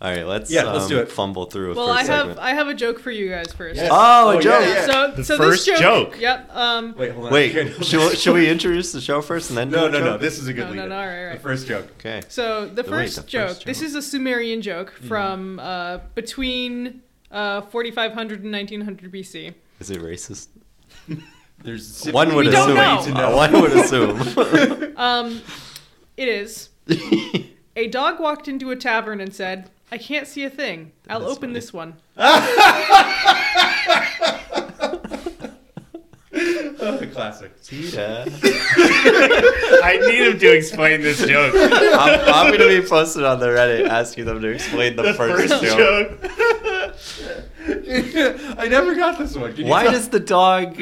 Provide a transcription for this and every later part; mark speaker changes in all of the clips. Speaker 1: All right, let's
Speaker 2: Yeah, let's
Speaker 1: um,
Speaker 2: do it.
Speaker 1: Fumble through a
Speaker 3: Well,
Speaker 1: first
Speaker 3: I have
Speaker 1: segment.
Speaker 3: I have a joke for you guys first.
Speaker 2: Yes.
Speaker 1: Oh, a
Speaker 2: yeah,
Speaker 1: joke.
Speaker 2: yeah.
Speaker 3: So,
Speaker 4: The
Speaker 3: so
Speaker 4: first
Speaker 3: this joke,
Speaker 4: joke.
Speaker 3: Yep. Um,
Speaker 2: Wait, hold on. Okay,
Speaker 1: Wait,
Speaker 2: no,
Speaker 1: should, should we introduce the show first and then?
Speaker 2: No,
Speaker 1: do a
Speaker 2: no, no.
Speaker 1: joke?
Speaker 2: This is a good
Speaker 3: No,
Speaker 2: lead.
Speaker 3: no, no, all right, all right.
Speaker 2: The first joke.
Speaker 1: Okay.
Speaker 3: So the
Speaker 1: Wait,
Speaker 3: first
Speaker 1: the first
Speaker 3: joke. This
Speaker 1: joke. Hmm.
Speaker 3: is a Sumerian joke from uh, between uh, 4500 and 1900 BC.
Speaker 1: Is it racist?
Speaker 2: There's
Speaker 1: One would
Speaker 3: We
Speaker 1: assume.
Speaker 3: don't
Speaker 1: Uh, one would assume.
Speaker 3: Um, it is a dog walked into a tavern and said, "I can't see a thing. I'll
Speaker 1: That's
Speaker 3: open
Speaker 1: funny.
Speaker 3: this one."
Speaker 2: A Oh, classic.
Speaker 1: Cheetah.
Speaker 4: I need him to explain this joke.
Speaker 1: I'm, I'm going to be posted on the Reddit asking them to explain the,
Speaker 4: The
Speaker 1: first,
Speaker 4: first
Speaker 1: joke.
Speaker 4: joke.
Speaker 2: I never got this one. Can you
Speaker 1: Why
Speaker 2: tell?
Speaker 1: does the dog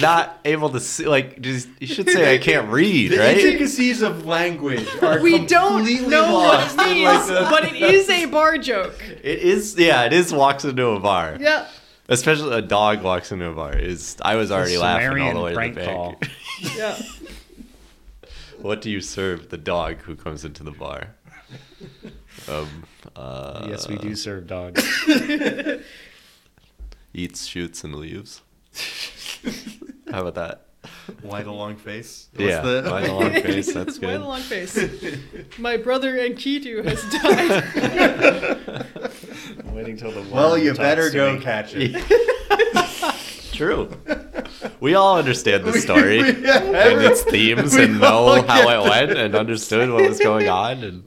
Speaker 1: not able to see? Like, just, you should say I can't read,
Speaker 2: the
Speaker 1: right?
Speaker 2: intricacies of language are
Speaker 3: We don't
Speaker 2: completely
Speaker 3: know what
Speaker 2: lost
Speaker 3: it
Speaker 2: in,
Speaker 3: means,
Speaker 2: like, uh, the-
Speaker 3: but it is a bar joke.
Speaker 1: It is, yeah, it is walks into a bar.
Speaker 3: Yeah.
Speaker 1: Especially a dog walks into a bar. Is I was already laughing all
Speaker 4: Sumerian
Speaker 1: the way to
Speaker 4: prank
Speaker 1: the
Speaker 4: call.
Speaker 1: bank.
Speaker 3: Yeah.
Speaker 1: what do you serve the dog who comes into the bar? Um, uh,
Speaker 4: yes, we do serve dogs.
Speaker 1: Eats, shoots, and leaves. How about that?
Speaker 2: Why the long face?
Speaker 1: yeah,
Speaker 2: The...
Speaker 1: why the long face? That's
Speaker 3: Why
Speaker 1: good.
Speaker 3: the long face? My brother Enkidu has died.
Speaker 4: I'm waiting till the
Speaker 2: Well,
Speaker 4: worm
Speaker 2: you
Speaker 4: talks
Speaker 2: better
Speaker 4: to
Speaker 2: go
Speaker 4: me.
Speaker 2: catch it.
Speaker 1: True. We all understand the story
Speaker 2: We- yeah,
Speaker 1: and its themes
Speaker 2: we
Speaker 1: and
Speaker 2: all
Speaker 1: know how
Speaker 2: get
Speaker 1: it went and understood what was going on. And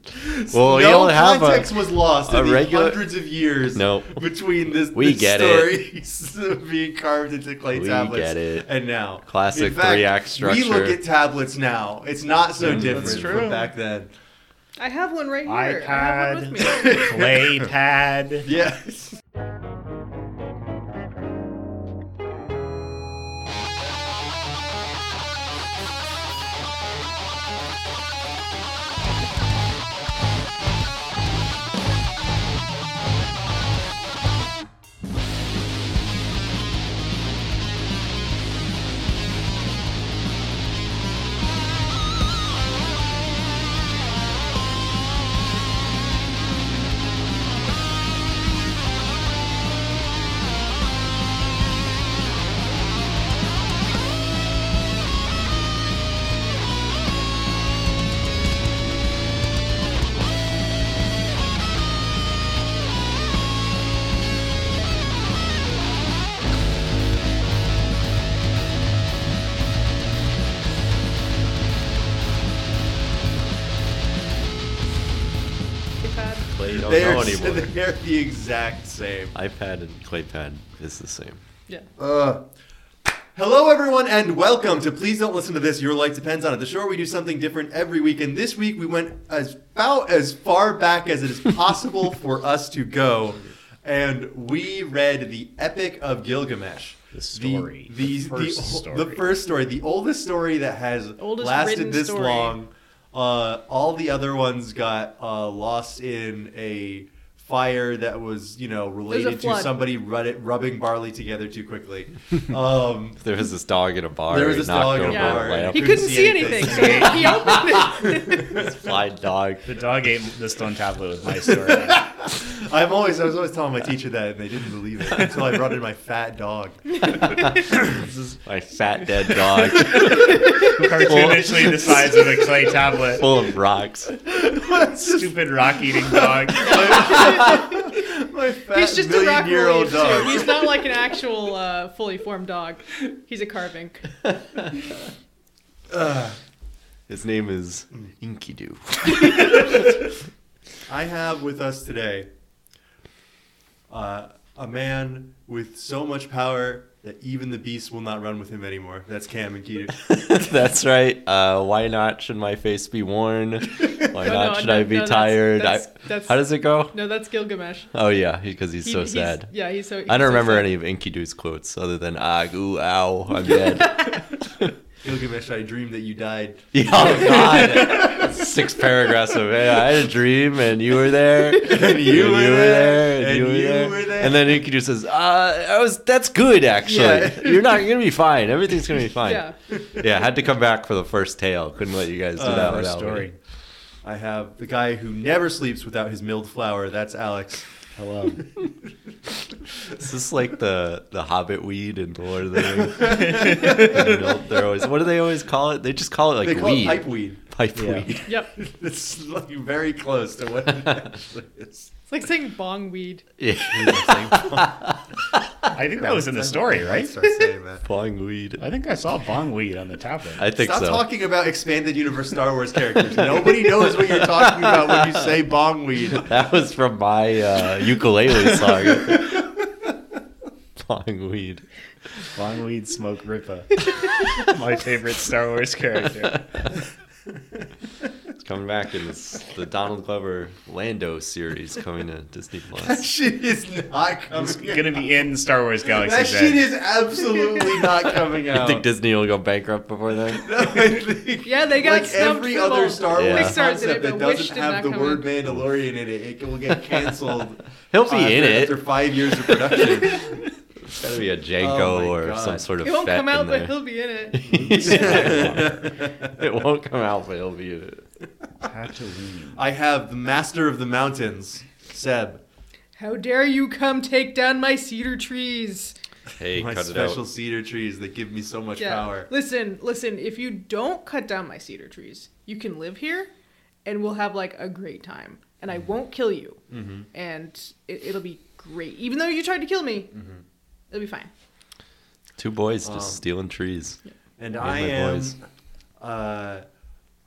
Speaker 1: well, we
Speaker 2: no
Speaker 1: don't have
Speaker 2: context
Speaker 1: a.
Speaker 2: was lost
Speaker 1: a
Speaker 2: in the
Speaker 1: regular-
Speaker 2: hundreds of years
Speaker 1: No.
Speaker 2: between this,
Speaker 1: We
Speaker 2: this
Speaker 1: get
Speaker 2: story being carved into clay
Speaker 1: We
Speaker 2: tablets
Speaker 1: get it.
Speaker 2: and now.
Speaker 1: Classic
Speaker 2: In fact,
Speaker 1: three-act
Speaker 2: We look
Speaker 1: structure. Mm,
Speaker 2: at tablets now. It's not so different
Speaker 4: that's
Speaker 2: from
Speaker 4: true.
Speaker 2: back then.
Speaker 3: I have one right here. I have one with me.
Speaker 4: iPad. Clay pad.
Speaker 2: Yes.
Speaker 3: iPad.
Speaker 1: Well, you don't
Speaker 2: They
Speaker 1: know
Speaker 2: are,
Speaker 1: anymore.
Speaker 2: they're the exact same.
Speaker 1: iPad and Claypad is the same.
Speaker 3: Yeah.
Speaker 2: Uh, hello, everyone, and welcome to Please Don't Listen to This. Your life depends on it. The show where we do something different every week, and this week we went as about as far back as it is possible for us to go, and we read the Epic of Gilgamesh.
Speaker 4: The story.
Speaker 2: the,
Speaker 4: The first
Speaker 2: the,
Speaker 4: story.
Speaker 2: the first story, the oldest story that has
Speaker 3: Oldest
Speaker 2: lasted
Speaker 3: written
Speaker 2: this
Speaker 3: story.
Speaker 2: long. Uh, all the other ones got uh, lost in a fire that was, you know, related to
Speaker 3: flood.
Speaker 2: somebody rut- rubbing barley together too quickly. Um,
Speaker 1: There was this dog in a bar.
Speaker 2: There was
Speaker 1: he
Speaker 2: this
Speaker 1: knocked
Speaker 2: dog in a
Speaker 1: over
Speaker 3: bar.
Speaker 1: lamp.
Speaker 3: He couldn't see anything, so he opened it.
Speaker 1: This blind dog.
Speaker 4: The dog ate the stone tablet with my story.
Speaker 2: I'm always, I was always telling my teacher that, and they didn't believe it until I brought in my fat dog.
Speaker 1: My fat dead dog
Speaker 4: Cartoonishly the size of a clay tablet.
Speaker 1: full of rocks.
Speaker 4: Stupid rock eating dog.
Speaker 2: My fat
Speaker 3: He's just a rock
Speaker 2: year old
Speaker 3: relief too.
Speaker 2: dog.
Speaker 3: He's not like an actual uh, fully formed dog. He's a carving.
Speaker 1: His name is
Speaker 3: Mm.
Speaker 1: Inkidu.
Speaker 2: I have with us today uh, a man with so much power that even the beasts will not run with him anymore. That's Cam and Keter.
Speaker 1: That's right. Uh, why not should my face be worn? Why
Speaker 3: No,
Speaker 1: not
Speaker 3: no,
Speaker 1: should
Speaker 3: no,
Speaker 1: I be
Speaker 3: no, that's-
Speaker 1: tired?
Speaker 3: that's-
Speaker 1: I-
Speaker 3: that's-
Speaker 1: How does it go?
Speaker 3: No, that's Gilgamesh.
Speaker 1: Oh yeah, because he's
Speaker 3: He-
Speaker 1: so
Speaker 3: he's-
Speaker 1: sad.
Speaker 3: Yeah, he's so.
Speaker 1: I
Speaker 3: he's so
Speaker 1: don't remember
Speaker 3: sad.
Speaker 1: any of Inkidu's quotes other than ah goo ow I'm dead.
Speaker 2: Gilgamesh, I dreamed that you died.
Speaker 1: yeah, oh god. Six paragraphs of hey, I had a dream and you were there.
Speaker 2: And you were there,
Speaker 1: and you were there. And then Inkidu says, uh, I was that's good actually.
Speaker 2: Yeah.
Speaker 1: You're not you're gonna be fine. Everything's gonna be fine.
Speaker 3: Yeah.
Speaker 1: Yeah, had to come back for the first tale. Couldn't let you guys do
Speaker 2: Uh,
Speaker 1: that
Speaker 2: first
Speaker 1: without me.
Speaker 4: story.
Speaker 2: I have the guy who never sleeps without his milled flour. That's Alex.
Speaker 5: Hello.
Speaker 1: Is this like the the Hobbit weed in Lord of the Rings? You know, they're always what do they always call it? They just call it like
Speaker 2: they call
Speaker 1: weed,
Speaker 2: it pipe weed.
Speaker 1: Pipe
Speaker 5: Yeah.
Speaker 1: weed.
Speaker 3: Yep.
Speaker 2: It's like very close to what it actually is.
Speaker 3: It's like saying bong weed.
Speaker 1: Yeah,
Speaker 4: I think that was in the story, right?
Speaker 2: Start saying that.
Speaker 1: Pong weed.
Speaker 4: I think I saw bong weed on the top of it.
Speaker 1: I think
Speaker 2: Stop
Speaker 1: so.
Speaker 2: talking about expanded universe Star Wars characters. Nobody knows what you're talking about when you say bong weed.
Speaker 1: That was from my uh, ukulele song. Pong weed.
Speaker 4: Bong weed smoke ripa. My favorite Star Wars character.
Speaker 1: It's coming back in this, the Donald Glover Lando series coming to Disney
Speaker 2: That
Speaker 1: Plus.
Speaker 2: shit is not coming.
Speaker 4: It's gonna be in Star Wars Galaxy.
Speaker 2: That shit is absolutely not coming
Speaker 1: You
Speaker 2: out.
Speaker 1: think Disney will go bankrupt before then?
Speaker 2: No, I think-
Speaker 3: Yeah, they got
Speaker 2: like
Speaker 3: snubbed
Speaker 2: every
Speaker 3: for
Speaker 2: other
Speaker 3: the-
Speaker 2: Star
Speaker 1: Yeah.
Speaker 2: Wars
Speaker 1: Pixar
Speaker 3: did it,
Speaker 2: concept
Speaker 3: but
Speaker 2: that
Speaker 3: Wish
Speaker 2: doesn't
Speaker 3: did
Speaker 2: have
Speaker 3: not
Speaker 2: the
Speaker 3: come
Speaker 2: word
Speaker 3: in.
Speaker 2: Mandalorian in it. It will get canceled.
Speaker 1: He'll be
Speaker 2: after,
Speaker 1: in it.
Speaker 2: after five years of production.
Speaker 1: It's gotta be a Janko
Speaker 2: Oh my
Speaker 1: or
Speaker 2: God.
Speaker 1: some sort of.
Speaker 3: It won't
Speaker 1: fat
Speaker 3: come
Speaker 1: in
Speaker 3: out,
Speaker 1: there.
Speaker 3: but he'll be in it.
Speaker 1: it won't come out, but he'll be in it.
Speaker 4: Tatooine.
Speaker 2: I have the Master of the Mountains, Seb.
Speaker 3: How dare you come take down my cedar trees?
Speaker 1: Hey,
Speaker 2: my
Speaker 1: cut
Speaker 2: special
Speaker 1: it out.
Speaker 2: cedar trees that give me so much
Speaker 3: Yeah.
Speaker 2: power.
Speaker 3: Listen, listen, if you don't cut down my cedar trees, you can live here and we'll have like a great time. And
Speaker 2: Mm-hmm.
Speaker 3: I won't kill you. And it, it'll be great. Even though you tried to kill me,
Speaker 2: Mm-hmm.
Speaker 3: it'll be fine.
Speaker 1: Two boys just
Speaker 2: Um,
Speaker 1: stealing trees.
Speaker 2: And
Speaker 1: Me and
Speaker 2: I
Speaker 1: my
Speaker 2: am
Speaker 1: boys.
Speaker 2: uh,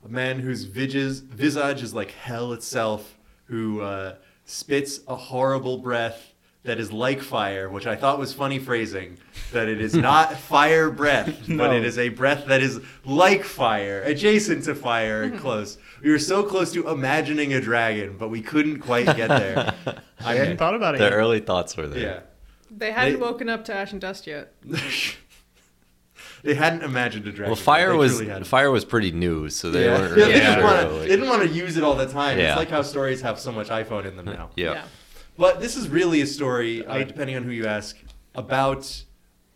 Speaker 2: a man whose viges, visage is like hell itself, who uh, spits a horrible breath that is like fire, which I thought was funny phrasing. That it is not fire breath, but
Speaker 4: No.
Speaker 2: it is a breath that is like fire, adjacent to fire, and close. We were so close to imagining a dragon, but we couldn't quite get there.
Speaker 4: I hadn't thought about it.
Speaker 1: The
Speaker 4: Yet.
Speaker 1: early thoughts were there.
Speaker 2: Yeah.
Speaker 3: They hadn't
Speaker 2: They-
Speaker 3: woken up to ash and dust yet.
Speaker 2: they hadn't imagined a dragon.
Speaker 1: Well, fire
Speaker 2: They
Speaker 1: was
Speaker 2: truly hadn't.
Speaker 1: fire was pretty new, so they
Speaker 2: yeah.
Speaker 1: weren't
Speaker 2: Yeah,
Speaker 1: really
Speaker 2: they, didn't
Speaker 1: sure.
Speaker 2: wanna,
Speaker 1: like-
Speaker 2: they didn't want to use it all the time.
Speaker 1: Yeah.
Speaker 2: It's like how stories have so much iPhone in them now.
Speaker 1: yeah.
Speaker 2: But this is really a story, uh,
Speaker 4: I-
Speaker 2: depending on who you ask, about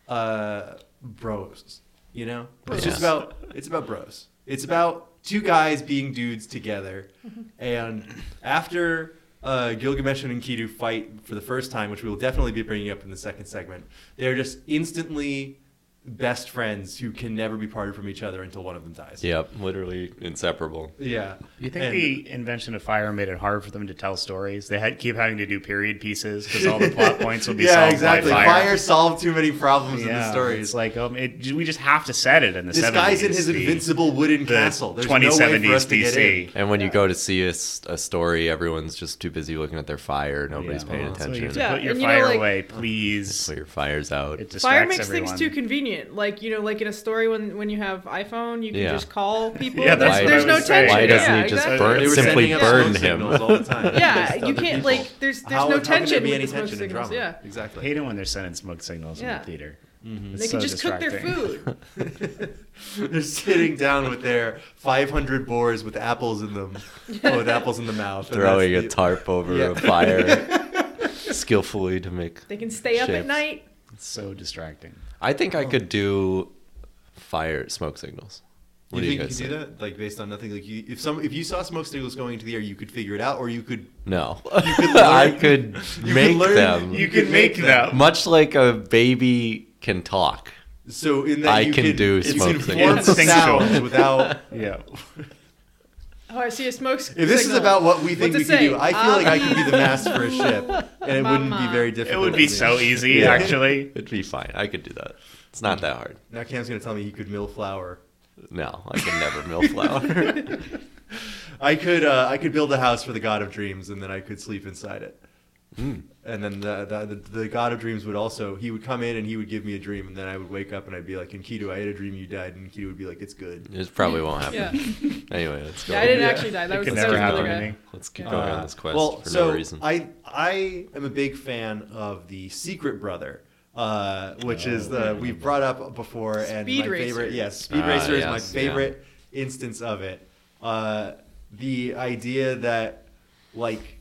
Speaker 2: uh, bros. You know, it's
Speaker 1: Bros.
Speaker 2: just about it's about bros. It's about two guys being dudes together, and after. Uh, Gilgamesh and Enkidu fight for the first time, which we will definitely be bringing up in the second segment. They're just instantly best friends who can never be parted from each other until one of them dies.
Speaker 1: Yep, literally inseparable.
Speaker 2: Yeah.
Speaker 4: You think
Speaker 2: And-
Speaker 4: the invention of fire made it hard for them to tell stories? They had keep having to do period pieces because all the plot points will be
Speaker 2: yeah,
Speaker 4: solved
Speaker 2: exactly.
Speaker 4: by
Speaker 2: Fire.
Speaker 4: fire.
Speaker 2: solved too many problems in the
Speaker 4: Yeah,
Speaker 2: stories.
Speaker 4: It's like um, it, we just have to set it in the
Speaker 2: this
Speaker 4: 70s.
Speaker 2: guy's in his
Speaker 4: the-
Speaker 2: invincible wooden
Speaker 4: the
Speaker 2: castle. There's
Speaker 4: 2070s
Speaker 2: no way for us to get
Speaker 4: BC.
Speaker 2: in.
Speaker 1: And when you go to see a, s- a story, everyone's just too busy looking at their fire. Nobody's
Speaker 4: Yeah.
Speaker 1: paying
Speaker 2: Well,
Speaker 4: So you
Speaker 1: attention.
Speaker 4: have to
Speaker 3: Yeah,
Speaker 4: put your
Speaker 3: and you know,
Speaker 4: fire
Speaker 3: like-
Speaker 4: away, please.
Speaker 1: Put your fires out.
Speaker 4: It distracts
Speaker 3: Fire makes
Speaker 4: everyone.
Speaker 3: things too convenient. Like, you know, like in a story when when you have iPhone, you can
Speaker 1: Yeah.
Speaker 3: just call people.
Speaker 4: Yeah, that's
Speaker 1: why,
Speaker 4: what
Speaker 3: there's
Speaker 4: I
Speaker 3: no
Speaker 4: was saying.
Speaker 3: tension.
Speaker 1: why doesn't
Speaker 3: yeah,
Speaker 1: he just
Speaker 3: exactly.
Speaker 1: burn?
Speaker 2: They were
Speaker 1: simply
Speaker 2: sending out
Speaker 1: burn
Speaker 2: smoke
Speaker 1: him.
Speaker 2: signals all the time.
Speaker 3: Yeah,
Speaker 2: Just to
Speaker 3: you
Speaker 2: other
Speaker 3: can't
Speaker 2: people.
Speaker 3: like there's there's
Speaker 2: How-
Speaker 3: no
Speaker 2: how can there
Speaker 3: tension
Speaker 2: be
Speaker 3: with
Speaker 2: any
Speaker 3: the smoke
Speaker 2: tension in
Speaker 3: signals.
Speaker 2: drama?
Speaker 3: Yeah.
Speaker 4: I
Speaker 2: exactly.
Speaker 4: hate it when they're sending smoke signals in
Speaker 3: Yeah.
Speaker 4: the theater.
Speaker 1: Mm-hmm.
Speaker 3: They can just cook their food.
Speaker 2: They're sitting down with their 500 boars with apples in them, oh, with apples in the mouth, and
Speaker 1: Throwing
Speaker 2: that's
Speaker 1: a
Speaker 2: the-
Speaker 1: tarp over
Speaker 2: Yeah.
Speaker 1: a fire skillfully to make.
Speaker 3: They can stay up at
Speaker 1: Shapes.
Speaker 3: night.
Speaker 4: It's so distracting.
Speaker 1: I think I could do fire smoke signals. What
Speaker 2: Oh. you
Speaker 1: do
Speaker 2: think you,
Speaker 1: guys
Speaker 2: can do that? Like based on nothing? Like you, if some, if you saw smoke signals going into the air, you could figure it out, or you could
Speaker 1: No, I could
Speaker 2: you
Speaker 1: make
Speaker 2: could learn,
Speaker 1: them.
Speaker 4: You could make them.
Speaker 1: Much like a baby can talk.
Speaker 2: So in that
Speaker 1: I
Speaker 2: you
Speaker 1: can do
Speaker 2: you
Speaker 1: smoke
Speaker 2: can
Speaker 1: signals.
Speaker 2: form
Speaker 4: Instinctual.
Speaker 2: sounds without.
Speaker 4: Yeah.
Speaker 3: Oh, I see a smoke. s-
Speaker 2: If this is
Speaker 3: signal.
Speaker 2: about what we think we
Speaker 3: What's
Speaker 2: can
Speaker 3: it
Speaker 2: do,
Speaker 3: say?
Speaker 2: I feel like I could be the
Speaker 3: Ah.
Speaker 2: mast for a ship, and it wouldn't be
Speaker 3: Mama.
Speaker 2: very
Speaker 4: It
Speaker 2: difficult.
Speaker 4: would be
Speaker 2: for me.
Speaker 4: so easy,
Speaker 1: Yeah.
Speaker 4: actually.
Speaker 1: It'd be fine. I could do that. It's not that hard.
Speaker 2: Now Cam's gonna tell me he could mill flour.
Speaker 1: No, I can never mill flour.
Speaker 2: I could uh, I could build a house for the god of dreams, and then I could sleep inside it. And then the, the, the, the god of dreams would also he would come in and he would give me a dream, and then I would wake up and I'd be like, Enkidu, I had a dream you died, and Enkidu would be like, it's good.
Speaker 1: it probably won't happen.
Speaker 3: Yeah.
Speaker 1: Anyway, let's go.
Speaker 3: Yeah, I didn't
Speaker 2: Yeah.
Speaker 3: actually die. That
Speaker 4: It
Speaker 3: was
Speaker 4: could
Speaker 3: that
Speaker 4: never
Speaker 3: was another
Speaker 4: happen
Speaker 3: guy.
Speaker 4: to me.
Speaker 1: Let's keep going
Speaker 2: Uh,
Speaker 1: on this quest
Speaker 2: well,
Speaker 1: for
Speaker 2: so
Speaker 1: no reason.
Speaker 2: I I am a big fan of the Secret Brother, uh, which is the we've brought up before and
Speaker 3: Speed
Speaker 2: my
Speaker 3: Racer.
Speaker 2: favorite. Yes, Speed
Speaker 1: Oh. Ah,
Speaker 2: Racer is my
Speaker 1: yes,
Speaker 2: favorite instance of it. Uh, the idea that like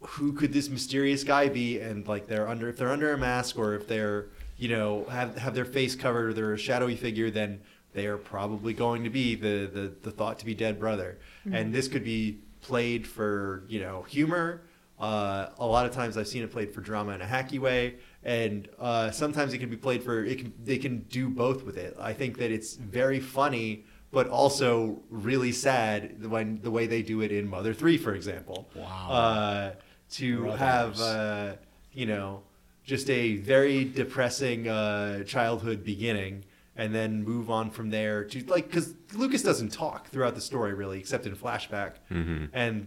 Speaker 2: who could this mysterious guy be and like they're under if they're under a mask or if they're you know have have their face covered or they're a shadowy figure then they are probably going to be the the, the thought to be dead brother, and this could be played for you know humor. Uh, a lot of times I've seen it played for drama in a hacky way, and uh, sometimes it can be played for it can they can do both with it. I think that it's very funny, but also really sad when the way they do it in Mother Three, for example.
Speaker 1: Wow.
Speaker 2: Uh, to have uh, you know just a very depressing uh, childhood beginning and then move on from there to like because lucas doesn't talk throughout the story really except in flashback and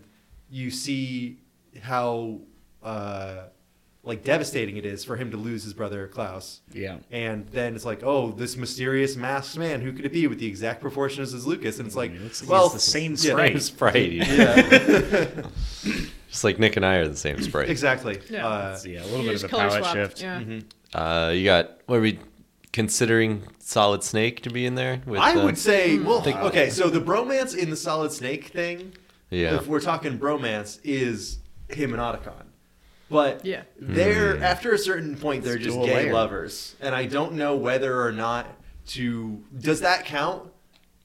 Speaker 2: you see how uh, like devastating it is for him to lose his brother klaus
Speaker 4: Yeah.
Speaker 2: and then it's like oh this mysterious masked man who could it be with the exact proportions as lucas and it's like
Speaker 4: It looks like
Speaker 2: well
Speaker 4: he's the same
Speaker 2: yeah,
Speaker 4: sprite.
Speaker 1: It's Sprite.
Speaker 2: yeah,
Speaker 1: Just like Nick and I are the same Sprite.
Speaker 2: exactly
Speaker 3: Yeah.
Speaker 2: uh,
Speaker 4: It's, yeah, a little
Speaker 3: You
Speaker 4: bit
Speaker 3: just
Speaker 4: of a
Speaker 3: color
Speaker 4: power
Speaker 3: swapped,
Speaker 4: shift. Mm-hmm.
Speaker 3: Yeah.
Speaker 1: Uh, you got what are we considering Solid Snake to be in there? With,
Speaker 2: I
Speaker 1: uh,
Speaker 2: would say, well,
Speaker 1: Think-
Speaker 2: okay, so the bromance in the Solid Snake thing,
Speaker 1: Yeah.
Speaker 2: if we're talking bromance, is him and Otacon. But
Speaker 3: Yeah.
Speaker 2: they're after a certain point, they're
Speaker 4: Hmm. It's
Speaker 2: just
Speaker 4: dual
Speaker 2: gay
Speaker 4: layer.
Speaker 2: lovers, and I don't know whether or not to. Does that count?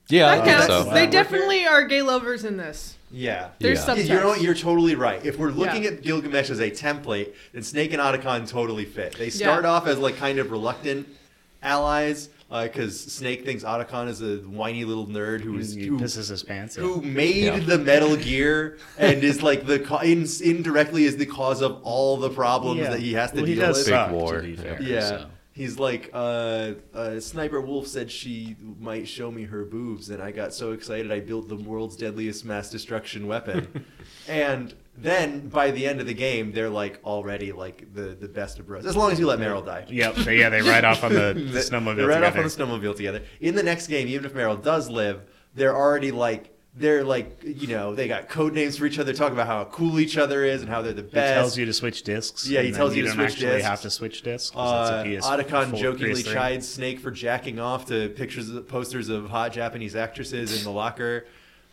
Speaker 1: Yeah, I
Speaker 3: That
Speaker 1: think
Speaker 3: counts.
Speaker 1: so.
Speaker 3: They
Speaker 2: Wow.
Speaker 3: definitely are gay lovers in this.
Speaker 2: Yeah.
Speaker 3: There's
Speaker 1: Yeah.
Speaker 3: some.
Speaker 2: You know what? You're totally right. If we're looking
Speaker 3: Yeah.
Speaker 2: at Gilgamesh as a template, then Snake and Otacon totally fit. They start
Speaker 3: Yeah.
Speaker 2: off as like kind of reluctant allies because Snake thinks Otacon is a whiny little nerd who is
Speaker 4: Mm, He
Speaker 2: who
Speaker 4: pisses his pants.
Speaker 2: who made
Speaker 1: Yeah.
Speaker 2: the Metal Gear and is like the ca- in, indirectly is the cause of all the problems that he has to
Speaker 4: well,
Speaker 2: deal
Speaker 4: he does
Speaker 2: with.
Speaker 1: Big
Speaker 4: suck,
Speaker 1: war.
Speaker 4: To be fair,
Speaker 2: Yeah.
Speaker 4: so.
Speaker 2: He's like, uh, uh, Sniper Wolf said she might show me her boobs, and I got so excited I built the world's deadliest mass destruction weapon. and then by the end of the game, they're like already like the, the best of bros. As long as you let Meryl die.
Speaker 4: Yep. They, yeah, they ride off on the, the snowmobile
Speaker 2: They ride off
Speaker 4: together.
Speaker 2: on the snowmobile together. In the next game, even if Meryl does live, they're already like they're like you know they got code names for each other. Talk about how cool each other is and how they're the
Speaker 4: He
Speaker 2: best.
Speaker 4: tells you to switch discs.
Speaker 2: Yeah, he
Speaker 4: and then
Speaker 2: tells you to
Speaker 4: don't
Speaker 2: switch
Speaker 4: actually
Speaker 2: discs.
Speaker 4: have to switch discs. 'cause
Speaker 2: uh,
Speaker 4: that's a PS4
Speaker 2: Otacon jokingly
Speaker 4: PS3.
Speaker 2: chides Snake for jacking off to pictures posters of hot Japanese actresses in the locker.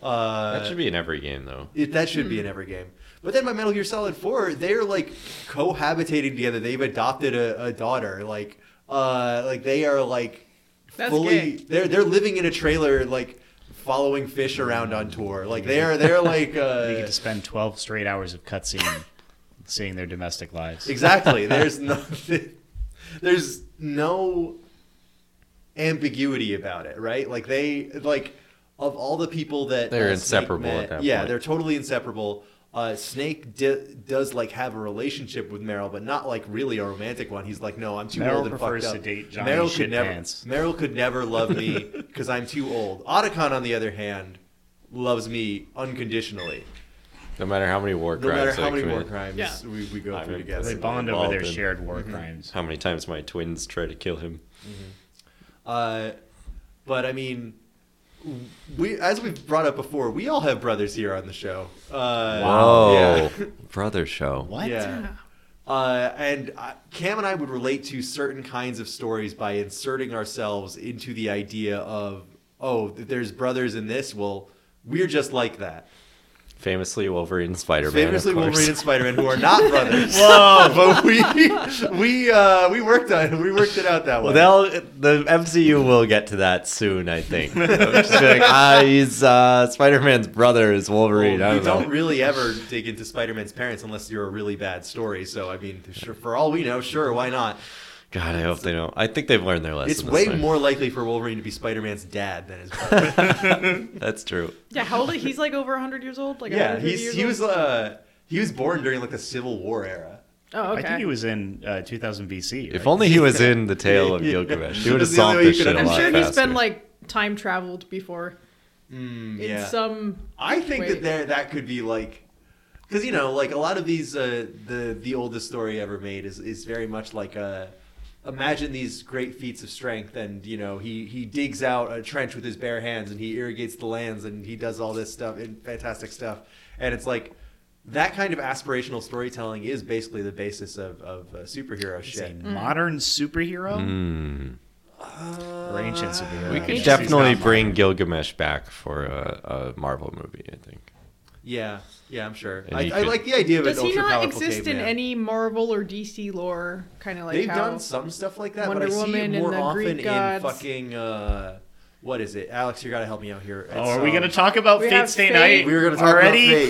Speaker 2: Uh,
Speaker 1: That should be in every game, though.
Speaker 2: it, that should be in every game. But then by Metal Gear Solid 4, they're like cohabitating together. They've adopted a, a daughter. Like uh like they are like
Speaker 3: That's
Speaker 2: fully
Speaker 3: gay.
Speaker 2: they're they're living in a trailer like following fish around on tour. Like they are they're like
Speaker 4: They get
Speaker 2: uh
Speaker 4: to spend 12 straight hours of cutscene seeing their domestic lives.
Speaker 2: Exactly. There's nothing there's no ambiguity about it, right? Like they like of all the people that
Speaker 1: They're
Speaker 2: uh, Snake
Speaker 1: inseparable
Speaker 2: met-
Speaker 1: at that
Speaker 2: yeah,
Speaker 1: point.
Speaker 2: they're totally inseparable. Uh, Snake di- does like have a relationship with Meryl, but not like really a romantic one. He's like, no, I'm too
Speaker 4: Meryl
Speaker 2: old and
Speaker 4: prefers
Speaker 2: fucked
Speaker 4: to
Speaker 2: up.
Speaker 4: date Johnny
Speaker 2: could never.
Speaker 4: Shitpants.
Speaker 2: Meryl could never love me because I'm too old. Otacon, on the other hand, loves me unconditionally,
Speaker 1: No matter how many war
Speaker 2: no
Speaker 1: crimes
Speaker 2: matter
Speaker 1: I
Speaker 2: how many war
Speaker 1: commit,
Speaker 2: crimes
Speaker 3: Yeah.
Speaker 2: we, we go
Speaker 1: I'm
Speaker 2: through together.
Speaker 4: They
Speaker 1: impressed.
Speaker 4: bond over
Speaker 1: Involved
Speaker 4: their
Speaker 1: in-
Speaker 4: shared war crimes.
Speaker 1: how many times my twins try to kill him.
Speaker 2: Uh, but I mean, we as we've brought up before, we all have brothers here on the show. Uh,
Speaker 1: Whoa,
Speaker 2: Yeah.
Speaker 1: brother show.
Speaker 4: What?
Speaker 2: Yeah. Uh, and uh, Cam and I would relate to certain kinds of stories by inserting ourselves into the idea of, oh, th- there's brothers in this. Well, we're just like that.
Speaker 1: Famously Wolverine and Spider-Man.
Speaker 2: Famously,
Speaker 1: of course.
Speaker 2: Wolverine and Spider-Man, who are not brothers.
Speaker 1: Whoa.
Speaker 2: but we we uh, we worked on we worked it out that way.
Speaker 1: Well, they'll, the MCU will get to that soon, I think. Just be like, ah, he's uh, Spider-Man's brother is Wolverine.
Speaker 2: Well,
Speaker 1: I
Speaker 2: you
Speaker 1: don't know.
Speaker 2: don't really ever dig into Spider-Man's parents unless you're a really bad story. So I mean, sure, for all we know, sure, why not?
Speaker 1: God, I hope they don't. I think they've learned their lesson.
Speaker 2: It's
Speaker 1: this
Speaker 2: way
Speaker 1: time.
Speaker 2: more likely for Wolverine to be Spider-Man's dad than his brother.
Speaker 1: That's true.
Speaker 3: Yeah, how old? He's like over 100 years old. Like
Speaker 2: yeah,
Speaker 3: 100
Speaker 2: he's
Speaker 3: years
Speaker 2: he
Speaker 3: old?
Speaker 2: was uh he was born during like the Civil War era.
Speaker 3: Oh, okay.
Speaker 4: I think he was in uh, 2000 BC.
Speaker 1: If
Speaker 4: right?
Speaker 1: only he was in the tale of
Speaker 2: Yeah.
Speaker 1: Gilgamesh, he
Speaker 2: That's
Speaker 1: would have
Speaker 2: the only
Speaker 1: solved
Speaker 2: way you
Speaker 1: this
Speaker 2: could
Speaker 1: shit a
Speaker 3: I'm
Speaker 1: lot
Speaker 3: sure he's
Speaker 1: faster.
Speaker 3: been like time traveled before
Speaker 2: Mm,
Speaker 3: in
Speaker 2: yeah,
Speaker 3: some.
Speaker 2: I think
Speaker 3: way.
Speaker 2: that there that could be like. Because you know, like a lot of these, uh, the the oldest story ever made is, is very much like a, imagine these great feats of strength, and you know he he digs out a trench with his bare hands, and he irrigates the lands, and he does all this stuff and fantastic stuff, and it's like that kind of aspirational storytelling is basically the basis of of uh, superhero
Speaker 4: He's a
Speaker 2: shit.
Speaker 4: modern superhero
Speaker 1: Mm.
Speaker 2: Uh,
Speaker 4: or ancient superhero.
Speaker 1: we
Speaker 4: I
Speaker 1: could
Speaker 4: guess
Speaker 1: definitely
Speaker 4: he's not
Speaker 1: bring Gilgamesh back for a, a Marvel movie. I think.
Speaker 2: Yeah, yeah, I'm sure.
Speaker 1: And
Speaker 2: I,
Speaker 1: he
Speaker 2: I
Speaker 1: could-
Speaker 2: like the idea of
Speaker 3: Does
Speaker 2: an
Speaker 3: he
Speaker 2: ultra
Speaker 3: not
Speaker 2: powerful
Speaker 3: exist in any Marvel or DC lore? Kind of like
Speaker 2: They've
Speaker 3: how
Speaker 2: done some stuff like that,
Speaker 3: Wonder
Speaker 2: but I see
Speaker 3: Woman
Speaker 2: it
Speaker 3: and
Speaker 2: more
Speaker 3: the
Speaker 2: often
Speaker 3: Greek
Speaker 2: in
Speaker 3: gods.
Speaker 2: fucking uh, What is it, Alex? You got to help me out here.
Speaker 4: Oh,
Speaker 2: It's,
Speaker 4: are we
Speaker 2: um,
Speaker 4: going to talk about
Speaker 3: We
Speaker 4: Fate
Speaker 3: have
Speaker 4: Stay
Speaker 3: Fate.
Speaker 4: Night?
Speaker 2: We were going to talk
Speaker 4: already?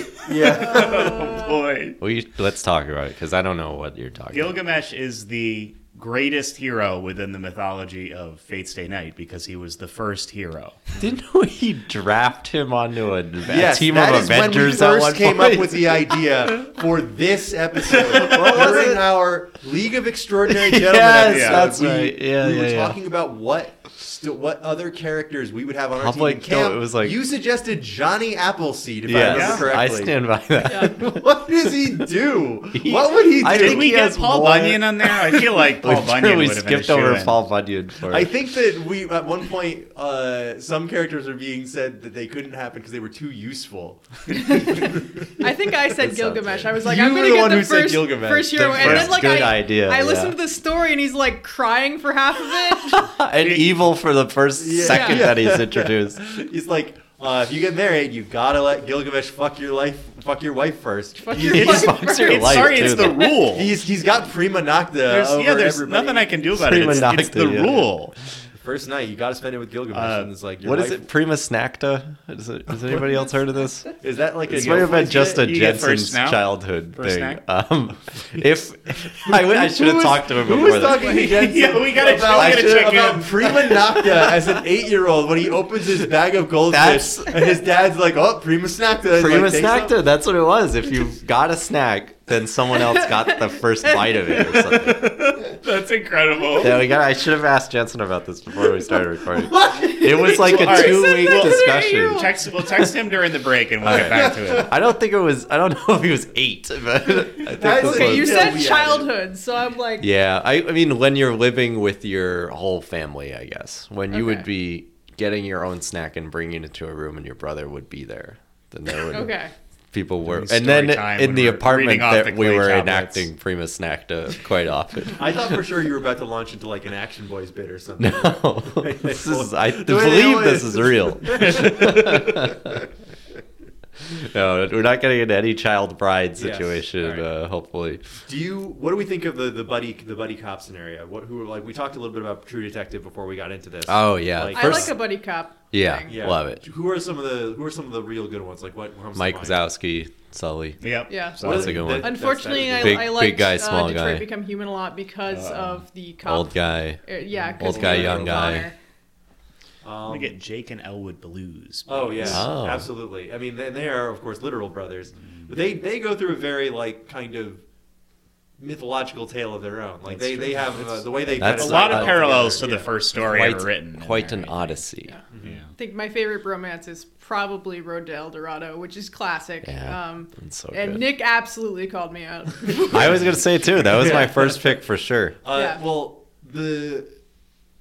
Speaker 2: about fate. Yeah.
Speaker 4: Oh boy.
Speaker 1: We let's talk about it because I don't know what you're talking. about.
Speaker 4: Gilgamesh is the greatest hero within the mythology of Fate Stay Night because he was the first hero.
Speaker 1: Didn't we draft him onto a
Speaker 2: yes,
Speaker 1: team
Speaker 2: that
Speaker 1: of
Speaker 2: is when we
Speaker 1: Avengers at one
Speaker 2: first came
Speaker 1: point?
Speaker 2: up with the idea for this episode during our League of Extraordinary Gentlemen.
Speaker 1: Yes,
Speaker 2: episode,
Speaker 1: that's
Speaker 2: we,
Speaker 1: right. Yeah,
Speaker 2: we were
Speaker 1: yeah, yeah.
Speaker 2: talking about what st- what other characters we would have on our
Speaker 1: I'm
Speaker 2: team.
Speaker 1: like,
Speaker 2: and Cam,
Speaker 1: no, it was like-
Speaker 2: you suggested Johnny Appleseed. If I
Speaker 1: yes,
Speaker 2: remember
Speaker 1: I
Speaker 2: correctly.
Speaker 1: stand by that.
Speaker 2: What does he do? what would he do?
Speaker 1: I
Speaker 4: Did
Speaker 1: think
Speaker 4: we
Speaker 1: he
Speaker 4: get
Speaker 1: has
Speaker 4: Paul
Speaker 1: more-
Speaker 4: Bunyan on there? I feel like
Speaker 1: We
Speaker 4: Paul Bunyan
Speaker 1: we
Speaker 4: would have been a
Speaker 1: skipped over
Speaker 4: shoo-in.
Speaker 1: Paul Bunyan for.
Speaker 2: I think that we at one point uh, some characters are being said that they couldn't happen because they were too useful.
Speaker 3: I think I said
Speaker 1: sounds
Speaker 3: Gilgamesh.
Speaker 1: good.
Speaker 3: I was like,
Speaker 2: You
Speaker 3: I'm
Speaker 2: were
Speaker 3: gonna
Speaker 2: the
Speaker 3: get
Speaker 2: one
Speaker 3: the
Speaker 2: who said
Speaker 3: first,
Speaker 2: Gilgamesh.
Speaker 3: first hero,
Speaker 1: The
Speaker 3: and
Speaker 1: first
Speaker 3: then like
Speaker 1: good
Speaker 3: I,
Speaker 1: idea,
Speaker 3: I
Speaker 1: yeah.
Speaker 3: listened to the story, and he's like crying for half of it.
Speaker 1: and evil for the first
Speaker 2: Yeah.
Speaker 1: second that he's introduced.
Speaker 2: He's like, uh, if you get married, you gotta let Gilgamesh fuck your life, fuck your wife first.
Speaker 3: Fuck
Speaker 2: he's,
Speaker 3: your
Speaker 1: He
Speaker 3: wife.
Speaker 2: he's,
Speaker 1: fucks your
Speaker 4: It's-
Speaker 1: life,
Speaker 4: sorry, it's
Speaker 1: too.
Speaker 4: the rule.
Speaker 2: he's he's got prima nocta
Speaker 4: There's,
Speaker 2: over
Speaker 4: yeah, there's
Speaker 2: everybody.
Speaker 4: nothing I can do about it. It's,
Speaker 1: Prima
Speaker 4: it's the
Speaker 1: nocta, yeah.
Speaker 4: rule.
Speaker 2: First night, you gotta spend it with Gilgamesh,
Speaker 4: Uh,
Speaker 2: and it's like, your
Speaker 1: What is
Speaker 2: wife-
Speaker 1: it? Prima Snacta? Is it, has anybody else heard of this?
Speaker 2: Is that like
Speaker 1: It's
Speaker 2: a
Speaker 1: might have been just a
Speaker 4: You get
Speaker 1: Jensen's
Speaker 4: first snout?
Speaker 1: childhood
Speaker 4: First
Speaker 1: thing.
Speaker 4: snack?
Speaker 1: Um, if I, w- I should have talked to him
Speaker 2: Who
Speaker 1: before
Speaker 2: was
Speaker 1: that.
Speaker 2: talking to Jensen
Speaker 4: Yeah, we gotta- we
Speaker 2: about,
Speaker 1: gotta
Speaker 4: check
Speaker 2: about
Speaker 4: in.
Speaker 2: prima nocta as an eight-year-old when he opens his bag of goldfish
Speaker 1: That's-
Speaker 2: and his dad's like, "Oh, prima nocta." and,
Speaker 1: Prima
Speaker 2: like, takes off.
Speaker 1: snacta. That's what it was. If you got a snack, then someone else got the first bite of it or something.
Speaker 4: That's incredible.
Speaker 1: Yeah, we got. I should have asked Jensen about this before we started recording. It was like
Speaker 4: All
Speaker 1: a
Speaker 4: right.
Speaker 1: two week
Speaker 3: Well,
Speaker 1: discussion.
Speaker 4: Text, we'll text him during the break and we'll
Speaker 1: Okay.
Speaker 4: get back to it.
Speaker 1: I don't think it was. I don't know if he was eight, but I think this
Speaker 2: That's okay,
Speaker 1: was-
Speaker 3: okay, you
Speaker 2: Yeah,
Speaker 3: said
Speaker 2: we added.
Speaker 3: childhood, so I'm like,
Speaker 1: Yeah, I, I mean, when you're living with your whole family, I guess, when you
Speaker 3: Okay.
Speaker 1: would be getting your own snack and bringing it to a room, and your brother would be there, then there would
Speaker 3: okay.
Speaker 1: people were,
Speaker 4: Doing
Speaker 1: and then
Speaker 4: story time
Speaker 1: in
Speaker 4: when
Speaker 1: the
Speaker 4: we're
Speaker 1: apartment
Speaker 4: reading off
Speaker 1: that
Speaker 4: the
Speaker 1: we
Speaker 4: clay
Speaker 1: were
Speaker 4: tablets.
Speaker 1: enacting prima snacta quite often.
Speaker 2: I thought for sure you were about to launch into like an Action Boys bit or something.
Speaker 1: No, this is. I
Speaker 2: Wait,
Speaker 1: believe
Speaker 2: wait.
Speaker 1: this is real. no, we're not getting into any child bride
Speaker 2: Yes,
Speaker 1: situation.
Speaker 4: right.
Speaker 1: Uh, hopefully,
Speaker 2: Do you? What do we think of the, the buddy the buddy cop scenario? What who like we talked a little bit about True Detective before we got into this.
Speaker 1: Oh, yeah.
Speaker 3: I
Speaker 1: First-
Speaker 3: like a buddy cop.
Speaker 1: yeah,
Speaker 3: thing.
Speaker 1: love it.
Speaker 2: Who are some of the who are some of the real good ones? Like what? comes to
Speaker 1: Mike
Speaker 2: mind?
Speaker 1: Wazowski, Sully.
Speaker 4: Yep.
Speaker 3: Yeah.
Speaker 4: So
Speaker 2: What
Speaker 1: That's
Speaker 2: is
Speaker 1: a
Speaker 2: it?
Speaker 1: good one.
Speaker 2: That- that's-
Speaker 3: Unfortunately,
Speaker 2: that
Speaker 3: I,
Speaker 2: is
Speaker 1: Big-
Speaker 3: I liked
Speaker 1: big guy, small
Speaker 3: uh, Detroit
Speaker 1: guy.
Speaker 3: Become Human a lot because
Speaker 2: Uh,
Speaker 3: of the cop.
Speaker 1: Old guy.
Speaker 3: Uh, yeah, 'cause
Speaker 1: Old guy,
Speaker 3: Leonard
Speaker 1: young guy.
Speaker 3: O'Connor.
Speaker 2: good. Um,
Speaker 4: I'm going to get Jake and Elwood Blues.
Speaker 2: Oh yeah,
Speaker 1: Oh.
Speaker 2: absolutely. I mean, they, they are of course literal brothers, but they they go through a very like kind of mythological tale of their own. Like
Speaker 4: That's
Speaker 2: they
Speaker 4: true.
Speaker 2: they have uh, the way they
Speaker 1: That's
Speaker 4: A
Speaker 2: kind
Speaker 4: lot
Speaker 1: Uh,
Speaker 4: of
Speaker 2: tie
Speaker 4: parallels to
Speaker 2: together,
Speaker 4: the
Speaker 2: yeah.
Speaker 4: first story
Speaker 1: Quite,
Speaker 4: ever written. in
Speaker 1: quite
Speaker 4: there,
Speaker 1: an
Speaker 4: I
Speaker 1: odyssey.
Speaker 3: Yeah.
Speaker 4: think. Yeah.
Speaker 3: I think my favorite bromance is probably Road to El Dorado, which is classic.
Speaker 1: Yeah,
Speaker 3: Um,
Speaker 1: it's so
Speaker 3: and
Speaker 1: good.
Speaker 3: Nick absolutely called me out.
Speaker 1: I was gonna say too. That was
Speaker 2: Yeah.
Speaker 1: my first pick for sure.
Speaker 2: Uh,
Speaker 3: Yeah.
Speaker 2: Well, the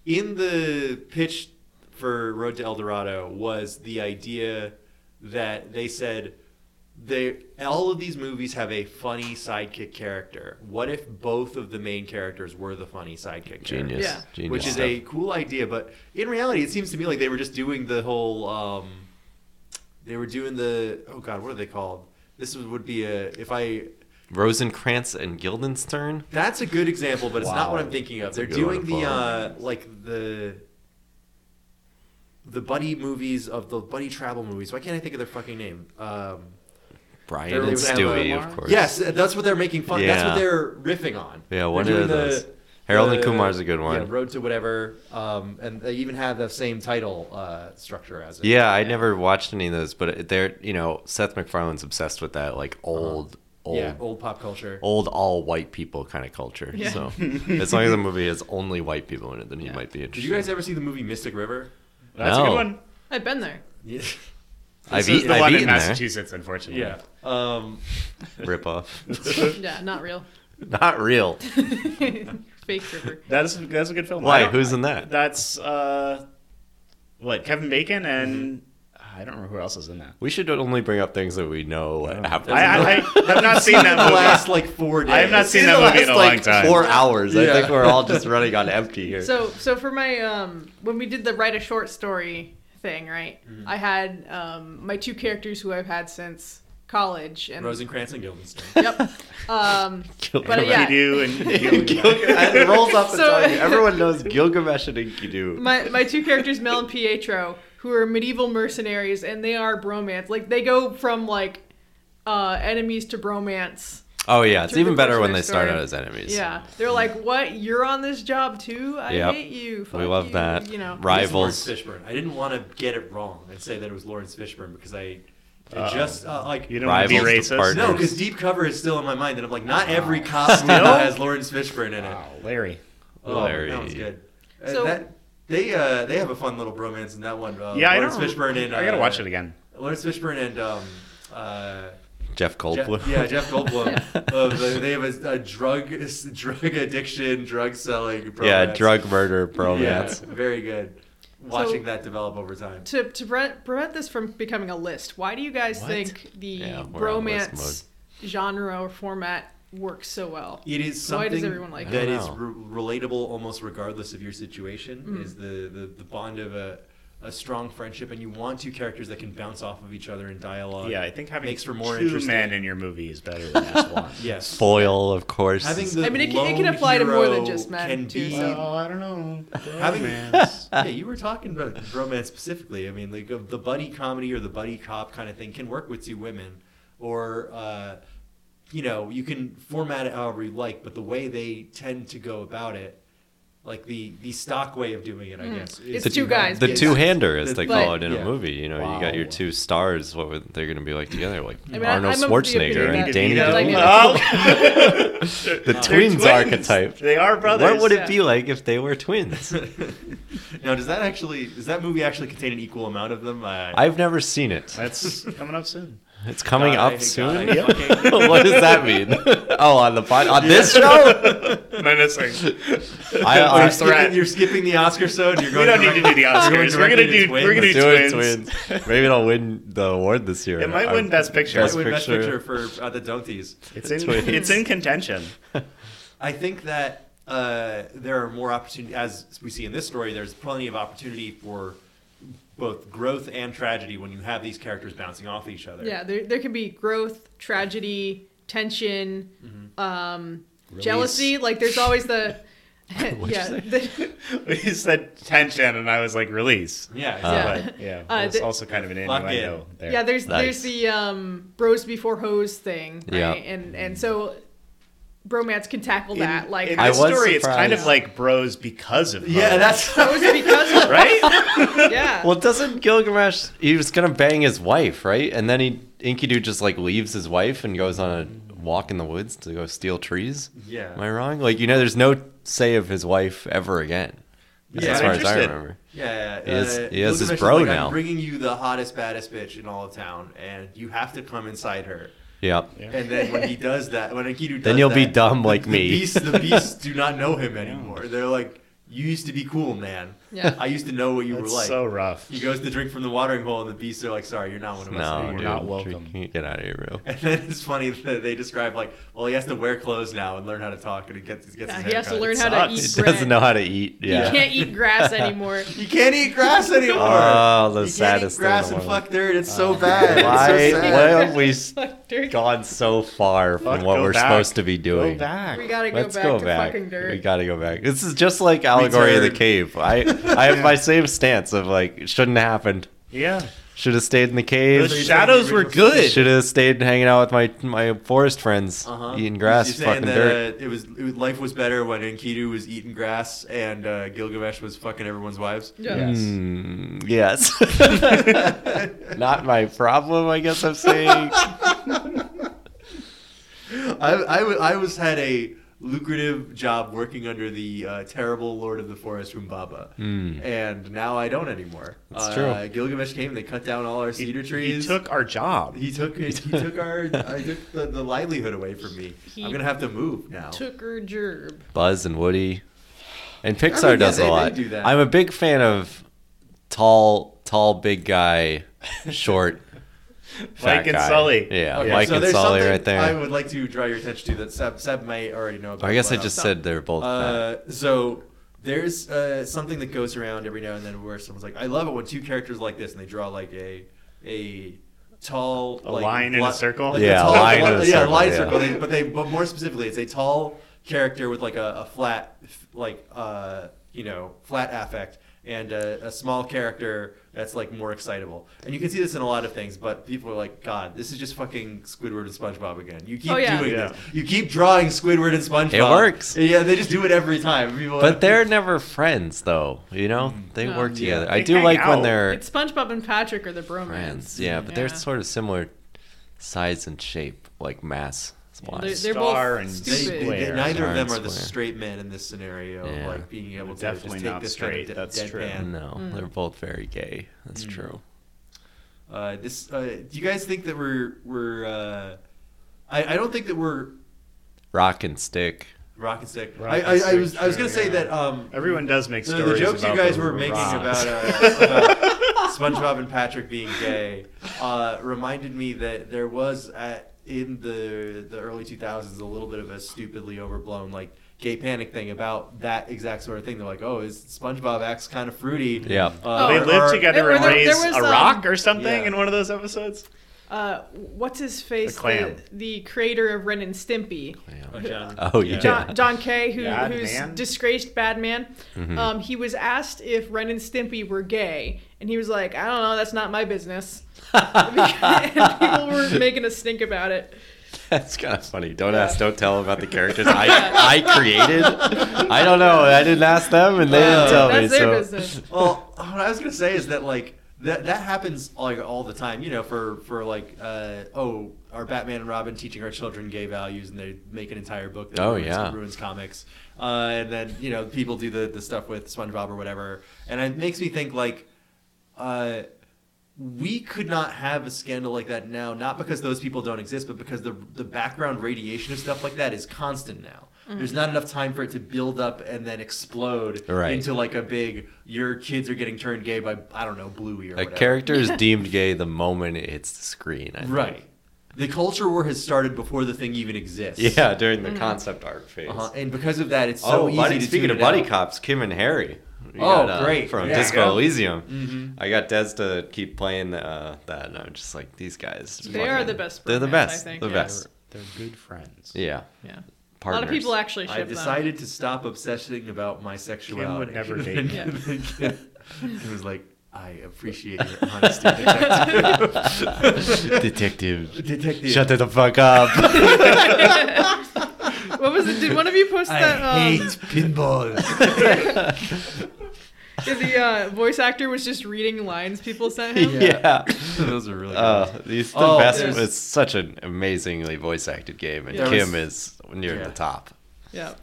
Speaker 2: in the pitch for Road to El Dorado was the idea that they said they all of these movies have a funny sidekick character. What if both of the main characters were the funny sidekick? characters?
Speaker 1: Genius,
Speaker 3: Yeah.
Speaker 1: genius.
Speaker 2: which is
Speaker 1: stuff.
Speaker 2: a cool idea. But in reality, it seems to me like they were just doing the whole. Um, they were doing the oh god, what are they called? This is- would be a if I.
Speaker 1: Rosencrantz and Guildenstern.
Speaker 2: That's a good example, but it's not what
Speaker 1: Wow.
Speaker 2: I'm thinking of.
Speaker 1: That's a
Speaker 2: They're
Speaker 1: good one
Speaker 2: doing the
Speaker 1: to
Speaker 2: uh, like the the buddy movies of the buddy travel movies. Why can't I think of their fucking name? Um,
Speaker 1: Brian
Speaker 2: There
Speaker 1: and
Speaker 2: was Emma
Speaker 1: Stewie, of
Speaker 4: Lamar?
Speaker 1: course.
Speaker 2: yes, that's what they're making fun. That's what
Speaker 1: Yeah.
Speaker 2: they're riffing on.
Speaker 1: Yeah,
Speaker 2: They're
Speaker 1: one
Speaker 2: doing
Speaker 1: of
Speaker 2: the-
Speaker 1: those. Harold and
Speaker 2: the-
Speaker 1: Kumar's a good
Speaker 2: Yeah,
Speaker 1: one. Yeah,
Speaker 2: Road to whatever, um, and they even have the same title uh, structure as it.
Speaker 1: I never watched any of those, but they're you know Seth MacFarlane's obsessed with that like
Speaker 4: Uh-huh.
Speaker 1: old, old,
Speaker 2: yeah, old pop culture.
Speaker 1: old all white people kind of culture.
Speaker 3: Yeah.
Speaker 1: So as long as the movie has only white people in it, then you
Speaker 4: Yeah.
Speaker 1: might be
Speaker 2: Did
Speaker 1: interested.
Speaker 2: you guys ever see the movie Mystic River?
Speaker 4: That's a
Speaker 1: No.
Speaker 4: good one.
Speaker 3: I've been there.
Speaker 2: Yeah.
Speaker 1: I've,
Speaker 4: This is
Speaker 1: eat,
Speaker 4: the
Speaker 1: I've
Speaker 4: one in
Speaker 1: eaten there.
Speaker 4: Massachusetts, unfortunately.
Speaker 2: yeah. Um,
Speaker 1: Rip off.
Speaker 3: Yeah, not real.
Speaker 1: Not real.
Speaker 3: Fake river.
Speaker 4: That's that's a good film. I
Speaker 1: Why?
Speaker 4: don't-
Speaker 1: Who's in that?
Speaker 4: That's uh, what Kevin Bacon and
Speaker 1: Mm-hmm.
Speaker 4: I don't remember who else is in that.
Speaker 1: We should only bring up things that we know happened.
Speaker 4: I, I, I have not seen that
Speaker 2: the
Speaker 4: movie.
Speaker 2: last like four days.
Speaker 4: I have not seen
Speaker 1: In
Speaker 4: that
Speaker 1: the
Speaker 4: movie in a
Speaker 1: last,
Speaker 4: long
Speaker 1: like,
Speaker 4: time.
Speaker 1: Four hours. I
Speaker 2: Yeah.
Speaker 1: think we're all just running on empty here.
Speaker 3: So, so for my um, when we did the write a short story thing, right? I had um, my two characters who I've had since college, and
Speaker 2: Rosencrantz and Guildenstern.
Speaker 3: yep. Um, but uh, yeah,
Speaker 4: Enkidu and Gilgamesh.
Speaker 1: And it rolls off the
Speaker 3: So-
Speaker 1: tongue. Everyone knows Gilgamesh and Enkidu.
Speaker 3: my my two characters, Mel and Pietro, who are medieval mercenaries, and they are bromance. Like they go from like uh, enemies to bromance.
Speaker 1: Oh yeah, it's
Speaker 3: Through
Speaker 1: even
Speaker 3: the course
Speaker 1: better
Speaker 3: of
Speaker 1: when
Speaker 3: their
Speaker 1: they start
Speaker 3: story.
Speaker 1: out as enemies.
Speaker 3: Yeah, they're like, "What? You're on this job too? I
Speaker 1: Yep.
Speaker 3: hate you. Fuck
Speaker 1: We love
Speaker 3: you,"
Speaker 1: that.
Speaker 3: You know,
Speaker 1: Right. Rivals.
Speaker 2: Lawrence Fishburne. I didn't want to get it wrong and say that it was Lawrence Fishburne because I, I just uh, like
Speaker 4: You don't want to be
Speaker 1: Rivals to
Speaker 4: racist.
Speaker 1: partner.
Speaker 2: no, because Deep Cover is still in my mind, and I'm like, not every cop movie has Lawrence Fishburne in it.
Speaker 4: Wow, Larry.
Speaker 2: Oh, that
Speaker 1: Larry.
Speaker 2: one's good. Uh,
Speaker 3: So-
Speaker 2: that, they uh, they have a fun little bromance in that one. Uh,
Speaker 4: Yeah, I
Speaker 2: Lawrence
Speaker 4: don't.
Speaker 2: Fishburne and
Speaker 4: I gotta
Speaker 2: uh,
Speaker 4: watch it again.
Speaker 2: Lawrence Fishburne and um, uh,
Speaker 1: Jeff
Speaker 2: Jeff,
Speaker 1: Goldblum.
Speaker 2: yeah, Jeff Goldblum. uh, they they have a, a drug drug addiction, drug selling. Bromance.
Speaker 1: Yeah, drug murder
Speaker 2: Yeah,
Speaker 1: bromance.
Speaker 2: very good. Watching
Speaker 3: So-
Speaker 2: that develop over time.
Speaker 3: to to pre- prevent this from becoming a list, why do you guys
Speaker 1: What?
Speaker 3: think the
Speaker 1: Yeah, we're on list
Speaker 3: bromance genre or format works so well?
Speaker 2: It is
Speaker 3: Why
Speaker 2: something
Speaker 3: does everyone like
Speaker 2: that
Speaker 1: it? I
Speaker 2: is
Speaker 1: don't
Speaker 2: re- relatable almost regardless of your situation.
Speaker 3: Mm-hmm.
Speaker 2: Is the, the the bond of a a strong friendship, and you want two characters that can bounce off of each other in dialogue.
Speaker 4: Yeah, I think having
Speaker 2: uh, makes for more
Speaker 4: two
Speaker 2: interesting.
Speaker 4: men in your movie is better than just one.
Speaker 2: Yes.
Speaker 1: Foil, of course.
Speaker 2: Having
Speaker 1: is-
Speaker 2: the
Speaker 3: I mean, it can- it
Speaker 2: lone
Speaker 3: can apply to more than
Speaker 2: hero
Speaker 3: just men,
Speaker 2: can
Speaker 3: too,
Speaker 2: be-
Speaker 3: so-
Speaker 4: I don't know.
Speaker 2: Having-
Speaker 4: Romance.
Speaker 2: yeah, you were talking about romance specifically. I mean, like of the buddy comedy or the buddy cop kind of thing can work with two women, or uh, you know, you can format it however you like. But the way they tend to go about it, like the the stock way of doing it, I guess, is
Speaker 3: Mm-hmm. It's two guys,
Speaker 1: the
Speaker 3: Yes.
Speaker 1: two hander, as they
Speaker 2: The-
Speaker 1: call
Speaker 3: But-
Speaker 1: it in
Speaker 2: yeah.
Speaker 1: a movie. You know, you got your
Speaker 4: Wow.
Speaker 1: two stars. What were, they're going to be like together? Like
Speaker 3: I mean, I-
Speaker 1: Arnold
Speaker 3: I'm of the
Speaker 1: Schwarzenegger
Speaker 3: opinion
Speaker 1: and
Speaker 3: that-
Speaker 1: Danny
Speaker 3: that, like,
Speaker 1: DeVito. The
Speaker 4: They're
Speaker 1: twins, archetype.
Speaker 4: They are brothers.
Speaker 1: What would it
Speaker 3: yeah.
Speaker 1: be like if they were twins?
Speaker 2: now, does that actually does that movie actually contain an equal amount of them? Uh,
Speaker 1: I've never seen it.
Speaker 4: That's coming up soon.
Speaker 1: It's coming
Speaker 2: God, I-
Speaker 1: up
Speaker 2: God, I
Speaker 1: soon.
Speaker 2: fucking-
Speaker 1: what does that mean? oh, on the pod, on this show.
Speaker 4: Menacing.
Speaker 1: I,
Speaker 2: you're,
Speaker 1: I,
Speaker 4: Where's the rat?
Speaker 2: skipping, you're skipping the Oscar, so you're
Speaker 4: We
Speaker 2: going.
Speaker 4: don't need to do the
Speaker 2: direct-
Speaker 4: Oscars. We're gonna
Speaker 2: directly
Speaker 4: do.
Speaker 2: to
Speaker 4: We're gonna do
Speaker 1: doing
Speaker 4: twins.
Speaker 1: twins. Maybe it'll win the award this year.
Speaker 4: It might win
Speaker 1: I-
Speaker 4: Best Picture.
Speaker 2: Might
Speaker 1: Best
Speaker 2: win Best
Speaker 1: Picture.
Speaker 2: Picture for uh, the Don'ties.
Speaker 4: It's in.
Speaker 1: Twins.
Speaker 4: It's in contention.
Speaker 2: I think that uh, there are more opportunities, as we see in this story, there's plenty of opportunity for both growth and tragedy when you have these characters bouncing off each other.
Speaker 3: Yeah, there there can be growth, tragedy, tension,
Speaker 1: Mm-hmm.
Speaker 3: um, jealousy. Like there's always the yeah. the-
Speaker 4: He said tension, and I was like, release.
Speaker 2: Yeah.
Speaker 3: Yeah.
Speaker 4: But yeah,
Speaker 3: Uh,
Speaker 4: it's
Speaker 3: the-
Speaker 4: also kind of an
Speaker 2: Lock
Speaker 4: innuendo there.
Speaker 3: Yeah, there's
Speaker 1: Nice.
Speaker 3: there's the um, bros before hoes thing, right?
Speaker 1: Yeah.
Speaker 3: And and so bromance can tackle
Speaker 4: in,
Speaker 3: that. Like
Speaker 4: in
Speaker 1: I
Speaker 4: this
Speaker 1: was
Speaker 4: story, it's kind of
Speaker 1: surprised.
Speaker 4: like bros because of.
Speaker 2: Yeah,
Speaker 4: hoes,
Speaker 2: that's.
Speaker 3: that was because of
Speaker 4: right.
Speaker 3: yeah.
Speaker 1: Well, doesn't Gilgamesh? He was gonna bang his wife, right? And then he Enkidu just like leaves his wife and goes on a walk in the woods to go steal trees.
Speaker 2: Yeah.
Speaker 1: Am I wrong? Like you know, there's no say of his wife ever again,
Speaker 2: Yeah,
Speaker 1: as far
Speaker 2: I'm
Speaker 1: as I
Speaker 4: interested.
Speaker 1: remember.
Speaker 2: Yeah,
Speaker 1: He is-
Speaker 2: uh,
Speaker 1: he is his
Speaker 2: Gilgamesh
Speaker 1: bro
Speaker 2: like,
Speaker 1: now."
Speaker 2: I'm bringing you the hottest, baddest bitch in all of town, and you have to come inside her.
Speaker 1: Yeah.
Speaker 2: And then when he does that, when Enkidu does
Speaker 1: Then you'll be
Speaker 2: that,
Speaker 1: dumb like
Speaker 2: the
Speaker 1: me.
Speaker 2: Beasts, the beasts do not know him anymore. They're like, "You used to be cool, man.
Speaker 3: Yeah.
Speaker 2: I used to know what you were
Speaker 4: That's
Speaker 2: like."
Speaker 4: so rough.
Speaker 2: He goes to drink from the watering hole, and the beasts are like, "Sorry, you're not one of us
Speaker 1: No,
Speaker 2: anymore."
Speaker 1: dude,
Speaker 4: We're not welcome.
Speaker 1: you Get out of here, bro.
Speaker 2: And then it's funny that they describe like, "Well, he has to wear clothes now and learn how to talk, and he gets, he gets
Speaker 3: Yeah,
Speaker 2: his
Speaker 3: he has to
Speaker 2: haircut."
Speaker 3: learn
Speaker 4: It
Speaker 3: how to
Speaker 4: sucks.
Speaker 3: eat
Speaker 1: He
Speaker 3: bread.
Speaker 1: doesn't know how to eat. Yeah.
Speaker 3: You can't eat grass anymore.
Speaker 2: You can't eat grass anymore.
Speaker 1: Oh, the
Speaker 2: you
Speaker 1: saddest
Speaker 2: can't eat grass
Speaker 1: thing in the
Speaker 2: and
Speaker 1: world. Uh,
Speaker 2: fuck dirt. It's so bad.
Speaker 1: Why?
Speaker 2: It's so
Speaker 1: why
Speaker 2: sad.
Speaker 1: have we s-
Speaker 3: Fuck,
Speaker 1: gone so far
Speaker 4: Fuck,
Speaker 1: from what
Speaker 4: go
Speaker 1: we're
Speaker 4: back.
Speaker 1: supposed to be doing?
Speaker 4: Go back.
Speaker 3: We gotta go
Speaker 1: Let's
Speaker 3: back
Speaker 1: go
Speaker 3: to
Speaker 1: back.
Speaker 3: fucking dirt.
Speaker 1: We gotta go back. This is just like allegory of the
Speaker 2: Return.
Speaker 1: cave. I I have my same stance of like it shouldn't have happened.
Speaker 4: yeah.
Speaker 1: Should have stayed in the cave.
Speaker 4: The shadows were good.
Speaker 1: Should have stayed hanging out with my my forest friends,
Speaker 2: Uh-huh.
Speaker 1: eating grass,
Speaker 2: You're saying
Speaker 1: fucking
Speaker 2: that,
Speaker 1: dirt.
Speaker 2: Uh, it was it was- life was better when Enkidu was eating grass and uh, Gilgamesh was fucking everyone's wives.
Speaker 3: Yeah.
Speaker 4: Yes.
Speaker 1: Mm, yes. Not my problem. I guess I'm saying.
Speaker 2: I, I, w- I was had a lucrative job working under the uh, terrible Lord of the Forest Umbaba, and now I don't anymore.
Speaker 1: Hmm. That's
Speaker 2: uh, Gilgamesh came. They cut down all our cedar
Speaker 4: He
Speaker 2: trees.
Speaker 4: took our job.
Speaker 2: He took he took our I took the, the livelihood away from me.
Speaker 3: He
Speaker 2: I'm gonna have to move now.
Speaker 3: Took her gerb.
Speaker 1: Buzz and Woody. And
Speaker 2: I
Speaker 1: Pixar
Speaker 2: mean, yeah,
Speaker 1: does
Speaker 2: they-
Speaker 1: a
Speaker 2: they
Speaker 1: lot.
Speaker 2: do that.
Speaker 1: I'm a big fan of tall, tall, big guy, short, fat
Speaker 4: Mike and
Speaker 1: guy.
Speaker 4: Sully.
Speaker 1: Yeah,
Speaker 2: Okay,
Speaker 1: Mike
Speaker 2: so
Speaker 1: and
Speaker 2: there's
Speaker 1: Sully
Speaker 2: something
Speaker 1: right there.
Speaker 2: I would like to draw your attention to that Seb, Seb may already know about.
Speaker 1: I guess I
Speaker 2: but, um,
Speaker 1: just said they're both. fat.
Speaker 2: Uh, so there's uh, something that goes around every now and then where someone's like, "I love it when two characters like this," and they draw like a a tall
Speaker 4: A
Speaker 2: like,
Speaker 4: line in
Speaker 2: li-
Speaker 4: a circle?
Speaker 2: like
Speaker 1: Yeah, a
Speaker 2: tall,
Speaker 1: line in a
Speaker 2: yeah,
Speaker 1: circle,
Speaker 2: line
Speaker 1: yeah.
Speaker 2: circle. They, but they, but more specifically, it's a tall character with like a, a flat, like uh, you know, flat affect, and a, a small character that's like more excitable. And you can see this in a lot of things. But people are like, God, this is just fucking Squidward and SpongeBob again. You keep
Speaker 3: Oh, yeah.
Speaker 2: doing
Speaker 4: Yeah.
Speaker 2: this. You keep drawing Squidward and SpongeBob.
Speaker 1: works.
Speaker 2: Yeah, they just do it every time. People-
Speaker 1: But they're never friends, though. You know, they
Speaker 3: No.
Speaker 1: work together.
Speaker 4: Yeah.
Speaker 1: I
Speaker 4: They
Speaker 1: do
Speaker 4: hang
Speaker 1: like when
Speaker 4: out.
Speaker 1: they're
Speaker 3: It's SpongeBob and Patrick are the bromance.
Speaker 1: friends. Yeah, but they're
Speaker 3: Yeah.
Speaker 1: sort of similar size and shape, like mass
Speaker 3: They're,
Speaker 1: wise.
Speaker 3: they're
Speaker 4: Star
Speaker 3: both
Speaker 4: and
Speaker 2: They-
Speaker 3: stupid.
Speaker 2: they-
Speaker 4: Square.
Speaker 2: neither of them
Speaker 1: Star
Speaker 2: are
Speaker 1: and
Speaker 2: the
Speaker 1: square.
Speaker 2: straight man in this scenario,
Speaker 1: Yeah.
Speaker 2: like being able to
Speaker 4: Definitely
Speaker 2: just take
Speaker 4: not
Speaker 2: this
Speaker 4: straight,
Speaker 2: Kind of de-
Speaker 4: that's true.
Speaker 2: deadpan.
Speaker 1: No, they're both very gay. That's true.
Speaker 2: Uh, this, uh, do you guys think that we're we're? Uh, I, I don't think that we're
Speaker 1: Rock and stick.
Speaker 2: rock and stick.
Speaker 4: Rock
Speaker 2: I,
Speaker 4: and
Speaker 2: I, I
Speaker 4: stick,
Speaker 2: was I was
Speaker 4: sure,
Speaker 2: gonna say
Speaker 4: yeah.
Speaker 2: that um,
Speaker 4: Everyone does make
Speaker 2: the, the
Speaker 4: stories.
Speaker 2: jokes you
Speaker 4: about
Speaker 2: guys
Speaker 4: the
Speaker 2: were making
Speaker 4: rock.
Speaker 2: about, uh, about SpongeBob and Patrick being gay uh, reminded me that there was at, in the the early 2000s a little bit of a stupidly overblown like gay panic thing about that exact sort of thing. They're like, oh, is SpongeBob acts kind of fruity?
Speaker 1: Yeah.
Speaker 2: Uh,
Speaker 4: they
Speaker 2: or-
Speaker 4: live
Speaker 2: or-
Speaker 4: together
Speaker 3: There-
Speaker 4: and
Speaker 3: there-
Speaker 4: raise
Speaker 3: there was,
Speaker 4: a
Speaker 3: um,
Speaker 4: rock or something
Speaker 2: Yeah.
Speaker 4: in one of those episodes.
Speaker 3: Uh, what's his face?
Speaker 4: The clam.
Speaker 3: The, the creator of Ren and Stimpy.
Speaker 2: Oh,
Speaker 1: Yeah.
Speaker 2: John.
Speaker 1: Oh yeah.
Speaker 3: John, John Kay, who,
Speaker 4: Bad
Speaker 3: who's
Speaker 4: man?
Speaker 3: disgraced bad man,
Speaker 1: Mm-hmm.
Speaker 3: um, he was asked if Ren and Stimpy were gay, and he was like, "I don't know, that's not my business." and people were making a stink about it.
Speaker 1: That's kind of funny. Don't ask, don't tell about the characters I, I created. I don't know. I didn't ask them, and they didn't
Speaker 2: Uh,
Speaker 1: tell me.
Speaker 3: Um, Oh, that's their
Speaker 1: so
Speaker 3: business.
Speaker 2: well, what I was gonna say is that like that that happens like all the time. You know, for for like uh, oh, our Batman and Robin teaching our children gay values, and they make an entire book that
Speaker 1: Oh,
Speaker 2: ruins,
Speaker 1: yeah.
Speaker 2: ruins comics. Uh, and then you know people do the the stuff with SpongeBob or whatever, and it makes me think like. Uh, we could not have a scandal like that now, not because those people don't exist, but because the the background radiation of stuff like that is constant now. There's not enough time for it to build up and then explode
Speaker 1: Right.
Speaker 2: into like a big your kids are getting turned gay by I don't know Bluey or
Speaker 1: a
Speaker 2: whatever.
Speaker 1: character is deemed gay the moment it hits the screen. I think.
Speaker 2: right. The culture war has started before the thing even exists.
Speaker 1: Yeah, during the concept art phase.
Speaker 2: Uh-huh. And because of that, it's so
Speaker 1: oh,
Speaker 2: easy
Speaker 1: buddy,
Speaker 2: to
Speaker 1: speaking
Speaker 2: tune
Speaker 1: of
Speaker 2: it
Speaker 1: buddy
Speaker 2: out.
Speaker 1: cops, Kim and Harry. We uh,
Speaker 2: Oh, great.
Speaker 1: From
Speaker 2: Yeah. Mm-hmm.
Speaker 1: Disco
Speaker 4: Yeah.
Speaker 1: Elysium. I got Des to keep playing uh, that, and I'm just like, these guys.
Speaker 3: They are the best
Speaker 1: They're the
Speaker 3: bromance,
Speaker 1: best.
Speaker 3: I think,
Speaker 1: the
Speaker 3: yeah.
Speaker 1: best.
Speaker 4: They're good friends.
Speaker 1: Yeah.
Speaker 3: Yeah, a lot
Speaker 1: Partners.
Speaker 3: of people actually ship
Speaker 2: I
Speaker 3: them.
Speaker 2: decided to stop obsessing about my sexuality.
Speaker 4: Kim would never date
Speaker 2: It was like, I appreciate your honesty, detective.
Speaker 1: Detective.
Speaker 2: detective.
Speaker 1: Shut the fuck up.
Speaker 3: What was it? Did one of you post that? um,
Speaker 2: pinball.
Speaker 3: the uh, voice actor was just reading lines people sent him.
Speaker 1: yeah.
Speaker 2: Those are really good.
Speaker 1: Uh, he's the
Speaker 2: Oh,
Speaker 1: best.
Speaker 3: there's-
Speaker 1: It's such an amazingly voice acted game, and
Speaker 2: There
Speaker 1: Kim is near
Speaker 2: Yeah.
Speaker 1: the top.
Speaker 3: yeah.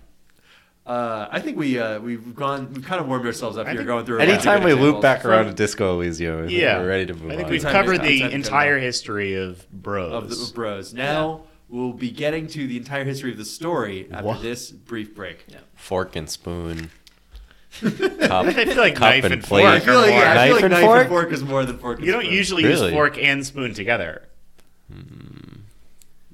Speaker 2: uh, I think we uh, we've gone we've kind of warmed ourselves up
Speaker 4: I
Speaker 2: here
Speaker 4: think-
Speaker 2: going through. a lot of
Speaker 1: Anytime
Speaker 2: good
Speaker 1: we
Speaker 2: examples.
Speaker 1: loop back around to Disco Elysium,
Speaker 4: Yeah.
Speaker 1: we're ready to move
Speaker 4: I think
Speaker 1: on.
Speaker 4: we've
Speaker 2: Time
Speaker 4: covered
Speaker 2: to-
Speaker 4: the
Speaker 2: time to-
Speaker 4: entire history of bros.
Speaker 2: of the bros. Now we'll be getting to the entire history of the story after
Speaker 4: What?
Speaker 2: this brief break.
Speaker 3: Yeah.
Speaker 1: Fork and spoon. Cup.
Speaker 4: I feel like
Speaker 1: Cup
Speaker 4: knife
Speaker 1: and
Speaker 4: and,
Speaker 1: plate.
Speaker 4: fork.
Speaker 2: I feel
Speaker 4: are
Speaker 2: like,
Speaker 4: more-
Speaker 2: yeah, I feel
Speaker 1: Knife
Speaker 2: like
Speaker 1: and
Speaker 2: knife and
Speaker 1: fork?
Speaker 2: fork is more than fork. and
Speaker 4: You don't
Speaker 2: spoon.
Speaker 4: usually
Speaker 1: Really?
Speaker 4: use fork and spoon together. And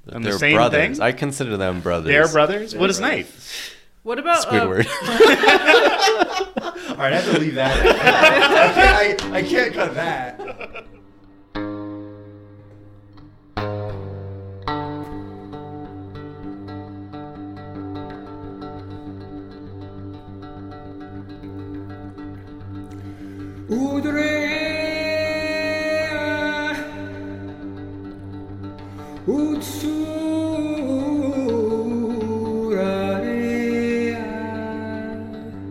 Speaker 4: the
Speaker 1: They're
Speaker 4: same
Speaker 1: brothers.
Speaker 4: thing?
Speaker 1: I consider them brothers.
Speaker 4: They're brothers.
Speaker 2: They're
Speaker 4: what is
Speaker 2: brothers.
Speaker 4: knife?
Speaker 3: What about uh,
Speaker 1: Squidward.
Speaker 2: All right, I have to leave that. out. I, can't, I, I can't cut that.
Speaker 5: Udrea Utsurarea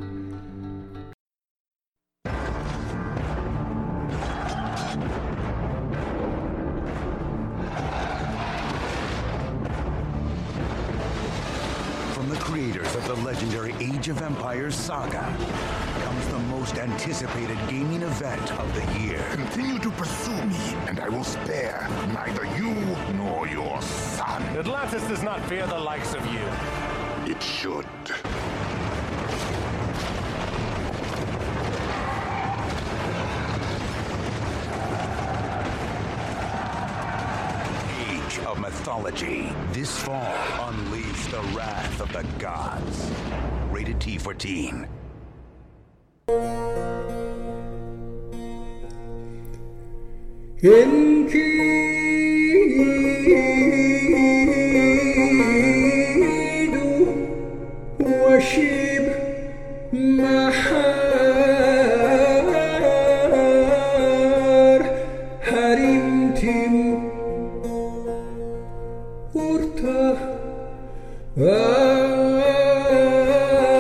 Speaker 6: From the creators of the legendary Age of Empires saga comes the most anticipated gaming event of the year.
Speaker 7: Continue to pursue me, and I will spare neither you nor your son.
Speaker 8: Atlantis does not fear the likes of you.
Speaker 7: It should.
Speaker 6: Age of Mythology. This fall, unleash the wrath of the gods. Rated T for teen.
Speaker 5: Enki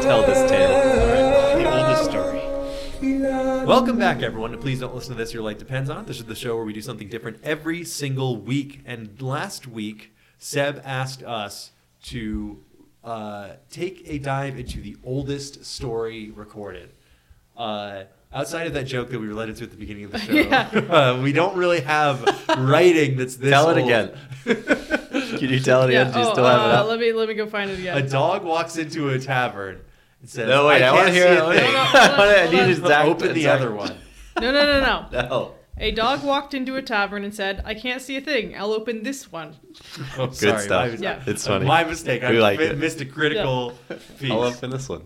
Speaker 1: Tell this tale.
Speaker 4: The oldest story.
Speaker 2: Welcome back, everyone. to Please don't listen to this. Your life depends on it. This is the show where we do something different every single week. And last week, Seb asked us to uh, take a dive into the oldest story recorded. Uh, outside of that joke that we were led into at the beginning of the show, uh, we don't really have writing that's this
Speaker 1: Tell it
Speaker 2: old.
Speaker 1: again. Can you tell it
Speaker 3: Yeah,
Speaker 1: again? Do you
Speaker 3: oh,
Speaker 1: still have it
Speaker 3: uh,
Speaker 1: up?
Speaker 3: Let me let me go find it again.
Speaker 2: A dog walks into a tavern and says,
Speaker 1: No, wait, I,
Speaker 2: can't
Speaker 1: want to hear
Speaker 2: see
Speaker 1: it.
Speaker 2: a thing."
Speaker 1: I wanna- I need exact-
Speaker 2: Open the
Speaker 1: exact-
Speaker 2: other one.
Speaker 3: No, no, no, no.
Speaker 1: No.
Speaker 3: A dog walked into a tavern and said, "I can't see a thing. I'll open this one."
Speaker 2: Oh,
Speaker 1: Good stuff.
Speaker 3: Yeah.
Speaker 1: It's funny.
Speaker 2: My mistake. I
Speaker 1: We like
Speaker 2: mi-
Speaker 1: it.
Speaker 2: missed a critical piece.
Speaker 1: I'll open this one.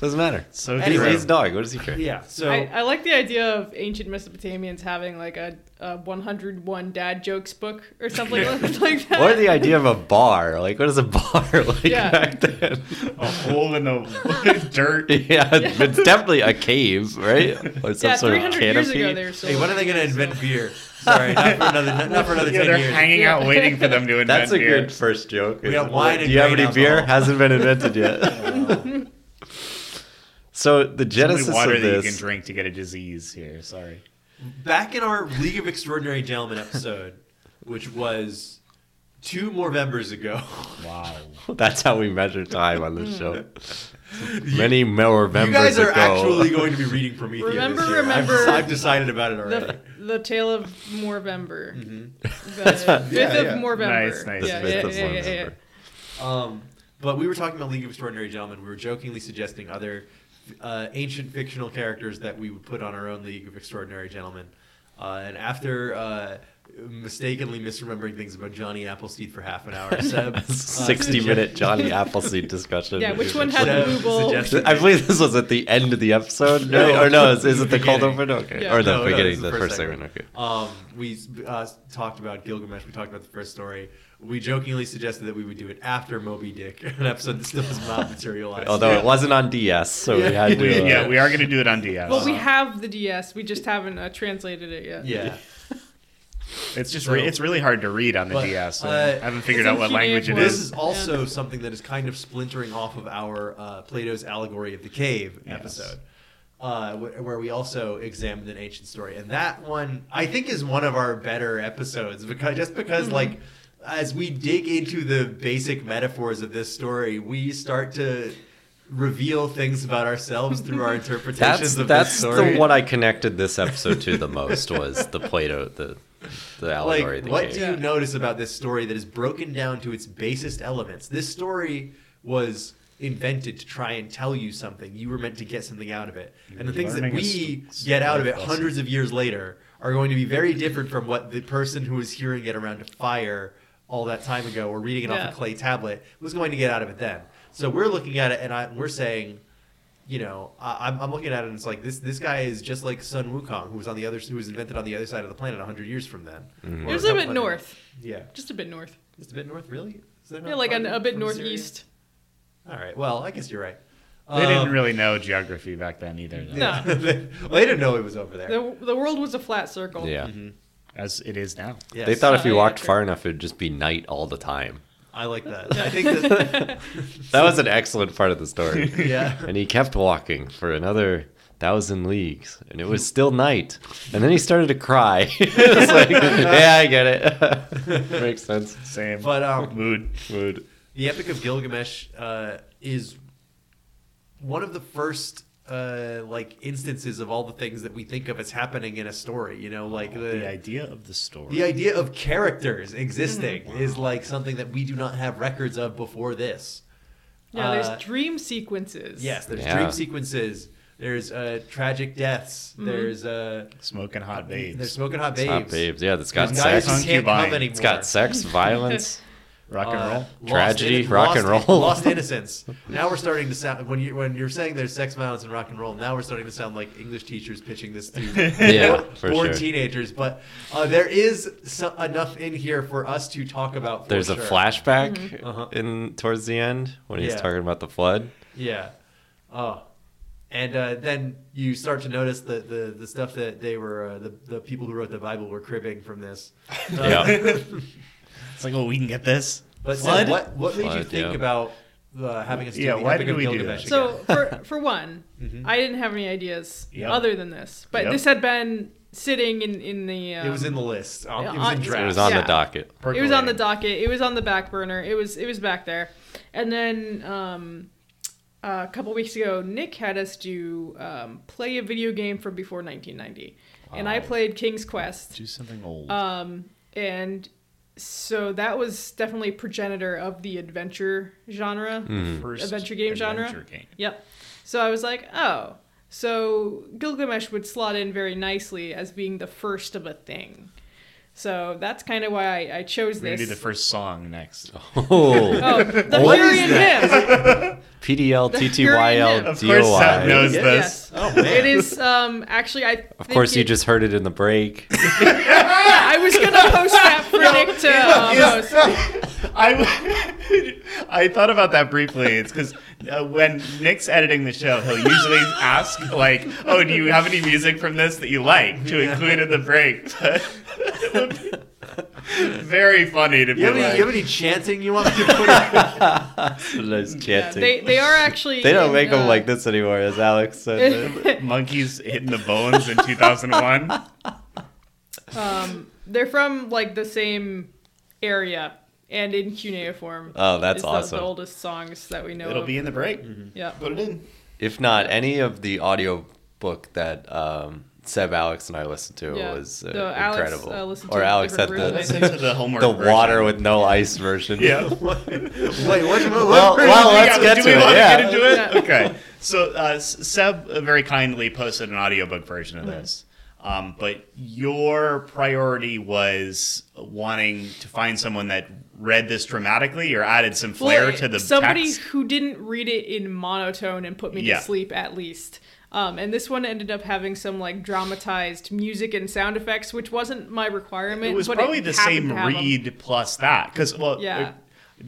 Speaker 1: Doesn't matter.
Speaker 4: So
Speaker 1: Anyway,
Speaker 2: true.
Speaker 1: he's a dog. What does he care?
Speaker 2: Yeah. So
Speaker 3: I, I like the idea of ancient Mesopotamians having like a, a 101 dad jokes book or something like, like that.
Speaker 1: Or the idea of a bar. Like, what is a bar like
Speaker 3: Yeah.
Speaker 1: back then?
Speaker 4: a hole in the dirt.
Speaker 1: Yeah, it's definitely a cave, right? Or some
Speaker 3: yeah,
Speaker 1: sort
Speaker 3: 300
Speaker 1: of canopy.
Speaker 3: years ago they were still.
Speaker 2: hey, when are they
Speaker 3: doing
Speaker 2: going to
Speaker 3: it, so-
Speaker 2: invent beer? Sorry, not for another, not, not for another
Speaker 4: Yeah,
Speaker 2: ten
Speaker 4: they're
Speaker 2: years.
Speaker 4: hanging out waiting for them to invent
Speaker 1: That's a
Speaker 4: beer.
Speaker 1: good first joke.
Speaker 2: We got
Speaker 1: is-
Speaker 2: wine
Speaker 1: Do
Speaker 2: and
Speaker 1: you have
Speaker 2: grain
Speaker 1: any beer?
Speaker 2: alcohol.
Speaker 1: Hasn't been invented yet. so the
Speaker 4: Only
Speaker 1: genesis
Speaker 4: water
Speaker 1: of
Speaker 4: that you
Speaker 1: this.
Speaker 4: can drink to get a disease here. Sorry.
Speaker 2: Back in our League of Extraordinary Gentlemen episode, which was two more members ago,
Speaker 4: Wow.
Speaker 1: That's how we measure time on this show. Many more members
Speaker 2: you guys are
Speaker 1: ago.
Speaker 2: actually going to be reading Prometheus.
Speaker 3: Remember,
Speaker 2: this year. I've-
Speaker 3: remember-
Speaker 2: I've, decided about it already.
Speaker 3: The, the tale of Morvember. The fifth of
Speaker 2: Mm-hmm. yeah.
Speaker 3: Morvember.
Speaker 4: Nice, nice.
Speaker 1: The
Speaker 3: Yeah,
Speaker 1: fifth
Speaker 3: yeah,
Speaker 1: of
Speaker 3: yeah, yeah, yeah.
Speaker 1: November.
Speaker 2: Um, but we were talking about League of Extraordinary Gentlemen. We were jokingly suggesting other uh, ancient fictional characters that we would put on our own League of Extraordinary Gentlemen. Uh, and after uh, mistakenly misremembering things about Johnny Appleseed for half an hour, Seb, uh,
Speaker 1: 60
Speaker 2: sugge-
Speaker 1: minute Johnny Appleseed discussion.
Speaker 3: Yeah, which one had
Speaker 2: Seb
Speaker 3: the booble?
Speaker 2: suggested-
Speaker 1: I believe this was at the end of the episode, no, or no? Is, is it the cold
Speaker 2: Beginning.
Speaker 1: open? Okay,
Speaker 3: Yeah.
Speaker 1: or the
Speaker 2: No, no,
Speaker 1: beginning,
Speaker 2: it's
Speaker 1: the first segment? Okay.
Speaker 2: Um, we uh, talked about Gilgamesh. We talked about the first story. We jokingly suggested that we would do it after Moby Dick, an episode that still has not materialized.
Speaker 1: Although it wasn't on DS, so we had
Speaker 4: We,
Speaker 1: to. uh,
Speaker 4: yeah, we are going to do it on DS.
Speaker 3: Well, we have the DS. We just haven't uh, translated it yet.
Speaker 2: yeah.
Speaker 4: it's just re- it's really hard to read on the
Speaker 2: But,
Speaker 4: DS.
Speaker 2: uh,
Speaker 4: I haven't figured
Speaker 3: it's
Speaker 4: out what
Speaker 3: in
Speaker 4: language it
Speaker 3: Cuneiform.
Speaker 2: This
Speaker 4: is.
Speaker 2: is also something that is kind of splintering off of our uh, Plato's Allegory of the Cave episode, uh, wh- where we also examined an ancient story, and that one I think is one of our better episodes because just because like as we dig into the basic metaphors of this story, we start to reveal things about ourselves through our
Speaker 1: that's
Speaker 2: interpretations of
Speaker 1: that's
Speaker 2: this story.
Speaker 1: the one I connected this episode to the most was the Plato, the the allegory.
Speaker 2: like
Speaker 1: of the
Speaker 2: what
Speaker 1: cave.
Speaker 2: do you notice about this story that is broken down to its basest elements this story was invented to try and tell you something you were meant to get something out of it and the things that
Speaker 4: learning a
Speaker 2: we
Speaker 4: s-
Speaker 2: get out of it
Speaker 4: story
Speaker 2: hundreds of years later are going to be very different from what the person who was hearing it around a fire all that time ago or reading it
Speaker 3: Yeah.
Speaker 2: off a clay tablet was going to get out of it then so we're looking at it and I, we're saying you know, I, I'm, I'm looking at it and it's like this this guy is just like Sun Wukong, who was on the other, who was invented on the other side of the planet 100 years from then.
Speaker 1: Mm-hmm.
Speaker 2: Or
Speaker 3: There's a
Speaker 2: couple
Speaker 3: bit
Speaker 2: hundred-
Speaker 3: north.
Speaker 2: Yeah,
Speaker 3: Just a bit north.
Speaker 2: just a bit north, really. Is that
Speaker 3: Yeah,
Speaker 2: not
Speaker 3: like
Speaker 2: far
Speaker 3: an, a bit
Speaker 2: Oh, from
Speaker 3: northeast.
Speaker 2: Syria? All right. Well, I guess you're right.
Speaker 4: They didn't
Speaker 2: Um,
Speaker 4: really know geography back then either, though,
Speaker 3: No.
Speaker 2: well, Um, they didn't know it was over there.
Speaker 3: The, the world was a flat circle.
Speaker 1: Yeah,
Speaker 4: as it is now.
Speaker 2: Mm-hmm. Yes.
Speaker 1: they thought if you
Speaker 3: Uh, yeah,
Speaker 1: walked
Speaker 3: true.
Speaker 1: far enough, it'd just be night all the time.
Speaker 2: I like that. I think that.
Speaker 1: That was an excellent part of the story.
Speaker 2: Yeah.
Speaker 1: and he kept walking for another thousand leagues, and it was still night. And then he started to cry. it was like, yeah, I get it. Makes sense.
Speaker 4: Same.
Speaker 2: But um,
Speaker 4: mood. Mood.
Speaker 2: the Epic of Gilgamesh uh, is one of the first uh, like instances of all the things that we think of as happening in a story. You know, like
Speaker 3: uh,
Speaker 4: The idea of the story.
Speaker 2: The idea of characters existing is like something that we do not have records of before this.
Speaker 3: Yeah,
Speaker 2: Uh,
Speaker 3: there's dream sequences.
Speaker 2: Yes, there's
Speaker 1: Yeah.
Speaker 2: dream sequences. There's uh, tragic deaths. There's uh,
Speaker 4: Smoking hot
Speaker 2: there's
Speaker 4: babes.
Speaker 2: smoking hot babes.
Speaker 1: Hot babes. Yeah, that's got
Speaker 2: There's guys
Speaker 1: sex.
Speaker 2: who
Speaker 4: Concubine.
Speaker 2: can't come
Speaker 4: It's
Speaker 2: anymore.
Speaker 1: It's got sex, violence.
Speaker 4: Rock
Speaker 2: Uh,
Speaker 4: and roll.
Speaker 2: lost
Speaker 1: Tragedy,
Speaker 2: inno-
Speaker 1: rock and
Speaker 2: lost-
Speaker 1: roll.
Speaker 2: lost innocence. Now we're starting to sound when you when you're saying there's sex, violence, and rock and roll. Now we're starting to sound like English teachers pitching this to
Speaker 1: Yeah, for
Speaker 2: poor
Speaker 1: sure.
Speaker 2: teenagers. But uh, there is so- enough in here for us to talk about. For
Speaker 1: There's a
Speaker 2: sure.
Speaker 1: flashback
Speaker 2: Uh-huh.
Speaker 1: in towards the end when he's
Speaker 2: Yeah.
Speaker 1: talking about the flood.
Speaker 2: Yeah. Oh. And uh, then you start to notice the, the, the stuff that they were, uh, the, the people who wrote the Bible were cribbing from this. Uh,
Speaker 1: Yeah.
Speaker 4: It's like, oh, we can get this.
Speaker 2: But Sam,
Speaker 4: Flood?
Speaker 2: what, what made you
Speaker 1: Flood,
Speaker 2: think
Speaker 1: yeah.
Speaker 2: about uh,
Speaker 9: the having us do
Speaker 4: Yeah,
Speaker 9: the
Speaker 4: why
Speaker 9: Epic
Speaker 4: did
Speaker 9: of
Speaker 4: we do
Speaker 9: Gilgamesh
Speaker 4: that?
Speaker 9: again.
Speaker 3: So for for one, I didn't have any ideas
Speaker 4: Yep.
Speaker 3: other than this, but
Speaker 4: Yep.
Speaker 3: this had been sitting in in the. Um,
Speaker 9: it was in the list. Um, it
Speaker 3: yeah,
Speaker 9: was in
Speaker 3: on-
Speaker 9: draft.
Speaker 1: It was on
Speaker 3: Yeah.
Speaker 1: the docket.
Speaker 3: It was on the
Speaker 4: Percolating.
Speaker 3: docket. It was on the back burner. It was it was back there. And then um, a couple weeks ago, Nick had us do um, play a video game from before 1990, and I played King's Quest.
Speaker 4: Do something old.
Speaker 3: uh, and so that was definitely progenitor of the adventure genre
Speaker 4: First
Speaker 3: adventure game genre
Speaker 4: adventure game.
Speaker 3: yep so i was like oh so gilgamesh would slot in very nicely as being the first of a thing so that's kind of why I, I chose
Speaker 4: We're gonna do
Speaker 3: this.
Speaker 4: the first song next.
Speaker 1: Oh,
Speaker 3: oh, the
Speaker 1: What
Speaker 3: Fury
Speaker 1: is
Speaker 3: and Him.
Speaker 1: PDL
Speaker 3: Of
Speaker 1: TTYL
Speaker 4: course, Seth knows
Speaker 1: DOI.
Speaker 4: this.
Speaker 3: Yes. It is um actually I
Speaker 1: Of course, you just heard it in the break.
Speaker 3: I was going to post that for Nick to um, post.
Speaker 4: I, I thought about that briefly. It's because uh, when Nick's editing the show, he'll usually ask, like, oh, do you have any music from this that you like to include in the break? it would be very funny to be
Speaker 2: You have, any, you have
Speaker 4: like,
Speaker 2: any chanting you want me to put in?
Speaker 1: Those
Speaker 3: Yeah,
Speaker 1: chanting.
Speaker 3: they they are actually
Speaker 1: They don't
Speaker 3: in,
Speaker 1: make them
Speaker 3: uh,
Speaker 1: like this anymore, as Alex said.
Speaker 4: monkeys hitting the bones in 2001.
Speaker 3: They're from like the same area and in cuneiform.
Speaker 1: Oh, that's
Speaker 3: is The,
Speaker 1: awesome.
Speaker 3: the oldest songs that we know.
Speaker 4: It'll
Speaker 3: of.
Speaker 4: be in the break.
Speaker 2: Mm-hmm.
Speaker 3: yeah.
Speaker 4: Put it in.
Speaker 1: if not, any of the audio book that um, Seb, Alex, and I listened to
Speaker 3: Yeah.
Speaker 1: was uh,
Speaker 3: The Alex, uh,
Speaker 1: incredible.
Speaker 3: listened to
Speaker 1: or
Speaker 3: a
Speaker 1: Alex had
Speaker 3: different
Speaker 1: the,
Speaker 3: version.
Speaker 4: Listen to the homework.
Speaker 1: the
Speaker 4: version.
Speaker 1: water with no ice version.
Speaker 4: Yeah.
Speaker 2: Wait, what? what,
Speaker 1: Well,
Speaker 2: what
Speaker 1: well let's
Speaker 4: Yeah,
Speaker 1: get
Speaker 4: do
Speaker 1: to
Speaker 4: we
Speaker 1: it.
Speaker 4: wanna
Speaker 1: Yeah.
Speaker 4: get into it?
Speaker 3: Yeah.
Speaker 4: Okay. So uh, S- Seb uh, very kindly posted an audiobook version of this. Um, but your priority was wanting to find someone that read this dramatically or added some flair
Speaker 3: Well,
Speaker 4: to the
Speaker 3: somebody
Speaker 4: text.
Speaker 3: who didn't read it in monotone and put me
Speaker 4: Yeah.
Speaker 3: to sleep at least. Um, and this one ended up having some like dramatized music and sound effects, which wasn't my requirement.
Speaker 4: It was
Speaker 3: but
Speaker 4: probably the
Speaker 3: happened
Speaker 4: same
Speaker 3: to have 'em.
Speaker 4: read plus that. Because, well,
Speaker 3: Yeah.
Speaker 4: uh,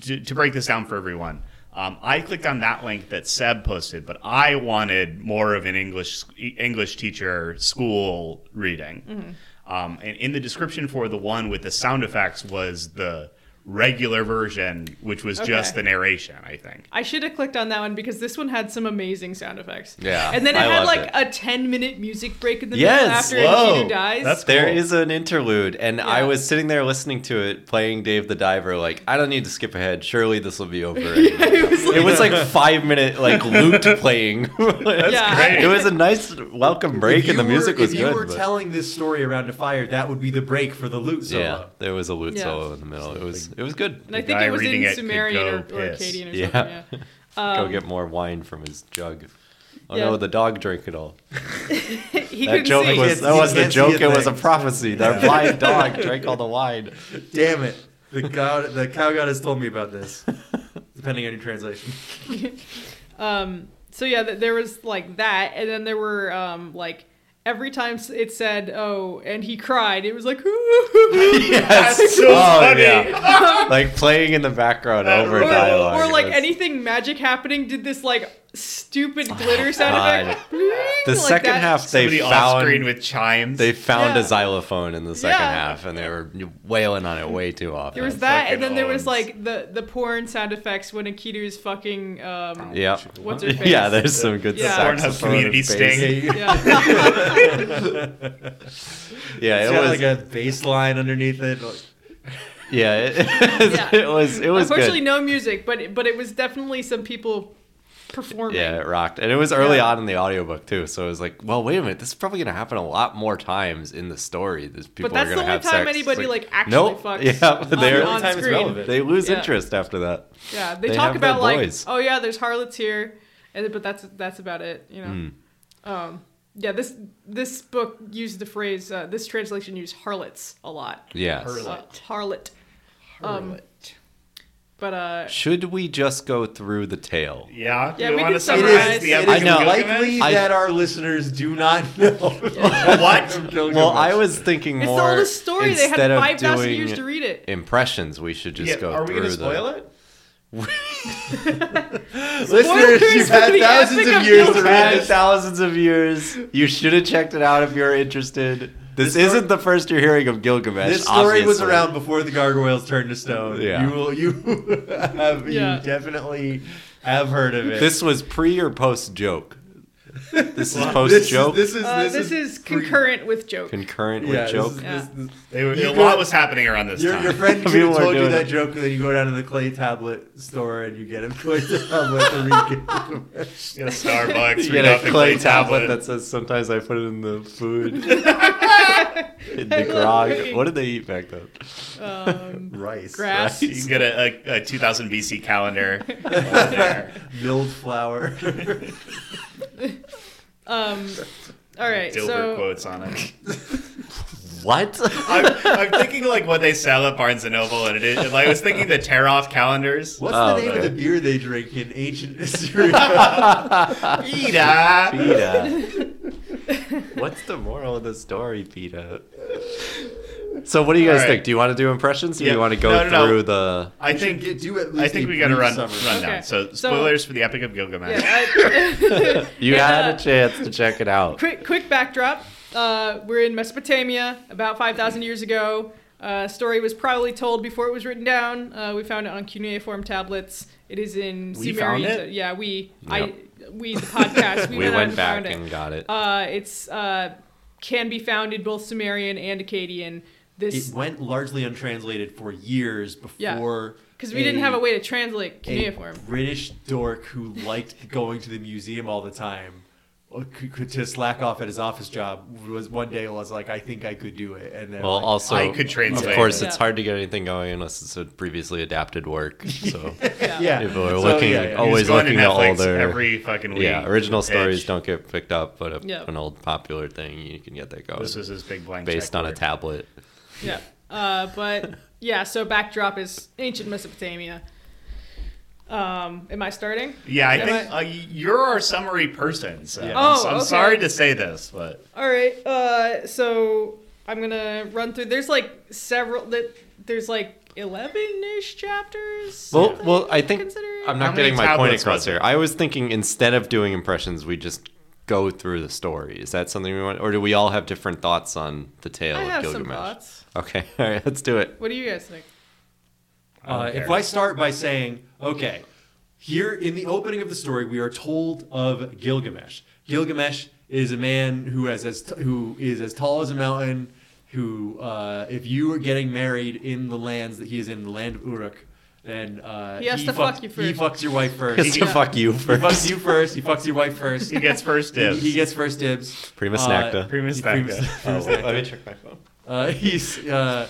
Speaker 4: to, to break this down for everyone, um, I clicked on that link that Seb posted, but I wanted more of an English e, English teacher school reading.
Speaker 3: Mm-hmm.
Speaker 4: Um, and in the description for the one with the sound effects was the regular version, which was just
Speaker 3: Okay.
Speaker 4: the narration, I think.
Speaker 3: I should have clicked on that one because this one had some amazing sound effects.
Speaker 1: Yeah,
Speaker 3: And then it
Speaker 1: I
Speaker 3: had
Speaker 1: loved
Speaker 3: like
Speaker 1: it.
Speaker 3: a 10 minute music break in the
Speaker 1: Yes,
Speaker 3: middle after
Speaker 4: whoa,
Speaker 3: Peter dies.
Speaker 4: that's
Speaker 1: There
Speaker 4: Cool.
Speaker 1: is an interlude, and I
Speaker 3: Yeah.
Speaker 1: was sitting there listening to it, playing Dave the Diver. Like, I don't need to skip ahead. Surely this will be over.
Speaker 3: it was like,
Speaker 1: It was like five minute like loot playing.
Speaker 3: yeah,
Speaker 4: great.
Speaker 1: It was a nice welcome break,
Speaker 2: If
Speaker 1: and the
Speaker 2: you
Speaker 1: music
Speaker 2: were,
Speaker 1: was
Speaker 2: if
Speaker 1: good.
Speaker 2: you were
Speaker 1: but-
Speaker 2: telling this story around a fire, that would be the break for the loot solo.
Speaker 1: yeah, there was a loot
Speaker 3: Yeah.
Speaker 1: solo in the middle. It was it was
Speaker 3: And
Speaker 1: good.
Speaker 3: I think
Speaker 4: guy
Speaker 3: it was
Speaker 4: reading
Speaker 3: in
Speaker 4: it could
Speaker 3: Sumerian or,
Speaker 4: go
Speaker 3: or
Speaker 4: piss.
Speaker 3: Akkadian or
Speaker 1: Yeah.
Speaker 3: something.
Speaker 2: Um,
Speaker 1: Go get more wine from his jug. Oh
Speaker 3: yeah.
Speaker 1: no, the dog drank it all.
Speaker 3: Yeah. He
Speaker 1: That
Speaker 3: couldn't
Speaker 1: joke
Speaker 3: see.
Speaker 1: was
Speaker 2: He
Speaker 1: that wasn't a
Speaker 2: can't see a
Speaker 1: joke. It was a
Speaker 2: thing.
Speaker 1: prophecy. That blind dog drank all the wine.
Speaker 2: Damn it. The cow, the cow god has told me about this, depending on your translation.
Speaker 3: so yeah, th- there was like that, and then there were um, like every time s- it said "oh" and he cried, it was like
Speaker 1: Yes.
Speaker 4: so funny.
Speaker 1: yeah. like playing in the background over
Speaker 3: or,
Speaker 1: dialogue.
Speaker 3: or like
Speaker 1: That's-
Speaker 3: anything magic happening did this like stupid glitter sound
Speaker 1: Oh God.
Speaker 3: effect.
Speaker 1: The
Speaker 3: like
Speaker 1: second
Speaker 3: that.
Speaker 1: half
Speaker 4: Somebody
Speaker 1: they
Speaker 4: off screen
Speaker 1: found
Speaker 4: with chimes.
Speaker 1: they found
Speaker 3: Yeah.
Speaker 1: a xylophone in the second
Speaker 3: Yeah.
Speaker 1: half, and they were wailing on it way too often.
Speaker 3: There was that,
Speaker 4: fucking
Speaker 3: and then there was
Speaker 4: owns.
Speaker 3: like the the porn sound effects when Akiru's fucking um,
Speaker 1: Yeah.
Speaker 3: what's her face?
Speaker 1: Yeah, there's some good
Speaker 3: Yeah.
Speaker 1: saxophone
Speaker 4: Pornhub community
Speaker 1: and bass.
Speaker 4: sting.
Speaker 3: yeah.
Speaker 1: Yeah,
Speaker 2: It's
Speaker 1: it
Speaker 2: got
Speaker 1: was.
Speaker 2: like a bass line underneath it. like-
Speaker 1: yeah, it,
Speaker 3: Yeah.
Speaker 1: it was. It was
Speaker 3: Unfortunately,
Speaker 1: good.
Speaker 3: no music, but it, but it was definitely some people performing.
Speaker 1: Yeah, it rocked, and it was early
Speaker 3: Yeah.
Speaker 1: on in the audiobook too. So it was like, well, wait a minute, this is probably going to happen a lot more times in the story. These people
Speaker 3: that's
Speaker 1: are
Speaker 3: the
Speaker 1: going
Speaker 3: only
Speaker 1: to have
Speaker 3: time
Speaker 1: sex. It's
Speaker 3: anybody, like, actually
Speaker 1: nope.
Speaker 3: fucks
Speaker 1: Yeah,
Speaker 3: on-
Speaker 1: they're,
Speaker 3: on
Speaker 2: Time is
Speaker 3: screen.
Speaker 2: relevant.
Speaker 1: they lose
Speaker 3: Yeah.
Speaker 1: interest after that.
Speaker 3: Yeah, they,
Speaker 1: They
Speaker 3: talk
Speaker 1: have their
Speaker 3: about like,
Speaker 1: boys.
Speaker 3: oh yeah, there's harlots here, and but that's that's about it, you know. Um,
Speaker 1: Hmm.
Speaker 3: yeah, this this book used the phrase. Uh, this translation used harlots a lot.
Speaker 1: Yes.
Speaker 3: Uh, harlot. Um, but uh,
Speaker 1: Should we just go through the tale?
Speaker 4: Yeah,
Speaker 3: Yeah,
Speaker 4: you
Speaker 3: we
Speaker 4: wanna
Speaker 3: can
Speaker 4: summarize
Speaker 3: summarize
Speaker 4: the
Speaker 3: it.
Speaker 4: epic
Speaker 1: I know.
Speaker 4: of Gilgamesh?
Speaker 2: Likely
Speaker 1: I-
Speaker 2: that our listeners do not know.
Speaker 4: What?
Speaker 1: Well, I was thinking
Speaker 3: it's the
Speaker 1: more.
Speaker 3: oldest story. They had
Speaker 1: instead of
Speaker 3: five thousand
Speaker 1: doing
Speaker 3: years to read it.
Speaker 1: Impressions. We should just
Speaker 4: Yeah,
Speaker 1: go
Speaker 4: are we
Speaker 1: through
Speaker 4: gonna
Speaker 1: the.
Speaker 4: spoil it?
Speaker 2: listeners,
Speaker 3: Spoilers
Speaker 2: you've
Speaker 3: for
Speaker 2: had
Speaker 3: the
Speaker 2: thousands
Speaker 3: epic
Speaker 2: of
Speaker 3: of
Speaker 2: years to
Speaker 1: You've
Speaker 2: read
Speaker 1: had
Speaker 2: this.
Speaker 1: thousands of years. You should have checked it out if you're interested. This
Speaker 2: This story-
Speaker 1: isn't the first you're hearing of Gilgamesh.
Speaker 2: This story was
Speaker 1: obviously.
Speaker 2: around before the gargoyles turned to stone.
Speaker 1: Yeah.
Speaker 2: You will, you have,
Speaker 3: Yeah.
Speaker 2: you definitely have heard of it.
Speaker 1: This was pre or post joke. This is
Speaker 2: This
Speaker 1: post
Speaker 2: is-
Speaker 1: joke.
Speaker 2: This is
Speaker 3: Uh,
Speaker 2: this,
Speaker 3: this is
Speaker 2: pre-
Speaker 3: concurrent with joke.
Speaker 1: concurrent
Speaker 2: Yeah,
Speaker 1: with
Speaker 2: this
Speaker 1: joke.
Speaker 2: is-
Speaker 3: Yeah.
Speaker 2: this- this-
Speaker 4: They, were-
Speaker 2: You
Speaker 4: a
Speaker 2: go-
Speaker 4: lot was happening around this
Speaker 2: Your,
Speaker 4: time.
Speaker 2: your friend
Speaker 1: People
Speaker 2: could have
Speaker 1: are
Speaker 2: told you
Speaker 1: doing
Speaker 2: that
Speaker 1: it.
Speaker 2: joke, and then you go down to the clay tablet store and you get a clay tablet to read it.
Speaker 4: You get a Starbucks,
Speaker 1: you
Speaker 4: read
Speaker 1: get
Speaker 4: off
Speaker 1: a
Speaker 4: the
Speaker 1: clay tablet that says sometimes I put it in the food. in the
Speaker 3: love
Speaker 1: grog.
Speaker 3: it.
Speaker 1: What did they eat back then?
Speaker 3: Um,
Speaker 2: rice,
Speaker 3: grass.
Speaker 4: You can get a, a, a 2000 BC calendar.
Speaker 2: milled flour.
Speaker 3: Um, all right.
Speaker 4: Dilbert
Speaker 3: so
Speaker 4: quotes on it.
Speaker 1: What?
Speaker 4: I'm, I'm thinking like what they sell at Barnes and Noble, and it is. and I was thinking the tear off calendars.
Speaker 2: What's
Speaker 1: Oh,
Speaker 2: the name
Speaker 1: okay.
Speaker 2: of the beer they drink in ancient Assyria?
Speaker 4: Pita.
Speaker 1: Peta. What's the moral of the story, Peta? So what do you guys
Speaker 4: All right.
Speaker 1: think? Do you want to do impressions or do
Speaker 4: Yeah.
Speaker 1: you want to go
Speaker 4: No, no, no.
Speaker 1: through the
Speaker 4: I
Speaker 2: You should
Speaker 4: think
Speaker 2: get- do at
Speaker 4: I
Speaker 2: least
Speaker 4: think
Speaker 2: a
Speaker 4: we got to
Speaker 2: brief
Speaker 4: run
Speaker 2: summary.
Speaker 4: run down.
Speaker 3: Okay.
Speaker 4: So
Speaker 3: So-
Speaker 4: spoilers for the Epic of Gilgamesh.
Speaker 3: Yeah, I-
Speaker 1: You
Speaker 3: Yeah.
Speaker 1: had a chance to check it out.
Speaker 3: quick quick backdrop. Uh, we're in Mesopotamia about 5,000 years ago. Uh, story was probably told before it was written down. Uh, we found it on cuneiform tablets. It is in
Speaker 4: We
Speaker 3: Sumerian.
Speaker 4: found it?
Speaker 3: Yeah, we
Speaker 1: Yep.
Speaker 3: I we the podcast we,
Speaker 1: We
Speaker 3: went, out
Speaker 1: went
Speaker 3: and
Speaker 1: back
Speaker 3: found it.
Speaker 1: and got it.
Speaker 3: uh, it's uh, can be found in both Sumerian and Akkadian. This
Speaker 2: it went largely untranslated for years
Speaker 3: Yeah.
Speaker 2: before.
Speaker 3: because we didn't have a way to translate
Speaker 2: a
Speaker 3: cuneiform.
Speaker 2: British dork who liked going to the museum all the time uh, could, could to slack off at his office job was one day was like I think I could do it and then
Speaker 1: Well,
Speaker 2: like,
Speaker 1: also,
Speaker 4: I could translate.
Speaker 1: Of course,
Speaker 3: Yeah.
Speaker 1: it's hard to get anything going unless it's a previously adapted work. So
Speaker 2: yeah
Speaker 1: people are
Speaker 2: So,
Speaker 1: looking,
Speaker 2: yeah, yeah.
Speaker 1: always
Speaker 4: It's going to
Speaker 1: looking at
Speaker 4: Netflix
Speaker 1: older.
Speaker 4: every fucking week.
Speaker 1: yeah, original stories
Speaker 4: Bitch.
Speaker 1: don't get picked up, but a,
Speaker 3: Yeah.
Speaker 1: an old popular thing you can get that going.
Speaker 4: This was his big blank.
Speaker 1: based on a
Speaker 4: checkboard.
Speaker 1: tablet.
Speaker 3: Yeah. Uh, but yeah, so backdrop is ancient Mesopotamia. Um, am I starting?
Speaker 4: Yeah, I
Speaker 3: Am
Speaker 4: think
Speaker 3: I-
Speaker 4: uh, you're our summary person. So I'm,
Speaker 3: Oh,
Speaker 4: so- I'm
Speaker 3: okay.
Speaker 4: sorry to say this, but
Speaker 3: All right. Uh, so I'm gonna run through. There's like several. That there's like eleven-ish chapters.
Speaker 1: Well, well, I think
Speaker 3: Considering-
Speaker 1: I'm
Speaker 4: How
Speaker 1: not
Speaker 4: many
Speaker 1: getting my point
Speaker 4: tablets
Speaker 1: across
Speaker 4: was it?
Speaker 1: here. I was thinking instead of doing impressions, we just go through the story. Is that something we want, or do we all have different thoughts on the tale
Speaker 3: I
Speaker 1: of
Speaker 3: have some
Speaker 1: Gilgamesh?
Speaker 3: thoughts.
Speaker 1: Okay, all right, let's do it.
Speaker 3: What do you guys think?
Speaker 2: Uh, if I start by saying, okay, here in the opening of the story, we are told of Gilgamesh. Gilgamesh is a man who has as who is as tall as a mountain. Who, uh, if you are getting married in the lands that he is in, the land of Uruk, then uh,
Speaker 3: He has to
Speaker 2: fuck-
Speaker 3: fuck you
Speaker 2: He
Speaker 3: first.
Speaker 2: fucks your wife first.
Speaker 1: Just
Speaker 2: he
Speaker 1: to fuck you
Speaker 2: fucks
Speaker 1: first.
Speaker 2: you first. He fucks your wife first.
Speaker 4: he gets first
Speaker 2: He,
Speaker 4: dibs.
Speaker 2: he gets first dibs.
Speaker 1: Primus
Speaker 2: Uh,
Speaker 1: nacta.
Speaker 4: Primus
Speaker 2: Primus-
Speaker 4: Vector.
Speaker 2: Primus nacta.
Speaker 1: Oh, me check my phone.
Speaker 2: Uh, he's uh,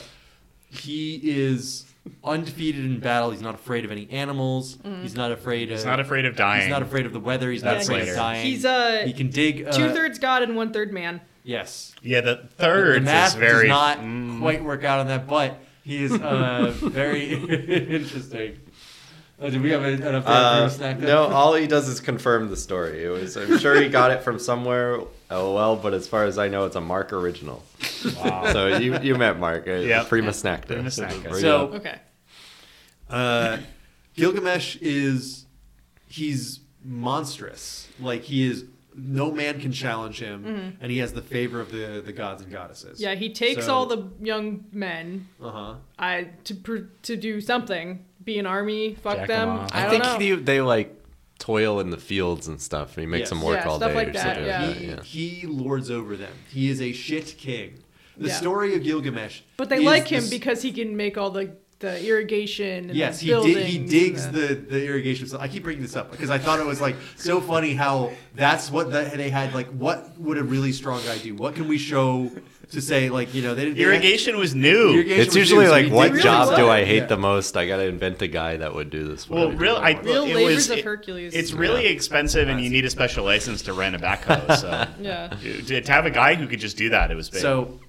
Speaker 2: he is undefeated in battle. He's not afraid of any animals.
Speaker 3: Mm-hmm.
Speaker 2: He's not afraid of.
Speaker 4: He's not afraid of dying.
Speaker 2: He's not afraid of the weather. He's not
Speaker 4: That's
Speaker 2: afraid
Speaker 4: later.
Speaker 2: of dying.
Speaker 3: He's, uh,
Speaker 2: He can dig. Uh,
Speaker 3: Two-thirds God and one-third man.
Speaker 2: Yes.
Speaker 4: Yeah, the
Speaker 2: The-
Speaker 4: third
Speaker 2: the math
Speaker 4: is very. mm.
Speaker 2: does not quite work out on that, but he is uh, very interesting. Uh, do we have a- enough time for a snack?
Speaker 1: Uh, no, all he does is confirm the story. It was, I'm sure he got it from somewhere. LOL, but as far as I know, it's a Mark original.
Speaker 4: Wow.
Speaker 1: So you you met Mark, uh, yeah,
Speaker 4: Yep.
Speaker 1: Primus Nacta.
Speaker 4: Primus Nacta.
Speaker 1: Bring it
Speaker 2: So-
Speaker 1: up.
Speaker 3: Okay.
Speaker 2: Uh, Gilgamesh is he's monstrous. Like he is no man can challenge him, and he has the favor of the the gods and goddesses.
Speaker 3: Mm-hmm. Yeah, he takes
Speaker 2: So-
Speaker 3: all the young men
Speaker 2: Uh huh.
Speaker 3: I to pr- to do something. Be an army. Fuck
Speaker 4: Jack
Speaker 3: them.
Speaker 4: 'em off.
Speaker 3: I,
Speaker 1: I
Speaker 3: don't
Speaker 1: think
Speaker 3: know.
Speaker 1: they, they like toil in the fields and stuff. And he makes
Speaker 2: Yes.
Speaker 1: them work
Speaker 3: Yeah,
Speaker 1: all
Speaker 3: stuff
Speaker 1: day
Speaker 3: like
Speaker 1: or
Speaker 3: that,
Speaker 1: something
Speaker 3: yeah.
Speaker 1: like that.
Speaker 2: He,
Speaker 1: Yeah.
Speaker 2: he lords over them. He is a shit king. The
Speaker 3: Yeah.
Speaker 2: story of Gilgamesh.
Speaker 3: But they
Speaker 2: is
Speaker 3: like him
Speaker 2: this-
Speaker 3: because he can make all the the irrigation. And
Speaker 2: Yes,
Speaker 3: the
Speaker 2: he dig, he
Speaker 3: buildings
Speaker 2: digs
Speaker 3: and
Speaker 2: the, the irrigation. So I keep bringing this up because I thought it was like so funny how that's what the, they had. Like, what would a really strong guy do? What can we show to say like you know they didn't
Speaker 4: Irrigation was new.
Speaker 2: Irrigation
Speaker 1: It's
Speaker 2: was
Speaker 1: usually
Speaker 2: new, so
Speaker 1: like,
Speaker 2: he
Speaker 1: what
Speaker 2: digs
Speaker 1: job
Speaker 2: the-
Speaker 1: do I hate
Speaker 2: Yeah.
Speaker 1: the most? I gotta invent a guy that would do this. for
Speaker 4: Well,
Speaker 1: me.
Speaker 4: real, I,
Speaker 3: Real
Speaker 4: it
Speaker 3: labors
Speaker 4: was,
Speaker 3: of
Speaker 4: it-
Speaker 3: Hercules.
Speaker 4: It's really expensive, and you need a special license to rent a backhoe. So,
Speaker 3: Yeah.
Speaker 4: to, to have a guy who could just do that, it was big.
Speaker 2: So,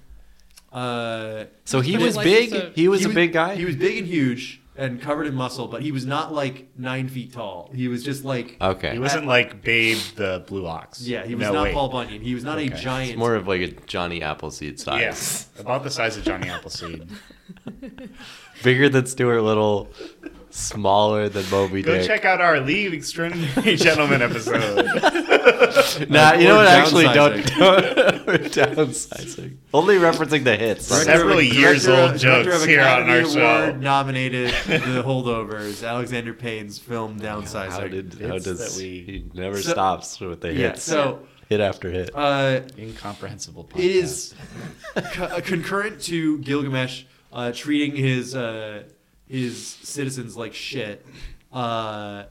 Speaker 2: uh,
Speaker 1: so he
Speaker 3: But
Speaker 1: was
Speaker 3: like,
Speaker 1: big.
Speaker 3: it's a-
Speaker 1: he was
Speaker 2: he
Speaker 1: a big guy.
Speaker 2: He was big and huge and covered in muscle, but he was not like nine feet tall. He was just like
Speaker 4: he
Speaker 1: okay.
Speaker 4: wasn't like Babe the Blue Ox.
Speaker 2: yeah, he was
Speaker 4: No,
Speaker 2: not
Speaker 4: wait.
Speaker 2: Paul Bunyan. He was not a giant.
Speaker 1: It's more of like a Johnny Appleseed size.
Speaker 4: Yes, about the size of Johnny Appleseed.
Speaker 1: Bigger than Stuart Little, smaller than Moby
Speaker 4: Go
Speaker 1: Dick.
Speaker 4: check out our League of Extraordinary Gentlemen episode.
Speaker 1: Nah, you know
Speaker 2: Or
Speaker 1: what? Actually, don't.
Speaker 2: downsizing.
Speaker 1: don't we're downsizing. Only referencing the hits.
Speaker 4: Several years old
Speaker 2: director of
Speaker 4: jokes here on
Speaker 2: Academy
Speaker 4: our show.
Speaker 2: Award nominated The Holdovers, Alexander Payne's film Downsizing.
Speaker 1: How did? How
Speaker 4: Hits
Speaker 1: does
Speaker 4: that we-
Speaker 1: he never
Speaker 2: So-
Speaker 1: stops with the
Speaker 2: yeah,
Speaker 1: hits?
Speaker 2: so
Speaker 1: hit after hit.
Speaker 2: uh,
Speaker 4: Incomprehensible. Podcast.
Speaker 2: it is co- uh, concurrent to Gilgamesh uh, treating his uh, his citizens like shit. Uh,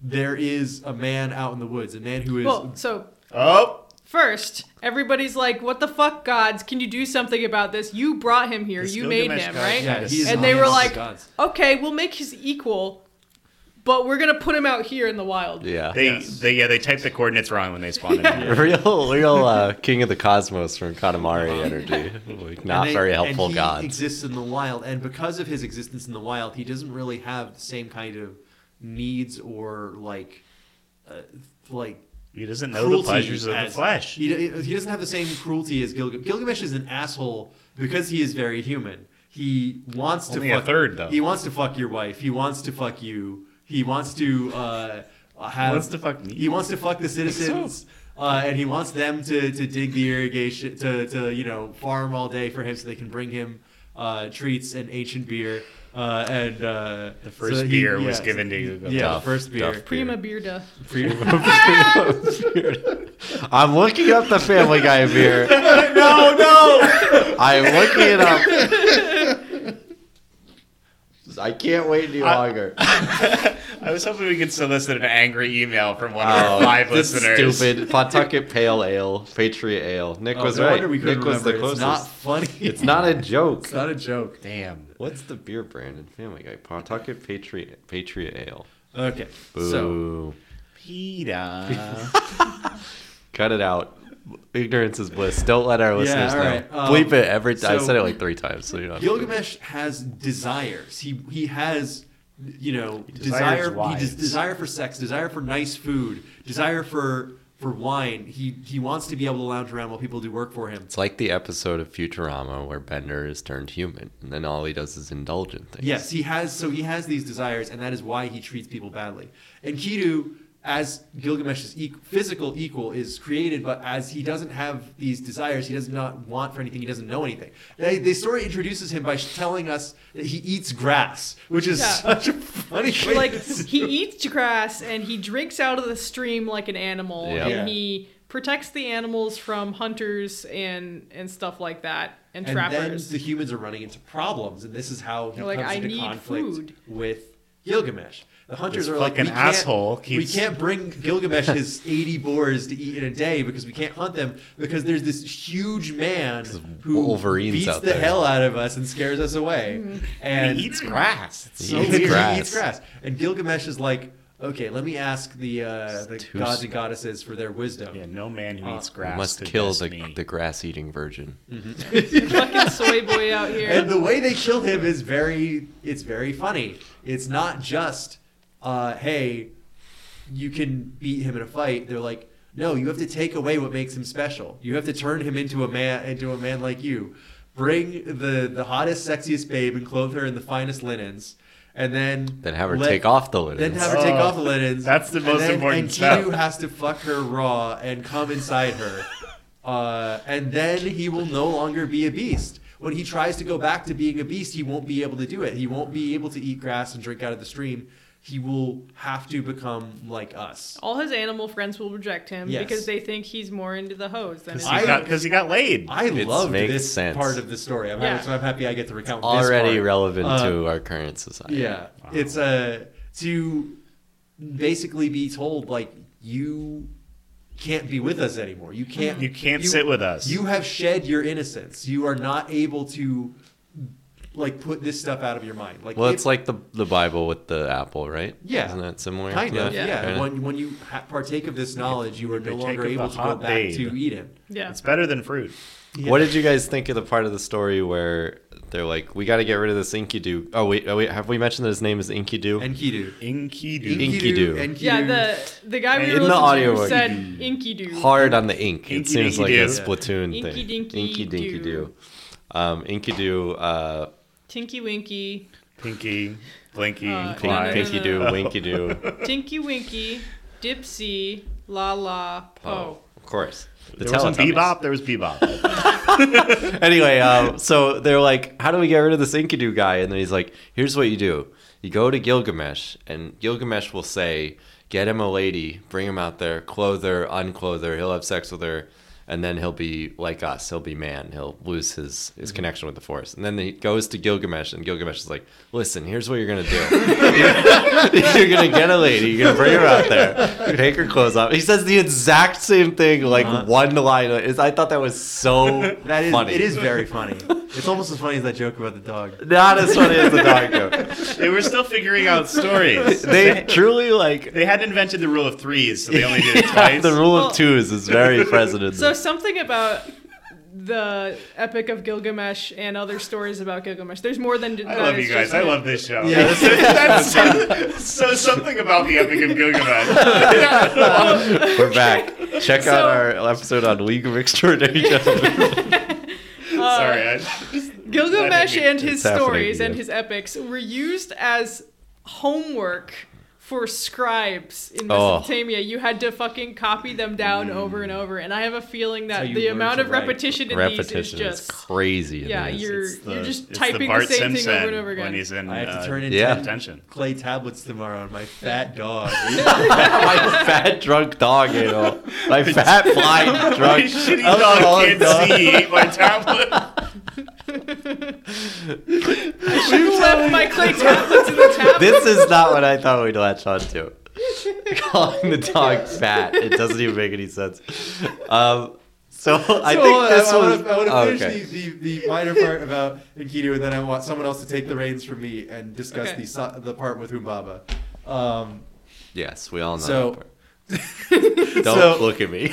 Speaker 2: there is a man out in the woods, a man who is
Speaker 3: Well, so
Speaker 4: Oh,
Speaker 3: first, everybody's like, "What the fuck, gods? Can you do something about this? You brought him here.
Speaker 4: This
Speaker 3: you made
Speaker 4: Gilgamesh
Speaker 3: him,
Speaker 4: god
Speaker 3: right?"
Speaker 4: Yeah,
Speaker 2: yeah, he is
Speaker 3: and they were
Speaker 2: amongst the
Speaker 3: like,
Speaker 2: gods.
Speaker 3: "Okay, we'll make his equal, but we're gonna put him out here in the wild."
Speaker 1: yeah.
Speaker 4: they, they yeah they typed the coordinates wrong when they spawned in.
Speaker 1: Real, real uh, king of the cosmos from Katamari energy. Like,
Speaker 2: And
Speaker 1: not
Speaker 2: they-
Speaker 1: very
Speaker 2: and
Speaker 1: helpful
Speaker 2: he
Speaker 1: gods.
Speaker 2: exists in the wild, and because of his existence in the wild, he doesn't really have the same kind of needs or like, uh, like
Speaker 4: He doesn't know
Speaker 2: cruelty.
Speaker 4: the pleasures of the
Speaker 2: as-
Speaker 4: flesh.
Speaker 2: He, he doesn't have the same cruelty as Gilgamesh. Gilgamesh is an asshole because he is very human. He wants to
Speaker 4: Only a
Speaker 2: fuck,
Speaker 4: third, though.
Speaker 2: He wants to fuck your wife. He wants to fuck you. He wants to uh, have.
Speaker 4: wants to fuck me.
Speaker 2: He wants to fuck the citizens. Uh, and he wants them to, to dig the irrigation to, to you know farm all day for him so they can bring him uh, treats and ancient beer uh, and uh,
Speaker 4: The first
Speaker 2: so that
Speaker 4: beer was given to you.
Speaker 2: yeah
Speaker 1: Duff,
Speaker 2: first beer
Speaker 1: Duff.
Speaker 3: Prima Bearda.
Speaker 1: I'm looking up the Family Guy beer.
Speaker 2: no no
Speaker 1: I'm looking it up. I can't wait any longer.
Speaker 4: I was hoping we could solicit an angry email from one of
Speaker 1: Oh,
Speaker 4: our live
Speaker 1: this is
Speaker 4: listeners.
Speaker 1: stupid Pawtucket Pale Ale, Patriot Ale. Nick
Speaker 2: Oh,
Speaker 1: was
Speaker 2: no
Speaker 1: right.
Speaker 2: wonder we couldn't
Speaker 1: Nick was the
Speaker 2: remember.
Speaker 1: closest.
Speaker 2: It's not funny.
Speaker 1: It's not a joke.
Speaker 2: It's not a joke.
Speaker 4: Damn.
Speaker 1: What's the beer brand in Family Guy? Pawtucket Patriot Patriot Ale.
Speaker 2: Okay. So
Speaker 1: Boo.
Speaker 4: PETA.
Speaker 1: Cut it out. Ignorance is bliss. Don't let our listeners
Speaker 2: all right.
Speaker 1: know.
Speaker 2: Um,
Speaker 1: Bleep it every time. I
Speaker 2: so-
Speaker 1: said it like three times. So you don't have to bleep it.
Speaker 2: Gilgamesh has desires. He he has you know
Speaker 4: desires
Speaker 2: desire he
Speaker 4: wives.
Speaker 2: des- desire for sex, desire for nice food, desire for for wine. He he wants to be able to lounge around while people do work for him.
Speaker 1: It's like the episode of Futurama where Bender is turned human, and then all he does is indulge in things.
Speaker 2: Yes, he has. So he has these desires, and that is why he treats people badly. And Kidu, as Gilgamesh's e- physical equal, is created, but as he doesn't have these desires, he does not want for anything. He doesn't know anything. They, the story introduces him by sh- telling us that he eats grass, which is
Speaker 3: Yeah.
Speaker 2: such a funny way.
Speaker 3: like
Speaker 2: to-
Speaker 3: he eats grass and he drinks out of the stream like an animal
Speaker 1: Yeah.
Speaker 3: and
Speaker 2: Yeah.
Speaker 3: he protects the animals from hunters and and stuff like that and,
Speaker 2: and then
Speaker 3: trappers
Speaker 2: the humans are running into problems, and this is how he
Speaker 3: They're like,
Speaker 2: comes
Speaker 3: "I
Speaker 2: into
Speaker 3: need
Speaker 2: conflict
Speaker 3: food."
Speaker 2: with Gilgamesh. The hunters
Speaker 4: This
Speaker 2: are like,
Speaker 4: fucking
Speaker 2: we can't,
Speaker 4: asshole
Speaker 2: we
Speaker 4: keeps-
Speaker 2: can't bring Gilgamesh his 80 boars to eat in a day because we can't hunt them because there's this huge man who
Speaker 1: Wolverine's
Speaker 2: beats
Speaker 1: out
Speaker 2: the
Speaker 1: there.
Speaker 2: hell out of us and scares us away.
Speaker 3: Mm-hmm.
Speaker 2: And
Speaker 4: he eats grass. It's
Speaker 2: so
Speaker 4: so
Speaker 1: eats
Speaker 2: weird.
Speaker 1: grass.
Speaker 2: He eats grass. And Gilgamesh is like, okay, let me ask the, uh, the
Speaker 1: too
Speaker 2: gods
Speaker 1: sp-
Speaker 2: and goddesses for their wisdom.
Speaker 4: Yeah, no man who eats
Speaker 1: We
Speaker 4: grass
Speaker 1: Uh, must
Speaker 4: could
Speaker 1: kill
Speaker 4: best
Speaker 1: the,
Speaker 4: me.
Speaker 1: the grass eating virgin.
Speaker 2: Mm,
Speaker 3: fucking soy boy out here
Speaker 2: and the way they kill him is very it's very funny it's not just uh, hey you can beat him in a fight they're like no you have to take away what makes him special you have to turn him into a man into a man like you bring the the hottest sexiest babe and clothe her in the finest linens and then
Speaker 1: Then have her take off the linens.
Speaker 2: Then have her take
Speaker 4: Oh,
Speaker 2: off the linens.
Speaker 4: that's the
Speaker 2: and
Speaker 4: most
Speaker 2: then-
Speaker 4: important
Speaker 2: And
Speaker 4: step.
Speaker 2: Kidu has to fuck her raw and come inside her, uh, and then he will no longer be a beast. When he tries to go back to being a beast, he won't be able to do it. He won't be able to eat grass and drink out of the stream. He will have to become like us.
Speaker 3: all his animal friends will reject him
Speaker 2: Yes.
Speaker 3: because they think he's more into the hose than his
Speaker 2: I-
Speaker 4: Because he got laid.
Speaker 2: I
Speaker 1: It
Speaker 2: love
Speaker 1: makes
Speaker 2: this
Speaker 1: sense.
Speaker 2: part of the story. I'm,
Speaker 3: Yeah.
Speaker 2: happy, so I'm happy I get to recount this
Speaker 1: Already
Speaker 2: part.
Speaker 1: relevant
Speaker 2: Uh,
Speaker 1: to our current society.
Speaker 2: Yeah, it's uh, to basically be told like you can't be with us anymore. You can't.
Speaker 4: You can't sit with us.
Speaker 2: You have shed your innocence. You are not able to like put this stuff out of your mind. Like
Speaker 1: Well,
Speaker 2: if-
Speaker 1: it's like the the Bible with the apple, right?
Speaker 2: Yeah.
Speaker 1: Isn't that similar?
Speaker 2: kind
Speaker 1: to
Speaker 2: of
Speaker 1: that?
Speaker 2: yeah.
Speaker 1: Kinda.
Speaker 2: When when you ha- partake of this knowledge, you are no
Speaker 4: Partake
Speaker 2: longer
Speaker 4: of the
Speaker 2: able to go
Speaker 4: hot
Speaker 2: back
Speaker 4: babe.
Speaker 2: to Eden.
Speaker 3: yeah
Speaker 4: It's better than fruit.
Speaker 1: What did you guys think of the part of the story where they're like, "We got to get rid of this Enkidu"? Oh wait, oh wait, have we mentioned that his name is Enkidu?
Speaker 2: Enkidu.
Speaker 4: Enkidu.
Speaker 1: Enkidu. Enkidu.
Speaker 2: Enkidu.
Speaker 3: yeah the the guy we
Speaker 4: In
Speaker 3: were
Speaker 1: the
Speaker 3: listening
Speaker 1: audio
Speaker 3: to
Speaker 1: work,
Speaker 3: said inky do
Speaker 1: hard on the ink.
Speaker 4: Inky
Speaker 1: it seems
Speaker 4: dinky
Speaker 1: like a
Speaker 4: doo.
Speaker 1: Splatoon
Speaker 3: Inky
Speaker 1: thing.
Speaker 3: dinky
Speaker 1: inky dinky
Speaker 3: doo.
Speaker 1: do. Um, inky do. Uh,
Speaker 3: tinky winky
Speaker 4: Pinky. Blinky,
Speaker 3: Uh,
Speaker 4: Clyde.
Speaker 3: no, no, no,
Speaker 1: Pinky do, winky do.
Speaker 3: Tinky Winky, Dipsy, La La,
Speaker 1: Oh,
Speaker 3: Poe.
Speaker 1: of course. The
Speaker 4: There wasn't
Speaker 1: Teletubbies.
Speaker 4: Bebop. There was Bebop.
Speaker 1: anyway, um, so they're like, "How do we get rid of this Enkidu guy?" And then he's like, "Here's what you do: you go to Gilgamesh, and Gilgamesh will say, get him a lady, bring him out there, clothe her, unclothe her. He'll have sex with her, and then he'll be like us. He'll be man. He'll lose his his connection with the Force. And then he goes to Gilgamesh, and Gilgamesh is like, "Listen, here's what you're gonna do." you're gonna get a lady. You're gonna bring her out there. You take her clothes off. He says the exact same thing, like one line. It's- I thought that was so
Speaker 2: That is,
Speaker 1: funny.
Speaker 2: it is very funny. It's almost as funny as that joke about the dog.
Speaker 1: not as funny as the dog joke.
Speaker 4: they were still figuring out stories.
Speaker 1: They truly like
Speaker 4: They hadn't invented the rule of threes, so they only did it twice.
Speaker 1: the rule
Speaker 3: Well-
Speaker 1: of twos is very present in
Speaker 3: So
Speaker 1: this.
Speaker 3: something about the Epic of Gilgamesh and other stories about Gilgamesh. There's more than.
Speaker 4: I love you guys. I love this show.
Speaker 2: Yeah, this
Speaker 4: That's so, so something about the Epic of Gilgamesh.
Speaker 1: We're back. Check out our episode on League of Extraordinary Gentlemen.
Speaker 4: Sorry, I,
Speaker 3: Gilgamesh
Speaker 4: That-
Speaker 3: and his
Speaker 1: It's happening,
Speaker 3: stories and
Speaker 1: yeah.
Speaker 3: his epics were used as homework for scribes in
Speaker 1: Oh.
Speaker 3: Mesopotamia. You had to fucking copy them down over and over. And I have a feeling
Speaker 2: how
Speaker 3: that
Speaker 2: you
Speaker 3: the
Speaker 2: learn
Speaker 3: amount
Speaker 2: to
Speaker 3: of
Speaker 2: write.
Speaker 3: repetition in
Speaker 1: Repetition
Speaker 3: these is
Speaker 1: is
Speaker 3: just
Speaker 1: crazy. in
Speaker 3: yeah,
Speaker 1: this.
Speaker 3: you're
Speaker 4: it's the-
Speaker 3: you're just
Speaker 4: it's
Speaker 3: typing the,
Speaker 4: Bart
Speaker 3: same
Speaker 4: Simpson
Speaker 3: thing over and over again.
Speaker 4: When he's in,
Speaker 2: I have
Speaker 4: uh,
Speaker 2: to turn into
Speaker 1: yeah.
Speaker 4: attention.
Speaker 2: clay tablets tomorrow on my fat dog.
Speaker 1: my fat drunk dog, you know, my fat blind
Speaker 4: My
Speaker 1: drunk
Speaker 4: shitty dog
Speaker 1: alcoholic
Speaker 4: can't see. Ate my tablet.
Speaker 3: Who left my clay tablets in the tablet?
Speaker 1: This is not what I thought we'd latch on to. Calling the dog fat. It doesn't even make any sense. Um, so I
Speaker 2: So,
Speaker 1: think this
Speaker 2: I, wanna-
Speaker 1: was.
Speaker 2: I want
Speaker 1: oh,
Speaker 2: to finish
Speaker 1: okay.
Speaker 2: the, the, the minor part about Enkidu, and then I want someone else to take the reins from me and discuss
Speaker 3: Okay.
Speaker 2: the so- the part with Humbaba. Um,
Speaker 1: Yes, we all know.
Speaker 2: So-
Speaker 1: that part. Don't
Speaker 2: So-
Speaker 1: look at me.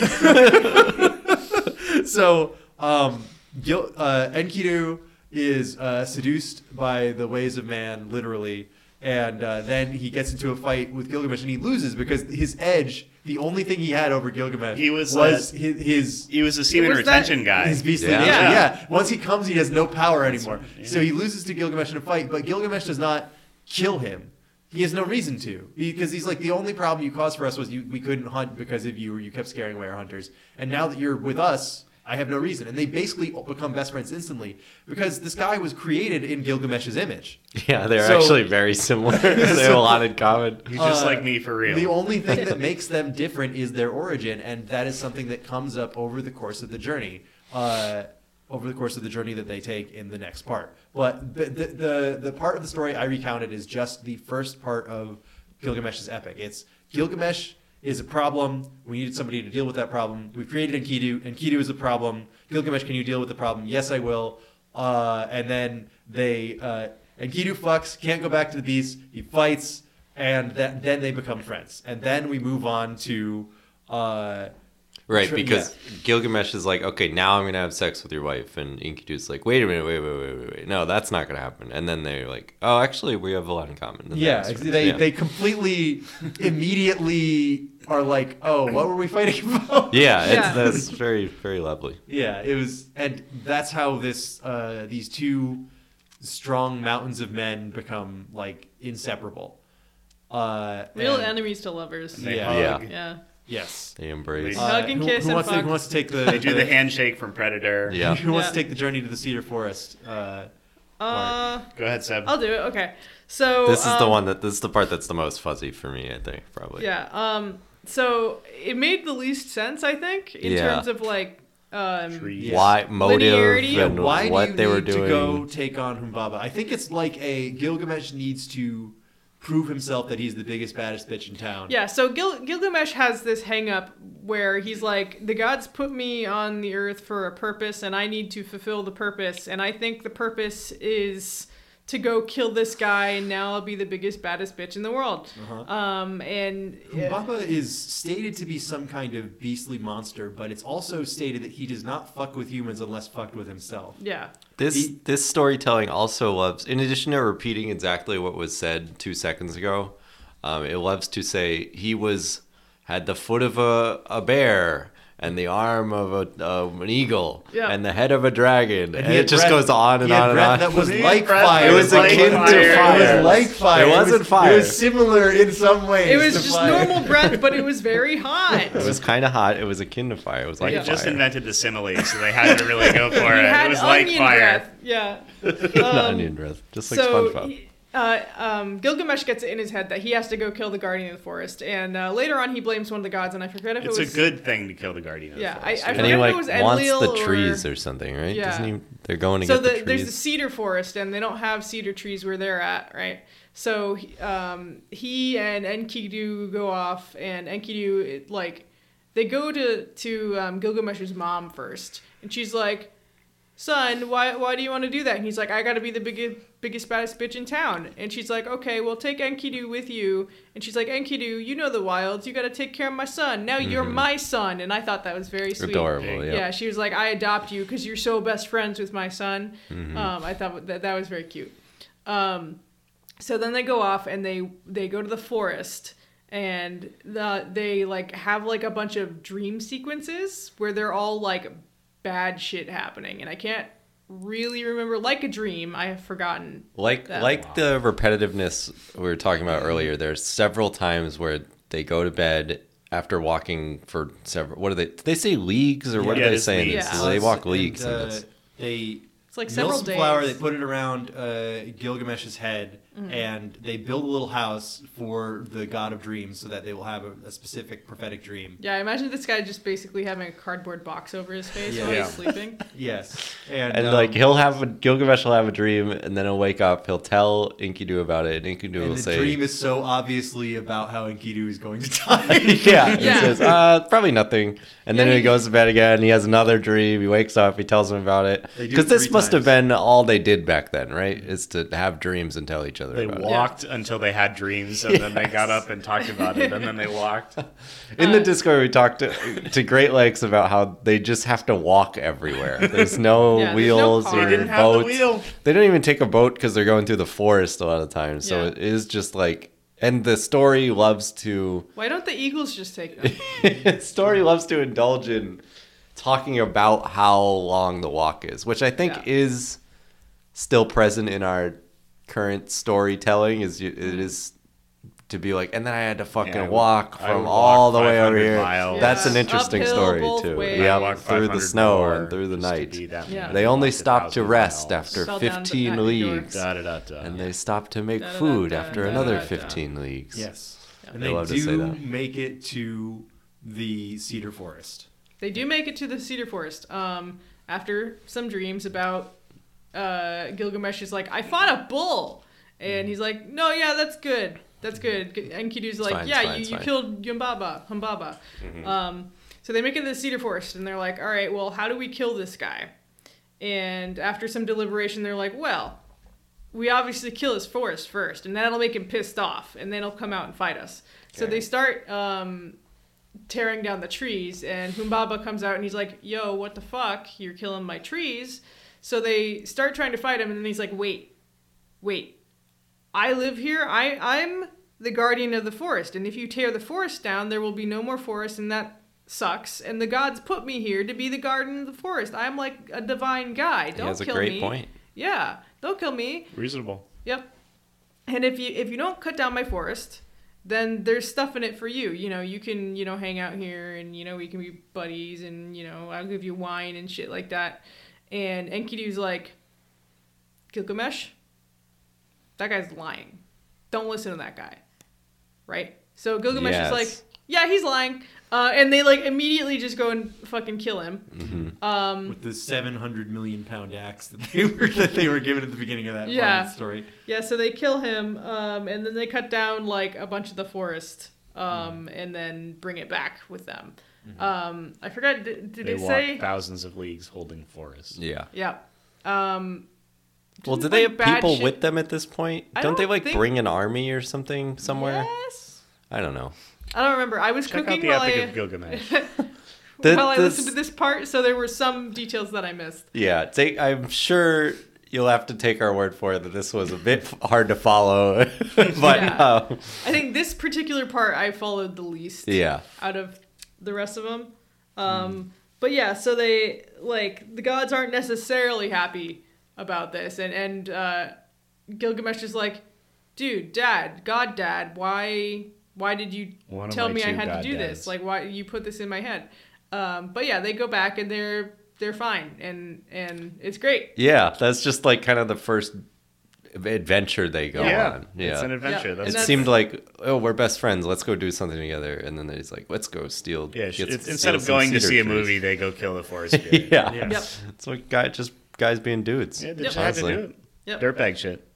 Speaker 2: so um, Gil- uh, Enkidu is uh, seduced by the ways of man, literally, and uh, then he gets into a fight with Gilgamesh, and he loses because his edge, the only thing he had over Gilgamesh,
Speaker 4: He was,
Speaker 2: was
Speaker 4: uh,
Speaker 2: his. his
Speaker 4: He was a semen
Speaker 3: Was that-
Speaker 4: retention guy.
Speaker 2: his beastly
Speaker 1: Yeah.
Speaker 2: nature,
Speaker 3: Yeah.
Speaker 2: yeah. Once he comes, he has no power anymore. So he loses to Gilgamesh in a fight, but Gilgamesh does not kill him. He has no reason to, because he's like the only problem you caused for us was you, we couldn't hunt because of you, or you kept scaring away our hunters. And now that you're with us, I have no reason. And they basically become best friends instantly because this guy was created in Gilgamesh's image.
Speaker 1: Yeah, they're
Speaker 2: So-
Speaker 1: actually very similar. they have a lot in common.
Speaker 4: He's just
Speaker 2: Uh,
Speaker 4: like me for real.
Speaker 2: The only thing that makes them different is their origin, and that is something that comes up over the course of the journey, uh, over the course of the journey that they take in the next part. But the, the the the part of the story I recounted is just the first part of Gilgamesh's epic. It's Gilgamesh is a problem. We needed somebody to deal with that problem. We've created Enkidu. Enkidu is a problem. Gilgamesh, can you deal with the problem? Yes, I will. Uh, and then they uh, Enkidu fucks, can't go back to the beast. He fights and that, then they become friends. And then we move on to uh,
Speaker 1: Right,
Speaker 2: Sure,
Speaker 1: because Gilgamesh is like, okay, now I'm gonna have sex with your wife, and Enkidu's like, wait a minute, wait, wait, wait, wait, wait, no, that's not gonna happen. And then they're like, oh, actually, we have a lot in common. And
Speaker 2: yeah,
Speaker 1: that's right.
Speaker 2: they
Speaker 1: Yeah.
Speaker 2: they completely immediately are like, oh, what were we fighting about?
Speaker 1: Yeah,
Speaker 3: Yeah.
Speaker 1: it's that's very very lovely.
Speaker 2: Yeah, it was, and that's how this uh, these two strong mountains of men become like inseparable. Uh,
Speaker 3: Real
Speaker 2: and-
Speaker 3: enemies to lovers.
Speaker 4: They
Speaker 2: yeah.
Speaker 4: hug.
Speaker 1: Yeah.
Speaker 3: Yeah.
Speaker 2: Yes.
Speaker 1: They embrace.
Speaker 4: Uh,
Speaker 3: Hug and
Speaker 2: who,
Speaker 3: kiss
Speaker 2: who
Speaker 3: and
Speaker 2: wants to,
Speaker 3: fuck.
Speaker 2: who wants to take the?
Speaker 4: They do the handshake from Predator.
Speaker 1: Yeah.
Speaker 2: Who wants
Speaker 3: Yeah.
Speaker 2: to take the journey to the cedar forest? Uh,
Speaker 3: Uh,
Speaker 4: Go ahead, Seb.
Speaker 3: I'll do it. Okay. So
Speaker 1: This is the
Speaker 3: um,
Speaker 1: one that this is the part that's the most fuzzy for me, I think, probably.
Speaker 3: Yeah. Um. So it made the least sense, I think, in
Speaker 1: Yeah.
Speaker 3: terms of like. Um,
Speaker 4: Trees.
Speaker 1: Why motive
Speaker 3: Linearity.
Speaker 1: and
Speaker 2: why
Speaker 1: what
Speaker 2: do you
Speaker 1: they
Speaker 2: need
Speaker 1: were doing.
Speaker 2: to go take on Humbaba? I think it's like a Gilgamesh needs to prove himself that he's the biggest baddest bitch in town.
Speaker 3: yeah. So Gil- Gilgamesh has this hang up where he's like, the gods put me on the earth for a purpose, and I need to fulfill the purpose, and I think the purpose is to go kill this guy, and now I'll be the biggest baddest bitch in the world.
Speaker 4: Uh-huh.
Speaker 3: Um. And
Speaker 2: Humbaba is stated to be some kind of beastly monster, but it's also stated that he does not fuck with humans unless fucked with himself.
Speaker 3: yeah.
Speaker 1: This
Speaker 2: He-
Speaker 1: this storytelling also loves, in addition to repeating exactly what was said two seconds ago, um, it loves to say he was had the foot of a, a bear and the arm of a, of an eagle
Speaker 3: Yeah.
Speaker 1: and the head of a dragon, and, it just goes on and
Speaker 2: he
Speaker 1: on
Speaker 2: had
Speaker 1: and
Speaker 2: breath
Speaker 1: on.
Speaker 2: That was
Speaker 4: He had
Speaker 2: like
Speaker 4: breath
Speaker 2: fire.
Speaker 4: that
Speaker 1: it was
Speaker 4: like
Speaker 1: akin to
Speaker 4: fire.
Speaker 1: fire.
Speaker 2: It was like fire.
Speaker 1: It wasn't
Speaker 2: was,
Speaker 1: fire.
Speaker 2: It was similar in some ways.
Speaker 3: It was
Speaker 2: to
Speaker 3: just
Speaker 2: fire.
Speaker 3: normal breath, but it was very hot.
Speaker 1: It was kind of hot. It was akin to fire. It was like
Speaker 4: They
Speaker 3: Yeah.
Speaker 4: just
Speaker 1: fire.
Speaker 4: invented the simile, so they had to really go for
Speaker 3: He
Speaker 4: it.
Speaker 3: had
Speaker 4: It was like
Speaker 3: onion
Speaker 4: fire.
Speaker 3: breath. Yeah.
Speaker 1: Not onion breath, just like SpongeBob.
Speaker 3: he- uh, um, Gilgamesh gets it in his head that he has to go kill the guardian of the forest, and uh, later on he blames one of the gods, and I forget if
Speaker 4: It's
Speaker 3: it
Speaker 4: a
Speaker 3: was
Speaker 4: good thing to kill the guardian. of the
Speaker 3: Yeah, I-
Speaker 4: Forest.
Speaker 3: I
Speaker 1: and he
Speaker 3: forget
Speaker 1: like
Speaker 3: if it was
Speaker 1: wants
Speaker 3: Enlil
Speaker 1: the
Speaker 3: or-
Speaker 1: trees or something, right?
Speaker 3: Yeah.
Speaker 1: Doesn't he? They're going to
Speaker 3: so
Speaker 1: get
Speaker 3: the,
Speaker 1: the,
Speaker 3: there's the
Speaker 1: trees.
Speaker 3: cedar forest and they don't have cedar trees where they're at right so he- um, he and enkidu go off and enkidu it, like they go to to um, gilgamesh's mom first and she's like son why, why do you want to do that and he's like i gotta be the biggest biggest baddest bitch in town and she's like okay well take enkidu with you and she's like enkidu you know the wilds you gotta take care of my son now you're my son and i thought that was very sweet
Speaker 1: Mm-hmm. Adorable, yeah.
Speaker 3: yeah, she was like, "I adopt you because you're so best friends with my son." Um, I thought that that was very cute. Um, so then they go off and they they go to the forest and the, they like have like a bunch of dream sequences where they're all like bad shit happening, and I can't really remember like a dream. I have forgotten.
Speaker 1: Like
Speaker 3: that.
Speaker 1: like the repetitiveness we were talking about
Speaker 3: Mm-hmm.
Speaker 1: earlier. There's several times where they go to bed after walking for several. What do they? Do they say leagues or what
Speaker 4: Yeah,
Speaker 1: are they
Speaker 4: it's
Speaker 1: saying?
Speaker 3: leagues.
Speaker 1: So they walk
Speaker 2: And,
Speaker 1: leagues
Speaker 2: uh,
Speaker 1: in this.
Speaker 2: They
Speaker 3: It's like
Speaker 2: mill
Speaker 3: several
Speaker 2: some flour. They
Speaker 3: days. Mm-hmm.
Speaker 2: put it around uh, Gilgamesh's head, and they build a little house for the god of dreams, so that they will have a, a specific prophetic dream.
Speaker 3: Yeah, I imagine this guy just basically having a cardboard box over his face
Speaker 2: Yeah.
Speaker 3: while
Speaker 4: Yeah.
Speaker 3: he's sleeping.
Speaker 2: Yes, and,
Speaker 1: And
Speaker 2: um,
Speaker 1: like he'll have a, Gilgamesh will have a dream, and then he'll wake up. He'll tell Enkidu about it, and Enkidu
Speaker 2: and
Speaker 1: will
Speaker 2: the
Speaker 1: say,
Speaker 2: dream is so obviously about how Enkidu is going to die.
Speaker 1: yeah. He
Speaker 3: Yeah.
Speaker 1: says, uh, probably nothing. And then
Speaker 3: Yeah,
Speaker 1: he
Speaker 3: he-
Speaker 1: goes to bed again. He has another dream. He wakes up. He tells him about it.
Speaker 2: They do
Speaker 1: Because this
Speaker 2: three
Speaker 1: must have
Speaker 2: times.
Speaker 1: been all they did back then, right? Is to have dreams and tell each other
Speaker 4: They
Speaker 1: about
Speaker 4: walked until they had dreams, and then they got up and talked about it, and then they walked.
Speaker 1: it. In the Discord, we talked to, to Great Lakes about how they just have to walk everywhere. There's no
Speaker 3: Yeah, there's no
Speaker 1: wheels
Speaker 3: car.
Speaker 1: or
Speaker 3: They didn't
Speaker 4: have the
Speaker 1: boats.
Speaker 4: wheel.
Speaker 1: They don't even take a boat because they're going through the forest a lot of times. So
Speaker 3: Yeah.
Speaker 1: it is just like. And the story loves to.
Speaker 3: Why don't the eagles just take them?
Speaker 1: story loves to indulge in talking about how long the walk is, which I think
Speaker 3: Yeah.
Speaker 1: is still present in our current storytelling. Is you- it is to be like, and then I had to fucking
Speaker 4: Yeah, I would-
Speaker 1: walk
Speaker 4: I would
Speaker 1: from
Speaker 4: walk
Speaker 1: all the way over
Speaker 4: 500
Speaker 1: here.
Speaker 4: miles.
Speaker 1: That's an
Speaker 3: Yeah.
Speaker 1: interesting
Speaker 3: Uphill
Speaker 1: story
Speaker 3: both
Speaker 1: too.
Speaker 3: ways.
Speaker 4: I
Speaker 1: Yeah,
Speaker 4: walked
Speaker 1: through the
Speaker 4: 500
Speaker 1: snow
Speaker 4: more
Speaker 1: and through the
Speaker 4: just to
Speaker 1: night.
Speaker 4: be that
Speaker 3: Yeah.
Speaker 4: man.
Speaker 1: They only
Speaker 4: Walked a
Speaker 1: stopped to
Speaker 4: thousand
Speaker 1: rest
Speaker 4: miles.
Speaker 1: after
Speaker 3: Fell down the
Speaker 1: 15
Speaker 3: back door.
Speaker 1: leagues.
Speaker 4: Da, da, da, da.
Speaker 1: And they stopped to make
Speaker 3: Da, da, da,
Speaker 1: food
Speaker 3: da,
Speaker 1: after
Speaker 3: da,
Speaker 1: another
Speaker 3: da, da.
Speaker 1: 15 leagues.
Speaker 2: yes, and
Speaker 1: They
Speaker 2: they,
Speaker 1: love to say
Speaker 2: do
Speaker 1: that.
Speaker 2: make it to the cedar forest.
Speaker 3: They do make it to the cedar forest. Um, after some dreams about uh, Gilgamesh is like, I fought a bull, and he's like, No, yeah, that's good, that's good. Enkidu's like,
Speaker 1: fine,
Speaker 3: Yeah,
Speaker 1: Hmm. it's fine,
Speaker 3: you,
Speaker 1: it's
Speaker 3: you
Speaker 1: fine." Mm-hmm.
Speaker 3: killed Yumbaba, Humbaba. Um, so they make it to the cedar forest, and they're like, All right, well, how do we kill this guy? And after some deliberation, they're like, Well, we obviously kill his forest first, and that'll make him pissed off, and then he'll come out and fight us. So they start um, tearing down the trees and Humbaba comes out and he's like, "Yo, what the fuck? You're killing my trees." So they start trying to fight him and then he's like, "Wait. Wait. I live here. I I'm the guardian of the forest, and if you tear the forest down, there will be no more forest and that sucks. And the gods put me here to be the guardian of the forest. I'm like a divine guy. Don't
Speaker 1: has a
Speaker 3: kill
Speaker 1: great
Speaker 3: me."
Speaker 1: point.
Speaker 3: Yeah. Don't kill me.
Speaker 4: Reasonable.
Speaker 3: Yep. And if you if you don't cut down my forest, then there's stuff in it for you. You know, you can you know hang out here, and you know we can be buddies, and you know I'll give you wine and shit like that. And Enkidu's like, Gilgamesh, that guy's lying. Don't listen to that guy, right? So Gilgamesh
Speaker 1: Yes.
Speaker 3: is like, yeah, he's lying. Uh, and they like immediately just go and fucking kill him. Um,
Speaker 2: with the 700 million pound axe that they were that they were given at the beginning of that
Speaker 3: Yeah.
Speaker 2: Ryan story.
Speaker 3: Yeah, so they kill him, um, and then they cut down like a bunch of the forest,
Speaker 4: Mm-hmm.
Speaker 3: um, and then bring it back with them. Um, I forgot. Did, did
Speaker 4: They
Speaker 3: it
Speaker 4: walked
Speaker 3: say?
Speaker 4: thousands of leagues holding forests.
Speaker 1: Yeah.
Speaker 3: Yeah.
Speaker 1: Well, do
Speaker 3: Didn't,
Speaker 1: they
Speaker 3: like,
Speaker 1: have
Speaker 3: bad
Speaker 1: people
Speaker 3: shit-
Speaker 1: with them at this point?
Speaker 3: I
Speaker 1: don't, they
Speaker 3: don't
Speaker 1: like
Speaker 3: think-
Speaker 1: bring an army or something somewhere?
Speaker 3: Yes.
Speaker 1: I don't know.
Speaker 3: I don't remember. I was
Speaker 4: Check out
Speaker 3: cooking
Speaker 4: the
Speaker 3: while
Speaker 4: Epic
Speaker 3: I
Speaker 4: of Gilgamesh.
Speaker 1: The-
Speaker 3: while I
Speaker 1: this-
Speaker 3: listened to this part, so there were some details that I missed.
Speaker 1: Yeah, take. I'm sure you'll have to take our word for it that this was a bit hard to follow, but yeah.
Speaker 3: Yeah.
Speaker 1: Um,
Speaker 3: I think this particular part I followed the least
Speaker 1: yeah.
Speaker 3: out of the rest of them.
Speaker 4: Hmm.
Speaker 3: Um, but yeah, so they like the gods aren't necessarily happy about this, and and uh, Gilgamesh is like, dude, dad, god, dad, why why did you
Speaker 4: One of
Speaker 3: tell
Speaker 4: my
Speaker 3: me I
Speaker 4: two
Speaker 3: had
Speaker 4: god
Speaker 3: to do
Speaker 4: dads.
Speaker 3: this? Like, why you put this in my head? Um, but yeah, they go back and they're they're fine, and and it's great.
Speaker 1: Yeah, that's just like kind of the first adventure they go
Speaker 4: yeah,
Speaker 1: on. Yeah.
Speaker 4: it's an adventure.
Speaker 3: Yeah.
Speaker 4: That's
Speaker 1: it
Speaker 3: that's-
Speaker 1: seemed like, oh, we're best friends. Let's go do something together. And then he's like, let's go steal.
Speaker 4: yeah.
Speaker 1: get-
Speaker 4: It's,
Speaker 1: steal
Speaker 4: instead of
Speaker 1: some
Speaker 4: going to
Speaker 1: cedar
Speaker 4: see a
Speaker 1: trees.
Speaker 4: movie, they go kill the forest spirit.
Speaker 1: yeah.
Speaker 4: yeah.
Speaker 3: Yep.
Speaker 1: It's like guy, just guys being dudes.
Speaker 4: Yeah, they
Speaker 3: Yep.
Speaker 4: just had to do
Speaker 1: Honestly.
Speaker 4: it.
Speaker 3: Yep.
Speaker 4: Dirtbag shit.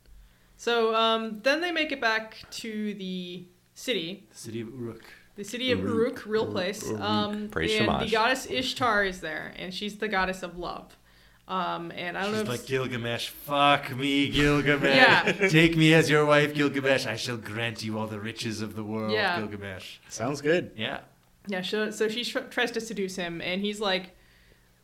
Speaker 3: So um, then they make it back to the city,
Speaker 2: City of Uruk.
Speaker 3: the city of Uruk, real place. Um, and
Speaker 1: Praise
Speaker 3: the
Speaker 1: Shamash.
Speaker 3: goddess Ishtar is there, and she's the goddess of love. Um, and I don't
Speaker 2: She's
Speaker 3: know.
Speaker 2: like
Speaker 3: if,
Speaker 2: Gilgamesh. Fuck me, Gilgamesh.
Speaker 3: Yeah.
Speaker 2: Take me as your wife, Gilgamesh. I shall grant you all the riches of the world,
Speaker 3: Yeah.
Speaker 2: Gilgamesh.
Speaker 4: Sounds good.
Speaker 2: Yeah.
Speaker 3: Yeah, so, so she tr- tries to seduce him, and he's like,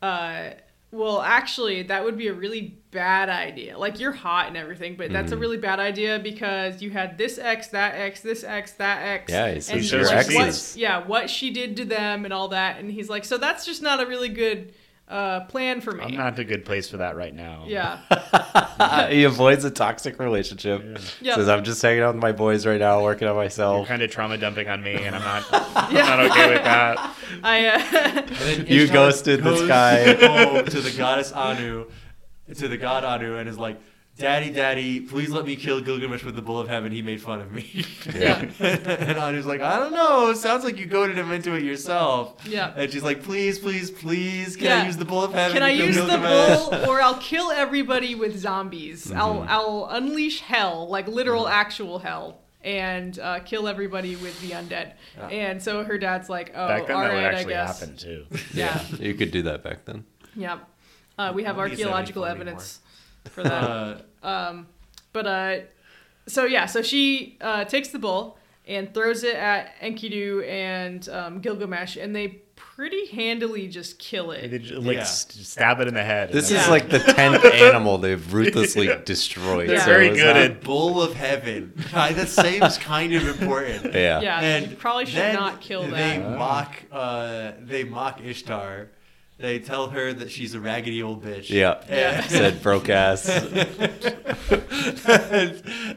Speaker 3: uh, well, actually, that would be a really bad idea. Like, you're hot and everything, but that's
Speaker 1: Mm.
Speaker 3: a really bad idea because you had this ex, that ex, this ex, that ex.
Speaker 1: Yeah, he
Speaker 3: and
Speaker 1: sees
Speaker 4: shows
Speaker 1: your
Speaker 4: her
Speaker 3: like, what-
Speaker 1: exes.
Speaker 3: yeah, what she did to them and all that. And he's like, so that's just not a really good uh, plan for me.
Speaker 4: I'm not in a good place for that right now.
Speaker 3: yeah.
Speaker 1: Uh, he avoids a toxic relationship.
Speaker 3: Yeah.
Speaker 1: Says, I'm just hanging out with my boys right now, working on
Speaker 4: You're
Speaker 1: myself.
Speaker 4: kind of trauma dumping on me, and I'm not,
Speaker 3: yeah.
Speaker 4: not okay with that.
Speaker 3: I, uh,
Speaker 1: You ghosted this guy.
Speaker 2: home Oh, to the goddess Anu, to the god Anu, and is like, "Daddy, daddy, please let me kill Gilgamesh with the bull of heaven. He made fun of me."
Speaker 3: Yeah.
Speaker 2: and Anu's like, "I don't know. Sounds like you goaded him into it yourself."
Speaker 3: Yeah.
Speaker 2: And she's like, "Please, please, please, can
Speaker 3: Yeah.
Speaker 2: I use the bull of heaven?
Speaker 3: Can
Speaker 2: to
Speaker 3: I
Speaker 2: kill
Speaker 3: use the
Speaker 2: Gilgamesh?"
Speaker 3: bull, or I'll kill everybody with zombies? I'll I'll unleash hell, like literal actual hell, and uh, kill everybody with the undead. And so her dad's like, "Oh, all
Speaker 4: Back
Speaker 3: right,
Speaker 4: then, that would
Speaker 3: I
Speaker 4: actually
Speaker 3: guess."
Speaker 4: happen too.
Speaker 3: Yeah,
Speaker 1: You could do that back then.
Speaker 3: yeah. Uh, we have
Speaker 2: Nobody said
Speaker 3: archaeological
Speaker 2: anything
Speaker 3: evidence for that.
Speaker 2: Uh,
Speaker 3: But uh, so yeah, so she uh, takes the bull and throws it at Enkidu and um, Gilgamesh, and they pretty handily just kill it.
Speaker 4: They just, like
Speaker 2: Yeah.
Speaker 4: st- stab it in the head.
Speaker 1: This
Speaker 3: Yeah.
Speaker 1: is like the 10th animal they've ruthlessly destroyed.
Speaker 3: They're
Speaker 1: so
Speaker 4: very
Speaker 1: it was
Speaker 4: good
Speaker 1: not-
Speaker 4: at-
Speaker 2: bull of heaven. that seems kind of important.
Speaker 1: Yeah.
Speaker 3: Yeah, you probably should
Speaker 2: then
Speaker 3: not kill that.
Speaker 2: They mock. Uh, they mock Ishtar. They tell her that she's a raggedy old bitch.
Speaker 1: Yeah.
Speaker 2: Yeah.
Speaker 1: Said broke ass.
Speaker 2: and,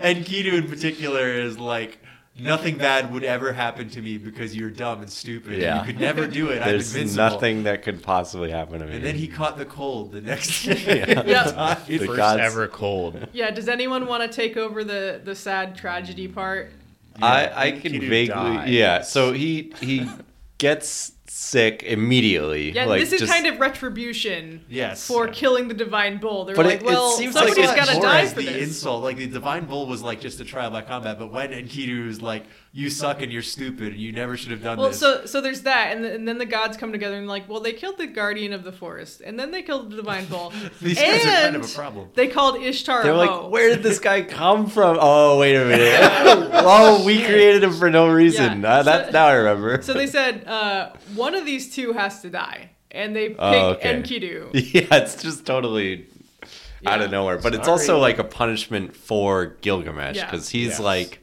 Speaker 2: and Kido in particular is like. Nothing bad would ever happen to me because you're dumb and stupid.
Speaker 1: Yeah.
Speaker 2: You could never do it. I'm
Speaker 1: There's
Speaker 2: invincible.
Speaker 1: nothing that could possibly happen to me.
Speaker 2: And then he caught the cold the next day.
Speaker 3: Yeah.
Speaker 1: The
Speaker 4: first
Speaker 1: gods-
Speaker 4: ever cold.
Speaker 3: Yeah, does anyone want to take over the the sad tragedy part?
Speaker 1: I, I
Speaker 4: Yeah,
Speaker 1: can
Speaker 4: Enkidu
Speaker 1: vaguely
Speaker 4: dies.
Speaker 1: yeah. So he he gets sick immediately.
Speaker 3: Yeah,
Speaker 1: like
Speaker 3: this is
Speaker 1: just,
Speaker 3: kind of retribution
Speaker 2: Yes.
Speaker 3: for
Speaker 2: Yeah.
Speaker 3: killing the divine bull. They're
Speaker 1: But
Speaker 3: like,
Speaker 1: it- it
Speaker 3: well,
Speaker 1: seems like
Speaker 3: somebody's
Speaker 1: it's
Speaker 3: got to
Speaker 2: more
Speaker 3: die
Speaker 2: as
Speaker 3: for
Speaker 2: the
Speaker 3: this.
Speaker 2: insult. Like the divine bull was like just a trial by combat, but when Enkidu was like, "You suck and you're stupid and you never should have done
Speaker 3: well,
Speaker 2: this."
Speaker 3: so so there's that, and, th- and then the gods come together and like, well, they killed the guardian of the forest, and then they killed the divine bull,
Speaker 2: These
Speaker 3: and
Speaker 2: guys are kind of a problem.
Speaker 3: they called Ishtar.
Speaker 1: They're
Speaker 3: a
Speaker 1: like,
Speaker 3: hoe.
Speaker 1: where did this guy come from? Oh, wait a minute. oh, we created him for no reason.
Speaker 3: Yeah.
Speaker 1: Uh, that
Speaker 3: So-
Speaker 1: now I remember.
Speaker 3: So they said uh, one of these two has to die, and they pick
Speaker 1: Oh, okay.
Speaker 3: Enkidu.
Speaker 1: yeah, it's just totally out of
Speaker 3: Yeah.
Speaker 1: nowhere. But it's also like a punishment for Gilgamesh
Speaker 3: Yeah.
Speaker 1: because he's
Speaker 4: Yes.
Speaker 1: like,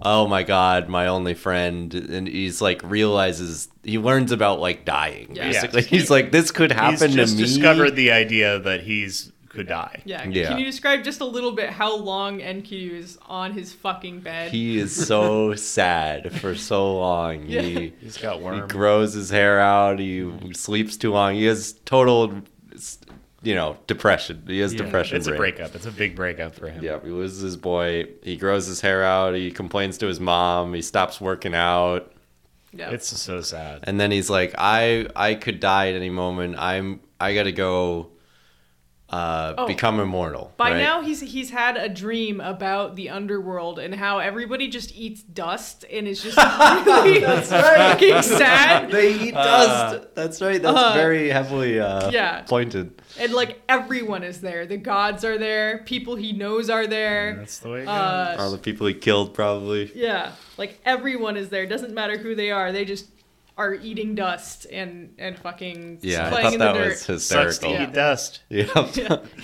Speaker 1: oh my god, my only friend, and he's like realizes he learns about like dying.
Speaker 3: Yeah.
Speaker 1: Basically,
Speaker 4: Yes.
Speaker 1: he's like, this could
Speaker 4: He's
Speaker 1: happen
Speaker 4: just
Speaker 1: to me.
Speaker 4: discovered the idea that he's could die.
Speaker 3: Yeah.
Speaker 1: Yeah.
Speaker 3: Can you describe just a little bit how long Enkidu is on his fucking bed?
Speaker 1: he is so sad for so long.
Speaker 3: Yeah.
Speaker 1: He,
Speaker 4: He's got
Speaker 1: he
Speaker 4: worm.
Speaker 1: grows his hair out. He sleeps too long. He has total, you know, depression. He has depression.
Speaker 4: It's a
Speaker 1: brain.
Speaker 4: breakup. It's a big breakup for him.
Speaker 1: Yeah, he loses his boy. He grows his hair out. He complains to his mom. He stops working out,
Speaker 3: yeah.
Speaker 4: It's so sad.
Speaker 1: and then he's like, "I I could die at any moment. I'm I gotta go, uh,
Speaker 3: Oh.
Speaker 1: become immortal."
Speaker 3: By
Speaker 1: right?
Speaker 3: now, he's he's had a dream about the underworld and how everybody just eats dust and is just really fucking sad.
Speaker 1: they eat dust. That's right. That's
Speaker 3: uh,
Speaker 1: very heavily uh,
Speaker 3: yeah.
Speaker 1: pointed.
Speaker 3: And like everyone is there, the gods are there, people he knows are there.
Speaker 4: That's the way it
Speaker 3: Uh,
Speaker 1: All the people he killed, probably.
Speaker 3: yeah, like everyone is there. Doesn't matter who they are. They just are eating dust and and fucking
Speaker 1: Yeah, I
Speaker 3: playing
Speaker 1: thought
Speaker 3: in the
Speaker 1: that
Speaker 3: dirt.
Speaker 1: was
Speaker 4: Sucks
Speaker 1: hysterical.
Speaker 4: to
Speaker 1: Yeah.
Speaker 4: eat dust.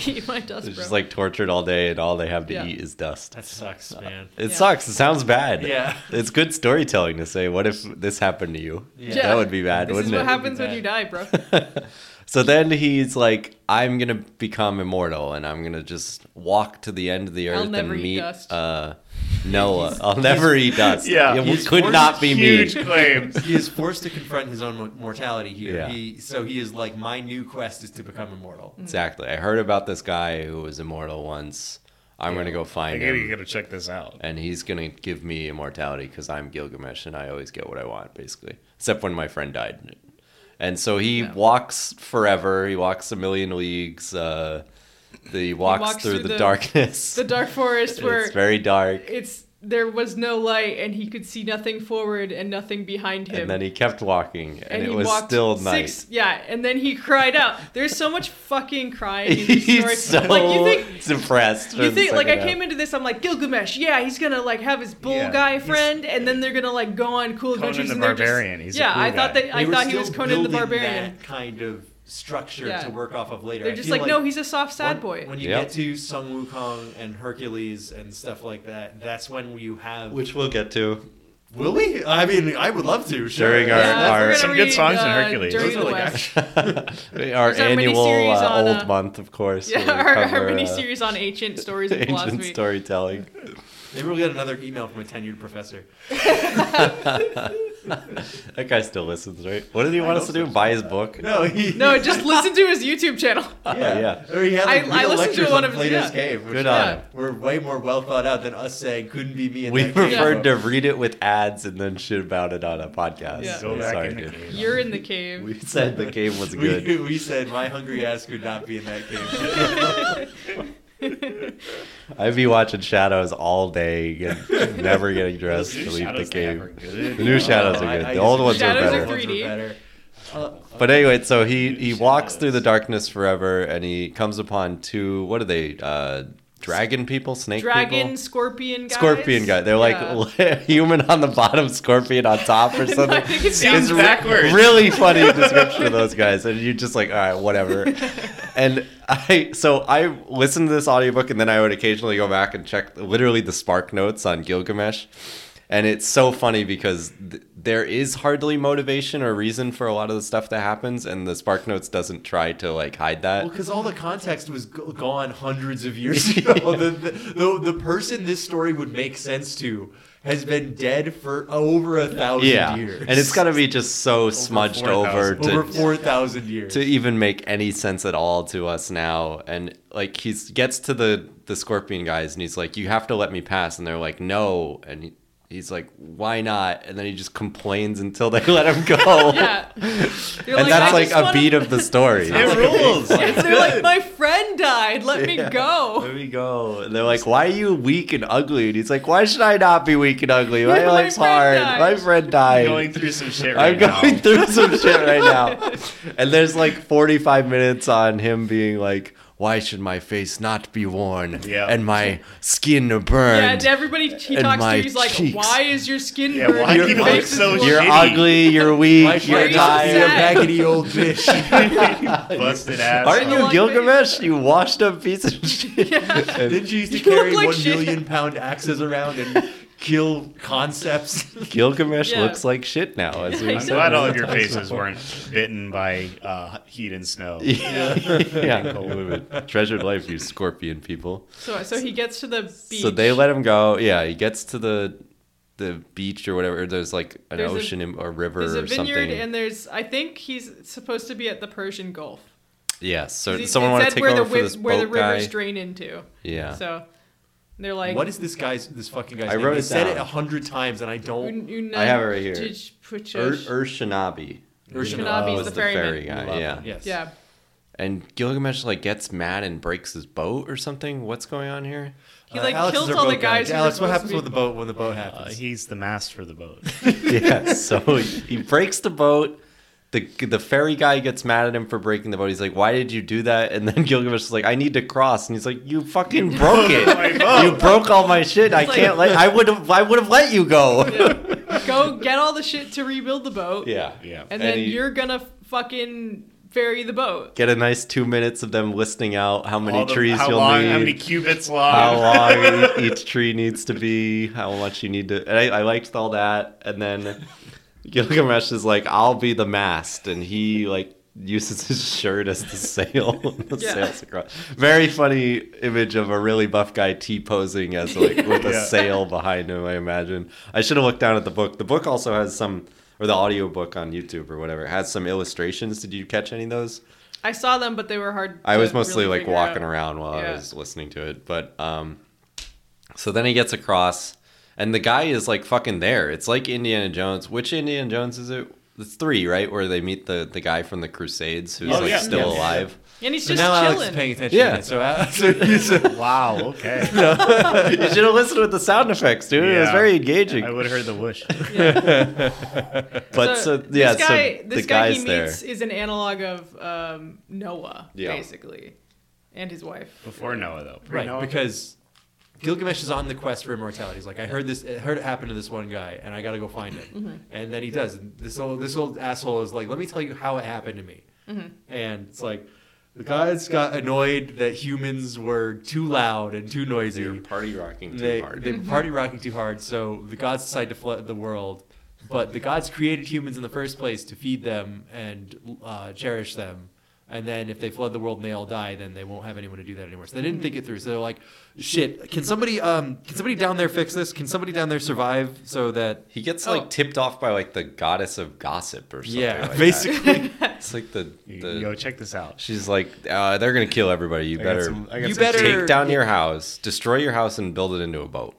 Speaker 3: Eat my dust,
Speaker 1: They're
Speaker 3: bro.
Speaker 1: just like tortured all day, and all they have to
Speaker 3: Yeah.
Speaker 1: eat is dust.
Speaker 9: That sucks,
Speaker 1: Uh,
Speaker 9: man.
Speaker 1: It sucks. It sounds bad.
Speaker 9: Yeah.
Speaker 1: It's good storytelling to say, "What if this happened to you?"
Speaker 9: Yeah.
Speaker 1: That would be bad,
Speaker 3: this is
Speaker 1: wouldn't
Speaker 3: what
Speaker 1: it?
Speaker 3: happens when
Speaker 9: bad.
Speaker 3: you die, bro.
Speaker 1: So then he's like, "I'm gonna become immortal, and I'm gonna just walk to the end of the earth
Speaker 3: I'll never
Speaker 1: and
Speaker 3: eat
Speaker 1: meet
Speaker 3: dust.
Speaker 1: uh, Noah. I'll never eat dust.
Speaker 4: Yeah.
Speaker 1: it
Speaker 9: He's
Speaker 1: could
Speaker 9: forced
Speaker 1: not be
Speaker 4: Huge
Speaker 1: me.
Speaker 4: claims.
Speaker 9: He is forced to confront his own mo- mortality here.
Speaker 1: Yeah.
Speaker 9: He, so he is like, my new quest is to become immortal.
Speaker 1: Exactly. I heard about this guy who was immortal once. I'm gonna go
Speaker 4: I
Speaker 1: find
Speaker 4: gotta,
Speaker 1: him,
Speaker 4: you gotta check this out.
Speaker 1: and he's gonna give me immortality because I'm Gilgamesh and I always get what I want, basically. Except when my friend died. And so he walks forever. He walks a million leagues. Uh, he, walks
Speaker 3: walks
Speaker 1: through,
Speaker 3: through
Speaker 1: the,
Speaker 3: the-
Speaker 1: darkness.
Speaker 3: the dark forest where
Speaker 1: it's very dark.
Speaker 3: it's there was no light and he could see nothing forward and nothing behind him.
Speaker 1: And then he kept walking, and, it
Speaker 3: he
Speaker 1: was
Speaker 3: walked
Speaker 1: still
Speaker 3: six,
Speaker 1: night.
Speaker 3: Yeah, and then he cried out. There's so much fucking crying in this story.
Speaker 1: He's so
Speaker 3: like you think
Speaker 1: depressed.
Speaker 3: you think like I came into this, I'm like Gilgamesh. Yeah, he's gonna like have his bull
Speaker 4: Yeah,
Speaker 3: guy
Speaker 4: he's-
Speaker 3: friend, and then they're gonna like go on cool
Speaker 4: Conan
Speaker 3: adventures.
Speaker 4: the
Speaker 3: and they're just-
Speaker 4: Barbarian, he's a
Speaker 3: yeah,
Speaker 4: cool
Speaker 3: I thought
Speaker 4: guy.
Speaker 3: they, I
Speaker 9: They were
Speaker 3: thought he
Speaker 9: still
Speaker 3: was Conan the
Speaker 9: building
Speaker 3: Barbarian.
Speaker 9: That kind of structure
Speaker 3: Yeah.
Speaker 9: to work off of later.
Speaker 3: They're
Speaker 9: I
Speaker 3: just
Speaker 9: feel
Speaker 3: like, no, he's a soft sad
Speaker 9: when-
Speaker 3: boy.
Speaker 9: When you
Speaker 1: Yep.
Speaker 9: get to Sung Wukong and Hercules and stuff like that, that's when you have.
Speaker 1: which we'll get to.
Speaker 2: Will we? I mean, I would love to. Sure.
Speaker 1: During our-
Speaker 3: yeah,
Speaker 1: our-
Speaker 3: Uh, we're gonna
Speaker 4: Some good
Speaker 3: read,
Speaker 4: songs in
Speaker 3: uh,
Speaker 4: Hercules.
Speaker 3: Journey
Speaker 9: Those
Speaker 3: to
Speaker 9: are
Speaker 3: the
Speaker 9: like
Speaker 3: West.
Speaker 1: our
Speaker 3: our
Speaker 1: annual
Speaker 3: miniseries
Speaker 1: uh,
Speaker 3: on,
Speaker 1: old
Speaker 3: uh,
Speaker 1: month, of course. where
Speaker 3: Yeah,
Speaker 1: we
Speaker 3: our, our
Speaker 1: cover, uh,
Speaker 3: miniseries on ancient stories and
Speaker 1: ancient
Speaker 3: philosophy.
Speaker 1: storytelling.
Speaker 9: Maybe we'll get another email from a tenured professor.
Speaker 1: That guy still listens, right? What did he want us to do? Buy his book?
Speaker 2: No, he,
Speaker 3: No, just listen to his YouTube channel.
Speaker 1: yeah.
Speaker 2: Or he had
Speaker 3: I-
Speaker 2: like,
Speaker 3: I listened
Speaker 2: real
Speaker 3: to
Speaker 2: lectures
Speaker 3: one
Speaker 2: on
Speaker 3: of his-
Speaker 2: Plato's
Speaker 3: yeah.
Speaker 2: Cave, which
Speaker 1: Good
Speaker 2: uh,
Speaker 1: on
Speaker 3: Yeah.
Speaker 1: him.
Speaker 2: were way more well thought out than us saying couldn't be me. In
Speaker 1: We
Speaker 2: that cave."
Speaker 1: preferred to read it with ads and then shit about it on a podcast.
Speaker 3: Yeah.
Speaker 4: Go
Speaker 1: I'm
Speaker 4: back
Speaker 1: sorry,
Speaker 4: in the
Speaker 1: dude.
Speaker 4: cave.
Speaker 3: You're in the cave.
Speaker 1: We said the game was good.
Speaker 2: We, we said my hungry ass could not be in that cave.
Speaker 1: I'd be watching Shadows all day, and never getting dressed to leave the
Speaker 4: Shadows
Speaker 1: cave.
Speaker 4: never good.
Speaker 1: The new Shadows
Speaker 2: I-
Speaker 1: are good.
Speaker 2: I
Speaker 1: The old
Speaker 2: just-
Speaker 1: ones are
Speaker 3: Shadows are
Speaker 1: better.
Speaker 3: three- 3D.
Speaker 1: But anyway, so he he
Speaker 4: Huge
Speaker 1: walks
Speaker 4: shadows.
Speaker 1: through the darkness forever, and he comes upon two. What are they? Uh, dragon people, snake
Speaker 3: Dragon,
Speaker 1: people,
Speaker 3: scorpion guys.
Speaker 1: scorpion guy. They're
Speaker 3: Yeah.
Speaker 1: like human on the bottom, scorpion on top, or
Speaker 3: I
Speaker 1: something.
Speaker 3: think it's
Speaker 4: Sounds
Speaker 1: re-
Speaker 4: backwards.
Speaker 1: Really funny description of those guys, and you're just like, all right, whatever. and I so I listened to this audiobook, and then I would occasionally go back and check literally the spark notes on Gilgamesh. And it's so funny because th- there is hardly motivation or reason for a lot of the stuff that happens, and the spark notes doesn't try to like hide that.
Speaker 2: Well, because all the context was go- gone hundreds of years ago. the, the, the, the person this story would make sense to has been dead for over a thousand
Speaker 1: yeah,
Speaker 2: years.
Speaker 1: and it's gotta be just so smudged over
Speaker 4: 4,000.
Speaker 1: to
Speaker 2: over 4,000 years.
Speaker 1: to even make any sense at all to us now. And like he gets to the the scorpion guys and he's like, "You have to let me pass," and they're like, "No," and he, he's like, "Why not?" And then he just complains until they let him go.
Speaker 3: Yeah. They're
Speaker 1: And that's
Speaker 3: "I
Speaker 1: like
Speaker 3: just
Speaker 1: a
Speaker 3: wanna-
Speaker 1: beat of the story.
Speaker 4: It rules.
Speaker 3: They're like, my friend died. Let me
Speaker 1: There
Speaker 3: go.
Speaker 1: we go. And they're like, "Why are you weak and ugly?" And he's like, "Why should I not be weak and ugly? My,
Speaker 3: My
Speaker 1: life's
Speaker 3: friend
Speaker 1: hard.
Speaker 3: died."
Speaker 1: My friend died."
Speaker 4: going through some shit right
Speaker 1: I'm going
Speaker 4: now.
Speaker 1: through some shit right now. And there's like 45 minutes on him being like, why should my face not be worn
Speaker 4: Yeah.
Speaker 1: and my skin burn?
Speaker 3: Yeah, to everybody he
Speaker 1: And
Speaker 3: talks
Speaker 1: my
Speaker 3: to, he's like,
Speaker 1: cheeks.
Speaker 3: why is your skin
Speaker 4: Yeah,
Speaker 3: burned?
Speaker 4: why
Speaker 3: Your
Speaker 4: do you
Speaker 3: face
Speaker 4: look so
Speaker 3: is-
Speaker 4: shitty?
Speaker 1: You're ugly, you're weak,
Speaker 3: Why are you so
Speaker 1: you're
Speaker 2: You're a
Speaker 1: tired.
Speaker 3: sad?
Speaker 2: maggoty old bitch.
Speaker 4: Busted ass.
Speaker 1: Aren't you
Speaker 3: Like-
Speaker 1: Gilgamesh? You washed up piece of shit.
Speaker 2: Didn't you used to
Speaker 3: You look
Speaker 2: carry
Speaker 3: like
Speaker 2: one
Speaker 3: shit.
Speaker 2: million pound axes around and kill concepts?
Speaker 1: Gilgamesh
Speaker 3: Yeah.
Speaker 1: looks like shit now, as we
Speaker 4: I'm
Speaker 1: said.
Speaker 4: glad all of your faces weren't bitten by uh, heat and snow.
Speaker 1: yeah. Treasured life, you scorpion people.
Speaker 3: So, so he gets to the beach.
Speaker 1: So they let him go. Yeah, he gets to the the beach or whatever. There's like an
Speaker 3: There's a-
Speaker 1: ocean in- or river
Speaker 3: There's a
Speaker 1: or something.
Speaker 3: vineyard, and there's, I think he's supposed to be at the Persian Gulf.
Speaker 1: Yeah, so
Speaker 3: It-
Speaker 1: someone
Speaker 3: it
Speaker 1: want to
Speaker 3: said
Speaker 1: take
Speaker 3: where
Speaker 1: over
Speaker 3: the,
Speaker 1: for
Speaker 3: wi-
Speaker 1: this
Speaker 3: Where the
Speaker 1: boat guy.
Speaker 3: rivers drain into.
Speaker 1: Yeah.
Speaker 3: So they're like,
Speaker 2: what is this guy's, this fucking guy's
Speaker 1: I
Speaker 2: name?
Speaker 1: wrote
Speaker 2: I
Speaker 1: it
Speaker 2: said it a
Speaker 1: down.
Speaker 2: hundred times and I don't.
Speaker 1: I have it right here. Er, Ur-
Speaker 3: Urshanabi
Speaker 1: Urshanabi
Speaker 2: Urshanabi
Speaker 3: is
Speaker 1: was
Speaker 3: the
Speaker 1: the ferry
Speaker 3: ferryman.
Speaker 1: guy. Yeah.
Speaker 2: Yes.
Speaker 3: Yeah.
Speaker 1: and Gilgamesh like gets mad and breaks his boat or something. What's going on here?
Speaker 3: He like
Speaker 2: Alex is
Speaker 3: kills
Speaker 2: our
Speaker 3: all the
Speaker 2: boat guy.
Speaker 3: guys. who were
Speaker 2: Alex, what
Speaker 3: supposed
Speaker 2: happens
Speaker 3: to
Speaker 2: with the
Speaker 3: be-
Speaker 2: boat when the boat
Speaker 4: Uh,
Speaker 2: happens?
Speaker 4: he's the master of the boat.
Speaker 1: yeah, so he breaks the boat. The, the ferry guy gets mad at him for breaking the boat. He's like, "Why did you do that?" And then Gilgamesh is like, "I need to cross." And he's like, "You fucking broke it.
Speaker 4: my boat."
Speaker 1: you broke all my shit. I
Speaker 3: like-
Speaker 1: can't let. I would have. I would have let you go."
Speaker 3: Go get all the shit to rebuild the boat.
Speaker 1: Yeah.
Speaker 4: Yeah.
Speaker 3: And then
Speaker 1: And he-
Speaker 3: you're gonna fucking ferry the boat.
Speaker 1: Get a nice two minutes of them listing out how many
Speaker 4: All the-
Speaker 1: trees
Speaker 4: how
Speaker 1: you'll
Speaker 4: long,
Speaker 1: need,
Speaker 4: How many cubits
Speaker 1: how
Speaker 4: long?
Speaker 1: long each tree needs to be, how much you need to. And I, I liked all that. And then Gilgamesh is like, "I'll be the mast," and he like uses his shirt as the sail. the
Speaker 3: Yeah.
Speaker 1: sails across. Very funny image of a really buff guy T posing as like with a
Speaker 4: Yeah.
Speaker 1: sail behind him. I imagine. I should have looked down at the book. The book also has some. Or the audiobook on YouTube or whatever it has some illustrations. Did you catch any of those?
Speaker 3: I saw them, but they were hard.
Speaker 1: I
Speaker 3: to
Speaker 1: was mostly
Speaker 3: really
Speaker 1: like
Speaker 3: figure
Speaker 1: walking
Speaker 3: out.
Speaker 1: around while I
Speaker 3: Yeah.
Speaker 1: was listening to it. But um so then he gets across and the guy is like fucking there. It's like Indiana Jones. Which Indiana Jones is it? It's three, right? Where they meet the, the guy from the Crusades who's
Speaker 4: Oh,
Speaker 1: like
Speaker 4: yeah.
Speaker 1: still
Speaker 4: Yes.
Speaker 1: alive.
Speaker 3: And he's
Speaker 2: So
Speaker 3: just
Speaker 2: now Alex is
Speaker 3: chilling.
Speaker 2: paying attention.
Speaker 1: Yeah.
Speaker 2: So, Alex, so he's
Speaker 4: wow. Okay.
Speaker 1: you should have listened with the sound effects, dude. It was
Speaker 4: Yeah.
Speaker 1: very engaging.
Speaker 4: I would have heard the whoosh.
Speaker 1: but so, yeah,
Speaker 3: this guy,
Speaker 1: so
Speaker 3: this
Speaker 1: the
Speaker 3: guy
Speaker 1: guy's
Speaker 3: he meets
Speaker 1: there.
Speaker 3: is an analog of um, Noah,
Speaker 1: Yeah.
Speaker 3: basically, and his wife.
Speaker 4: Before Noah, though.
Speaker 2: right
Speaker 4: Noah.
Speaker 2: because Gilgamesh is on the quest for immortality. He's like, I heard this, I heard it happen to this one guy, and I got to go find it. And then he does. And this old this old asshole is like, let me tell you how it happened to me. And it's like. The gods got annoyed that humans were too loud and too noisy.
Speaker 1: party rocking
Speaker 2: they, They
Speaker 1: Mm-hmm.
Speaker 2: were party rocking too hard, so the gods decided to flood the world. But the gods created humans in the first place to feed them and uh, cherish them. And then if they flood the world and they all die, then they won't have anyone to do that anymore. So they didn't think it through. So they're like, "Shit, can somebody um can somebody down there fix this? Can somebody down there survive so that
Speaker 1: He gets
Speaker 3: Oh.
Speaker 1: like tipped off by like the goddess of gossip or something.
Speaker 2: yeah,
Speaker 1: like that.
Speaker 2: basically
Speaker 1: It's like the,
Speaker 4: You-
Speaker 1: the
Speaker 4: Yo, check this out.
Speaker 1: She's like, uh, they're gonna kill everybody. You
Speaker 4: I got
Speaker 1: better,
Speaker 4: some- I got
Speaker 2: You
Speaker 4: some
Speaker 2: better-
Speaker 4: tape.
Speaker 1: take down your house, destroy your house, and build it into a boat.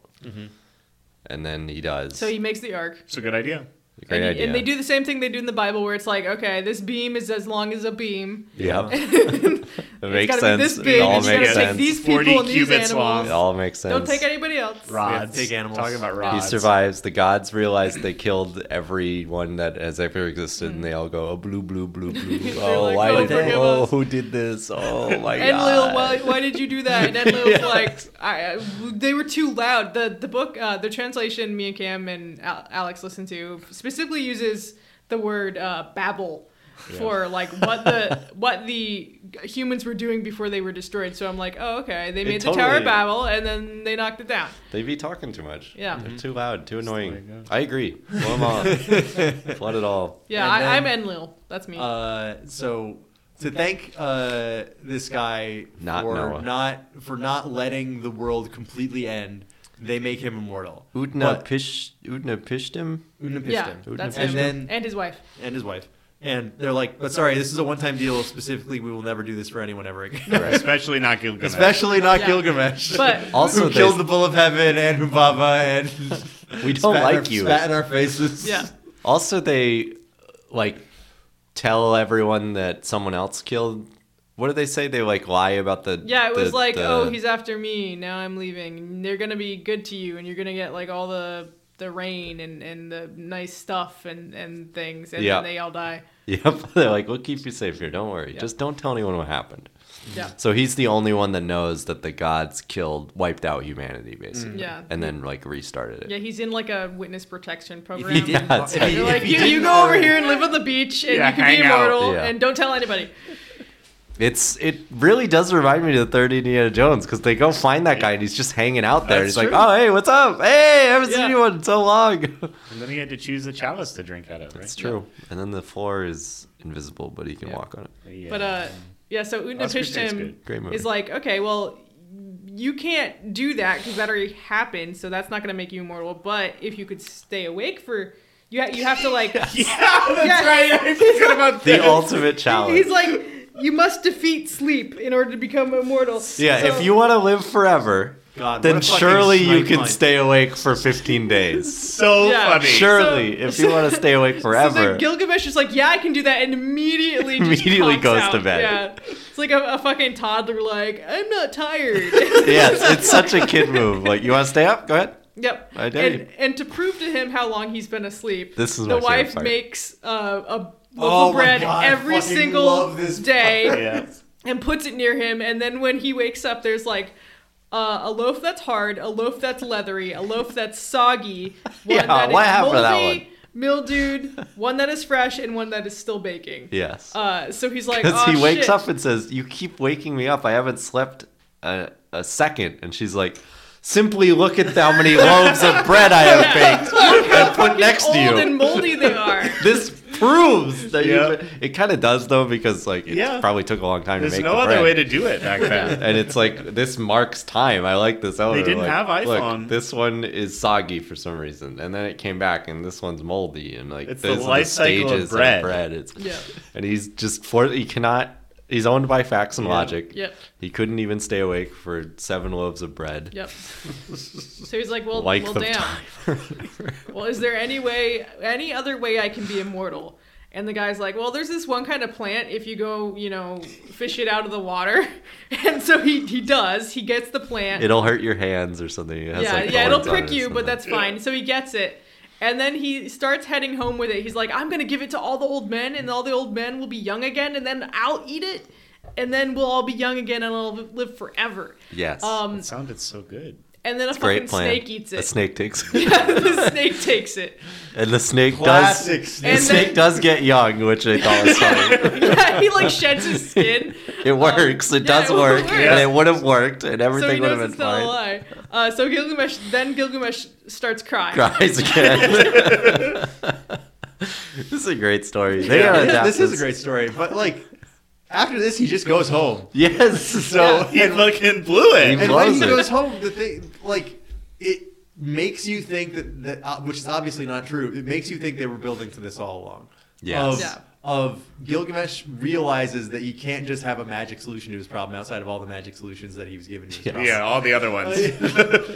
Speaker 1: And then he does.
Speaker 3: So he makes the ark.
Speaker 4: It's a good idea.
Speaker 1: Great
Speaker 3: and,
Speaker 1: idea.
Speaker 3: and they do the same thing they do in the Bible, where it's like, okay, this beam is as long as a beam.
Speaker 1: Yep. it
Speaker 3: it's
Speaker 1: makes
Speaker 3: gotta be
Speaker 1: sense.
Speaker 3: this big.
Speaker 1: It all
Speaker 3: and you gotta
Speaker 1: makes
Speaker 4: Yeah,
Speaker 3: take
Speaker 1: sense.
Speaker 3: these
Speaker 4: 40
Speaker 3: people and these
Speaker 4: cubits
Speaker 3: animals.
Speaker 4: long.
Speaker 1: It all makes sense.
Speaker 3: Don't take anybody else.
Speaker 4: Rods.
Speaker 2: big animals.
Speaker 4: Talking about
Speaker 1: He
Speaker 4: rods.
Speaker 1: survives. The gods realize they killed everyone that has ever existed, and they all go, oh, blue, blue, blue, blue.
Speaker 3: They're
Speaker 1: oh,
Speaker 3: like,
Speaker 1: why
Speaker 3: "Oh,
Speaker 1: did they?
Speaker 3: forgive
Speaker 1: Oh,
Speaker 3: us."
Speaker 1: who did this? Oh, my
Speaker 3: And Lil,
Speaker 1: God.
Speaker 3: why, why did you do that? And Ed Lil's like, I, I- they were too loud. The the book, uh, the translation me and Cam and Al- Alex listened to specifically uses the word uh, babble for like what the what the humans were doing before they were destroyed. So I'm like, oh okay, they made the Tower
Speaker 1: totally-
Speaker 3: of Babel and then they knocked it down.
Speaker 1: They be talking too much.
Speaker 3: Yeah. uh,
Speaker 1: They're too loud, too
Speaker 4: there
Speaker 1: annoying.
Speaker 4: you go.
Speaker 1: I agree. Blow 'em on. Flood it all.
Speaker 3: Yeah,
Speaker 2: And
Speaker 3: I,
Speaker 2: then-
Speaker 3: I'm Enlil. That's me.
Speaker 2: uh, so to thank uh, this guy
Speaker 1: Not
Speaker 2: for
Speaker 1: Noah.
Speaker 2: not for not letting the world completely end, they make him immortal.
Speaker 1: Udna
Speaker 2: But-
Speaker 1: pish, Udna pished him.
Speaker 2: Una
Speaker 3: yeah,
Speaker 2: Pishtim.
Speaker 3: that's
Speaker 2: And
Speaker 3: him.
Speaker 2: then-
Speaker 3: and his wife.
Speaker 2: and his wife. And they're like, but sorry, this is a one-time deal. Specifically, we will never do this for anyone ever again.
Speaker 4: Especially not Gilgamesh.
Speaker 2: Especially not
Speaker 3: Yeah.
Speaker 2: Gilgamesh,
Speaker 3: But
Speaker 1: Also,
Speaker 2: who
Speaker 1: they-
Speaker 2: killed the bull of heaven and Humbaba and
Speaker 1: We
Speaker 2: spat
Speaker 1: don't
Speaker 2: in
Speaker 1: like
Speaker 2: our,
Speaker 1: you.
Speaker 2: Spat in our faces.
Speaker 3: yeah,
Speaker 1: Also, they like tell everyone that someone else killed. What do they say? They like lie about the.
Speaker 3: yeah. It
Speaker 1: the-
Speaker 3: was like,
Speaker 1: the-
Speaker 3: oh, he's after me. Now I'm leaving. And They're gonna be good to you, and you're gonna get like all the the rain and and the nice stuff and and things, and
Speaker 1: Yeah.
Speaker 3: then they all die.
Speaker 1: Yep. They're like, we'll keep you safe here. Don't worry.
Speaker 3: Yeah.
Speaker 1: Just don't tell anyone what happened.
Speaker 3: Yeah,
Speaker 1: So he's the only one that knows that the gods killed, wiped out humanity,
Speaker 3: Mm.
Speaker 1: basically.
Speaker 3: Yeah.
Speaker 1: And then like restarted it.
Speaker 3: yeah. He's in like a witness protection program.
Speaker 1: Yeah. it's-
Speaker 2: If he-
Speaker 3: They're like,
Speaker 2: if he
Speaker 3: you, you
Speaker 2: didn't
Speaker 3: go over
Speaker 2: already-
Speaker 3: here and live on the beach, and
Speaker 4: Yeah,
Speaker 3: you can be
Speaker 4: hang out."
Speaker 3: immortal,
Speaker 1: Yeah.
Speaker 3: and don't tell anybody.
Speaker 1: It's it really does remind me of the third Indiana Jones because they go find that guy and he's just hanging out there. and
Speaker 4: That's
Speaker 1: he's
Speaker 4: true.
Speaker 1: like, oh hey, what's up? Hey, I haven't
Speaker 3: Yeah.
Speaker 1: seen anyone in so long.
Speaker 4: And then he had to choose the chalice to drink out of, right?
Speaker 1: It's true. And then the floor is invisible, but he can walk on it.
Speaker 4: Yeah.
Speaker 3: But uh, yeah. So Una
Speaker 4: Oscar
Speaker 3: pitched
Speaker 4: Tate's
Speaker 3: him
Speaker 4: good.
Speaker 1: Great movie.
Speaker 3: is like, okay, well, you can't do that because that already happened, so that's not gonna make you immortal. But if you could stay awake for, you ha- you have to like,
Speaker 4: that's
Speaker 3: Yeah.
Speaker 4: right. I forgot about
Speaker 1: the
Speaker 4: that.
Speaker 1: ultimate challenge.
Speaker 3: he's like, you must defeat sleep in order to become immortal.
Speaker 1: yeah,
Speaker 3: So-
Speaker 1: if you want to live forever,
Speaker 2: God, what
Speaker 1: then
Speaker 2: a fucking
Speaker 1: surely you
Speaker 2: snipe
Speaker 1: can
Speaker 2: line.
Speaker 1: stay awake for 15 days.
Speaker 4: so
Speaker 3: Yeah.
Speaker 4: funny.
Speaker 1: surely,
Speaker 3: So-
Speaker 1: if you want to stay awake
Speaker 3: So
Speaker 1: forever.
Speaker 3: then Gilgamesh is like, yeah, I can do that, and immediately just
Speaker 1: Immediately
Speaker 3: conks
Speaker 1: goes
Speaker 3: out.
Speaker 1: to bed.
Speaker 3: Yeah, it's like a, a fucking toddler, like I'm not tired.
Speaker 1: yes, it's such a kid move. Like, you want to stay up? Go ahead.
Speaker 3: Yep.
Speaker 1: I dare
Speaker 3: and,
Speaker 1: you.
Speaker 3: and to prove to him how long he's been asleep,
Speaker 1: This is
Speaker 3: the
Speaker 1: my favorite
Speaker 3: wife
Speaker 1: part.
Speaker 3: makes uh, a loaf
Speaker 2: Oh
Speaker 3: of
Speaker 2: my
Speaker 3: bread
Speaker 2: God, I
Speaker 3: every
Speaker 2: fucking
Speaker 3: single
Speaker 2: love this
Speaker 3: day
Speaker 4: Yeah.
Speaker 3: and puts it near him. And then when he wakes up, there's like Uh, a loaf that's hard, a loaf that's leathery, a loaf that's soggy, one
Speaker 1: Yeah,
Speaker 3: that is
Speaker 1: what happened to that
Speaker 3: moldy,
Speaker 1: one?
Speaker 3: mildewed, one that is fresh, and one that is still baking.
Speaker 1: Yes.
Speaker 3: Uh, so he's like,
Speaker 1: Because
Speaker 3: oh,
Speaker 1: he wakes
Speaker 3: shit.
Speaker 1: up and says, "You keep waking me up. I haven't slept a, a second. And she's like, "Simply look at how many loaves of bread I have baked and put next
Speaker 3: old
Speaker 1: to you.
Speaker 3: and moldy they are.
Speaker 1: this proves that
Speaker 4: Yeah.
Speaker 1: you. It kind of does though, because like it
Speaker 4: Yeah.
Speaker 1: probably took a long time
Speaker 4: There's
Speaker 1: to make.
Speaker 4: no
Speaker 1: the
Speaker 4: other
Speaker 1: bread.
Speaker 4: way to do it back then.
Speaker 1: And it's like this marks time. I like this. element.
Speaker 4: didn't
Speaker 1: Like,
Speaker 4: have
Speaker 1: look,
Speaker 4: iPhone.
Speaker 1: this one is soggy for some reason, and then it came back, and this one's moldy, and like
Speaker 4: It's the
Speaker 1: those are
Speaker 4: life cycle of
Speaker 1: stages
Speaker 4: bread.
Speaker 1: It's,
Speaker 3: Yeah.
Speaker 1: And he's just for he cannot. He's owned by facts and logic.
Speaker 3: Yep.
Speaker 1: He couldn't even stay awake for seven loaves of bread.
Speaker 3: Yep. So he's like, well,
Speaker 1: Like
Speaker 3: well,
Speaker 1: the
Speaker 3: damn.
Speaker 1: time. or whatever.
Speaker 3: Well, is there any way, any other way I can be immortal? And the guy's like, well, there's this one kind of plant. If you go, you know, fish it out of the water, and so he he does. He gets the plant.
Speaker 1: It'll hurt your hands or something. It has,
Speaker 3: yeah,
Speaker 1: like,
Speaker 3: yeah, it'll
Speaker 1: thorns on
Speaker 3: prick
Speaker 1: it or
Speaker 3: you, but
Speaker 1: something.
Speaker 3: that's fine. So he gets it. And then he starts heading home with it. He's like, I'm going to give it to all the old men, and all the old men will be young again, and then I'll eat it, and then we'll all be young again, and I'll live forever.
Speaker 1: Yes.
Speaker 3: Um,
Speaker 4: It sounded so good.
Speaker 3: and then a fucking
Speaker 1: Great plan.
Speaker 3: snake eats
Speaker 1: A
Speaker 3: it.
Speaker 1: snake takes it.
Speaker 3: the snake takes it.
Speaker 1: And the snake
Speaker 2: Classic
Speaker 1: does.
Speaker 2: snake.
Speaker 1: The snake does get young, which I thought was funny.
Speaker 3: Yeah, he like sheds his skin.
Speaker 1: It works.
Speaker 3: yeah,
Speaker 1: it does
Speaker 3: it
Speaker 1: work,
Speaker 3: works.
Speaker 1: and it would have worked, and
Speaker 3: So he
Speaker 1: everything would
Speaker 3: knows
Speaker 1: have
Speaker 3: it's
Speaker 1: been
Speaker 3: not a lie.
Speaker 1: fine.
Speaker 3: Uh, so Gilgamesh, then Gilgamesh starts crying.
Speaker 1: Cries again. this is a great story. They
Speaker 2: Yeah,
Speaker 1: gotta
Speaker 2: this-
Speaker 1: adapt
Speaker 2: this is a great story, but like after this, he just goes home.
Speaker 1: Yes. So
Speaker 4: Oh, He fucking blew it.
Speaker 1: He
Speaker 2: And when he
Speaker 1: blows it.
Speaker 2: goes home, the thing like it makes you think that that uh, which is obviously not true. It makes you think they were building to this all along.
Speaker 1: Yes.
Speaker 2: Of,
Speaker 3: Yeah.
Speaker 2: of Gilgamesh realizes that you can't just have a magic solution to his problem outside of all the magic solutions that he was given. To his problem.
Speaker 4: Yeah, all the other ones.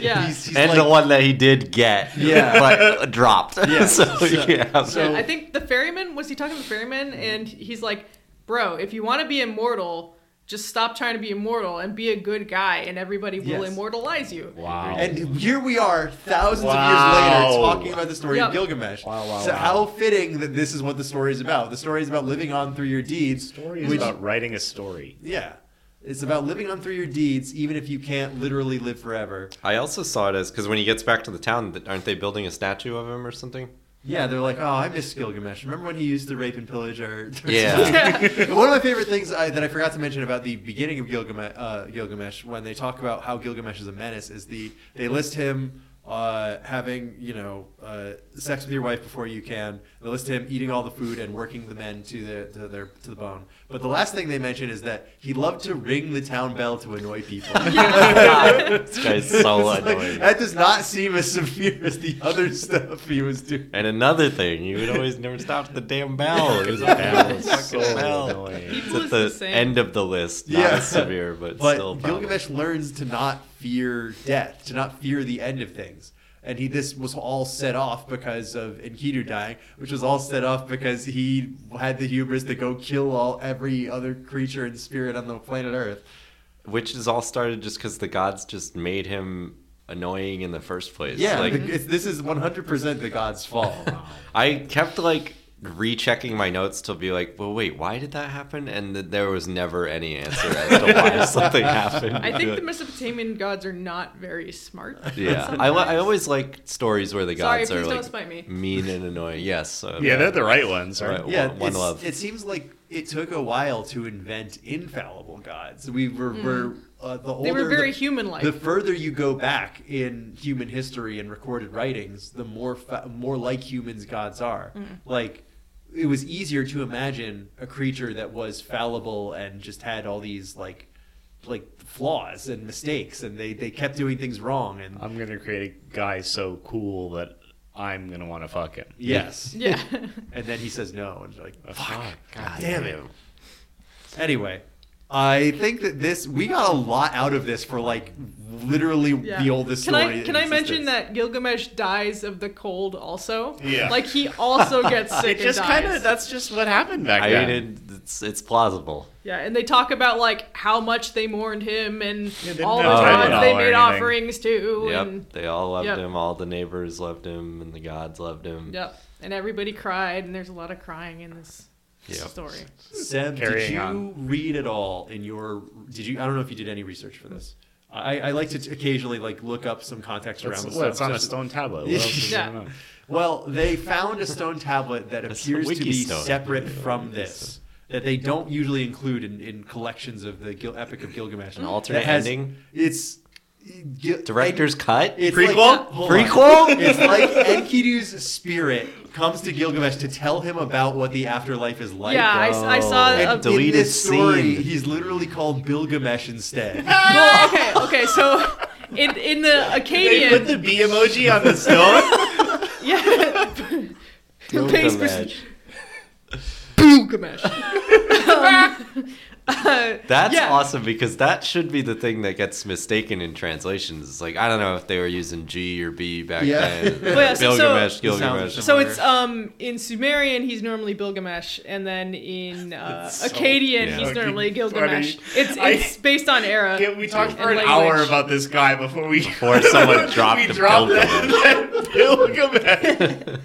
Speaker 3: Yeah.
Speaker 2: He's- he's
Speaker 1: and
Speaker 2: like-
Speaker 1: the one that he did get,
Speaker 2: Yeah.
Speaker 1: but dropped.
Speaker 2: Yeah.
Speaker 1: so,
Speaker 2: So-
Speaker 1: yeah.
Speaker 2: so-
Speaker 3: I think the ferryman was he talking to the ferryman, and he's like, "Bro, if you want to be immortal, just stop trying to be immortal and be a good guy, and everybody will
Speaker 2: Yes.
Speaker 3: immortalize you."
Speaker 1: wow.
Speaker 2: And here we are, thousands of years
Speaker 4: Wow.
Speaker 2: later, talking about the story
Speaker 3: Yep.
Speaker 2: of Gilgamesh. Wow,
Speaker 4: wow,
Speaker 2: so
Speaker 4: wow.
Speaker 2: how fitting that this is what the story is about. The story is about living on through your deeds.
Speaker 4: story is
Speaker 2: which-
Speaker 4: about writing a story.
Speaker 2: yeah, it's about living on through your deeds, even if you can't literally live forever.
Speaker 1: I also saw it as because when he gets back to the town, th- aren't they building a statue of him or something?
Speaker 2: Yeah, they're like, oh, I miss Gilgamesh. Remember when he used to rape and pillage our?
Speaker 1: Yeah.
Speaker 2: One of my favorite things I, that I forgot to mention about the beginning of Gilgamesh, uh, Gilgamesh, when they talk about how Gilgamesh is a menace, is the they list him uh, having you know uh, sex with your wife before you can. They list him eating all the food and working the men to the to their to the bone. But the last thing they mention is that he loved to ring the town bell to annoy people.
Speaker 1: this guy's so
Speaker 2: It's like,
Speaker 1: annoying.
Speaker 2: that does not seem as severe as the other stuff he was doing.
Speaker 1: And another thing, you would always never stop at the damn bell. It was a
Speaker 4: That
Speaker 1: bell.
Speaker 4: was
Speaker 1: fucking
Speaker 4: so
Speaker 1: bell.
Speaker 4: annoying.
Speaker 1: It's
Speaker 3: People
Speaker 1: at
Speaker 3: is
Speaker 1: the
Speaker 3: the same.
Speaker 1: end of the list. Not
Speaker 2: Yeah.
Speaker 1: as severe, but,
Speaker 2: But
Speaker 1: still. a problem.
Speaker 2: Gilgamesh learns to not fear death, to not fear the end of things. And he this was all set off because of Enkidu dying, which was all set off because he had the hubris to go kill all every other creature and spirit on the planet Earth.
Speaker 1: Which is all started just because the gods just made him annoying in the first place.
Speaker 2: Yeah,
Speaker 1: Like,
Speaker 2: the- it's, this is 100% the god's fault.
Speaker 1: I kept like rechecking my notes to be like, well, wait, why did that happen? And th- there was never any answer as to why something happened.
Speaker 3: I think the
Speaker 1: Like,
Speaker 3: Mesopotamian gods are not very smart.
Speaker 1: yeah, I, li- I always like stories where the
Speaker 3: Sorry,
Speaker 1: gods are
Speaker 3: please
Speaker 1: like
Speaker 3: don't spite me.
Speaker 1: mean and annoying. Yes. uh,
Speaker 4: Yeah, they're the right ones, right?
Speaker 1: Right, one-
Speaker 2: yeah,
Speaker 1: one,
Speaker 2: it's-
Speaker 1: love.
Speaker 2: it seems like it took a while to invent infallible gods. We were, were uh, the older
Speaker 3: Mm. They were very
Speaker 2: the-
Speaker 3: human-like.
Speaker 2: The further you go back in human history and recorded writings, the more fa- more like humans gods are.
Speaker 3: Mm.
Speaker 2: Like it was easier to imagine a creature that was fallible and just had all these like like flaws and mistakes and they they kept doing things wrong and
Speaker 4: I'm gonna create a guy so cool that I'm gonna want to fuck him.
Speaker 2: yes.
Speaker 3: yeah.
Speaker 2: And then he says no and it's like
Speaker 4: Fuck, God
Speaker 2: damn it. Anyway, I think that this we got a lot out of this for like literally
Speaker 3: yeah.
Speaker 2: the oldest
Speaker 3: can
Speaker 2: story.
Speaker 3: I
Speaker 2: in
Speaker 3: can I mention
Speaker 2: existence.
Speaker 3: that Gilgamesh dies of the cold also?
Speaker 4: Yeah.
Speaker 3: Like he also gets sick
Speaker 4: It just
Speaker 3: and dies.
Speaker 4: kind of that's just what happened back
Speaker 1: I
Speaker 4: then.
Speaker 1: mean, it, it's, it's plausible.
Speaker 3: Yeah, and they talk about like how much they mourned him and
Speaker 4: they
Speaker 3: all the
Speaker 4: didn't
Speaker 1: have
Speaker 3: gods
Speaker 1: Tylenol
Speaker 3: they
Speaker 4: or
Speaker 3: made
Speaker 4: anything.
Speaker 3: offerings to, and
Speaker 1: Yep. They all loved
Speaker 3: Yep.
Speaker 1: him. All the neighbors loved him, and the gods loved him.
Speaker 3: yep, and everybody cried, and there's a lot of crying in this
Speaker 1: Yep.
Speaker 3: story.
Speaker 2: Seb, did
Speaker 4: Carrying
Speaker 2: you
Speaker 4: on.
Speaker 2: read at all in your did you I don't know if you did any research for this. I, I like to t- occasionally like look up some context around
Speaker 4: It's,
Speaker 2: the
Speaker 4: well,
Speaker 2: stuff.
Speaker 4: it's on a
Speaker 2: just-
Speaker 4: stone tablet. What else is
Speaker 3: Yeah.
Speaker 4: going on?
Speaker 2: Well, they found a stone tablet that
Speaker 1: It's a
Speaker 2: appears to
Speaker 1: wiki
Speaker 2: be
Speaker 1: stone.
Speaker 2: separate from this. That they don't usually include in, in collections of the Gil- Epic of Gilgamesh. An
Speaker 1: alternate ending?
Speaker 2: It's Gil-
Speaker 1: Director's cut.
Speaker 2: It's
Speaker 10: Prequel?
Speaker 2: Like, hold on.
Speaker 1: Prequel?
Speaker 2: it's like Enkidu's spirit comes to Gilgamesh to tell him about what the afterlife is like.
Speaker 3: yeah, I, s- I saw.
Speaker 2: And
Speaker 3: A,
Speaker 1: And delete-
Speaker 2: in
Speaker 1: Deleted
Speaker 2: this story,
Speaker 1: scene.
Speaker 2: he's literally called Bilgamesh instead.
Speaker 3: well, okay, okay. So in in the
Speaker 4: They put
Speaker 3: Akkadian,
Speaker 4: the bee emoji on the stone.
Speaker 3: yeah, Thanks for-
Speaker 1: Gilgamesh.
Speaker 3: Gilgamesh. Um, uh,
Speaker 1: That's
Speaker 3: Yeah.
Speaker 1: awesome because that should be the thing that gets mistaken in translations. It's like I don't know if they were using G or B back
Speaker 10: Yeah.
Speaker 1: then.
Speaker 10: Well,
Speaker 3: yeah, so-
Speaker 1: Gilgamesh,
Speaker 3: so-
Speaker 1: Gilgamesh.
Speaker 3: So it's um in Sumerian he's normally Gilgamesh, and then in uh,
Speaker 4: That's so
Speaker 3: Akkadian he's
Speaker 4: fucking
Speaker 3: normally Gilgamesh.
Speaker 4: funny.
Speaker 3: It's
Speaker 4: I-
Speaker 3: it's based on era.
Speaker 4: Yeah, we talked for
Speaker 3: And
Speaker 4: an hour
Speaker 3: language.
Speaker 4: about this guy before we
Speaker 1: Before someone dropped
Speaker 4: we
Speaker 1: the
Speaker 4: dropped that, that Gilgamesh.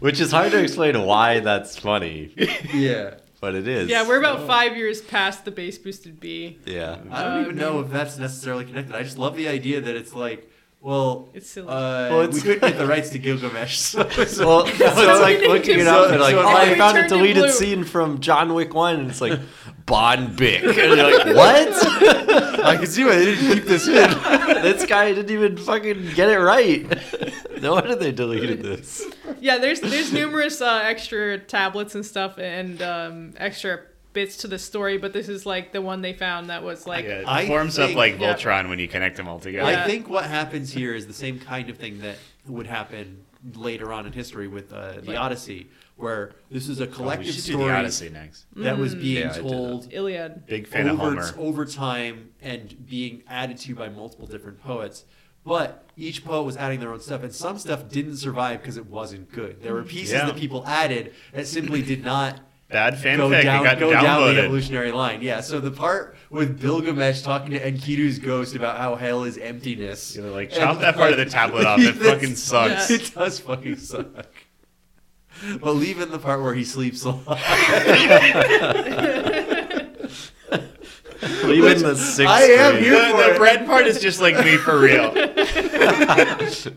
Speaker 1: Which is hard to explain why that's funny,
Speaker 10: Yeah.
Speaker 1: but it is.
Speaker 3: yeah, we're about five years past the base boosted B.
Speaker 1: yeah.
Speaker 2: I don't even
Speaker 3: Oh,
Speaker 2: know if that's necessarily connected. I just love the idea that it's like, well,
Speaker 3: It's silly.
Speaker 2: Uh,
Speaker 1: Well, it's-
Speaker 2: we couldn't get the rights to Gilgamesh. So, so-
Speaker 1: Well, no, it's like
Speaker 3: we
Speaker 1: looking
Speaker 3: need
Speaker 1: it
Speaker 3: to-
Speaker 1: up and like,
Speaker 2: so
Speaker 1: oh,
Speaker 2: if
Speaker 1: I
Speaker 3: we
Speaker 1: found a
Speaker 3: turned it
Speaker 1: deleted
Speaker 3: blue-
Speaker 1: scene from John Wick One, and it's like Bon Bick, and you're like, what?
Speaker 2: I can see why they didn't keep this in.
Speaker 1: this guy didn't even fucking get it right. no wonder they deleted this.
Speaker 3: Yeah, there's there's numerous uh, extra tablets and stuff and um, extra bits to the story, but this is like the one they found that was like
Speaker 4: yeah,
Speaker 2: I
Speaker 4: it forms
Speaker 2: think-
Speaker 4: up like
Speaker 3: yeah.
Speaker 4: Voltron when you connect them all together.
Speaker 2: I
Speaker 3: Yeah.
Speaker 2: think what happens here is the same kind of thing that would happen later on in history with uh, the Odyssey, where this
Speaker 1: Oh,
Speaker 2: is a
Speaker 4: we
Speaker 2: collective
Speaker 4: should do
Speaker 2: story
Speaker 4: the Odyssey next.
Speaker 2: that was
Speaker 3: Mm.
Speaker 2: being
Speaker 1: Yeah, I did that.
Speaker 2: told
Speaker 3: Iliad.
Speaker 4: Big fan of
Speaker 2: over,
Speaker 4: Homer.
Speaker 2: over time and being added to by multiple different poets. But each poet was adding their own stuff, and some stuff didn't survive because it wasn't good. There were pieces
Speaker 4: Yeah.
Speaker 2: that people added that simply did not
Speaker 4: Bad
Speaker 2: go
Speaker 4: fanfic.
Speaker 2: down,
Speaker 4: it got
Speaker 2: go down the
Speaker 4: downloaded.
Speaker 2: evolutionary line. Yeah. So the part with Gilgamesh talking to Enkidu's ghost about how hell is emptiness.
Speaker 4: You're like,
Speaker 2: And,
Speaker 4: chop that part of the
Speaker 2: like,
Speaker 4: tablet off. It
Speaker 2: that's-
Speaker 4: fucking sucks.
Speaker 3: Yeah.
Speaker 2: It does fucking suck. But leave in the part where he sleeps a lot.
Speaker 1: Even the sixth
Speaker 2: I am
Speaker 1: grade.
Speaker 2: here
Speaker 4: The,
Speaker 2: for
Speaker 4: the
Speaker 2: it.
Speaker 4: bread part is just like me for real.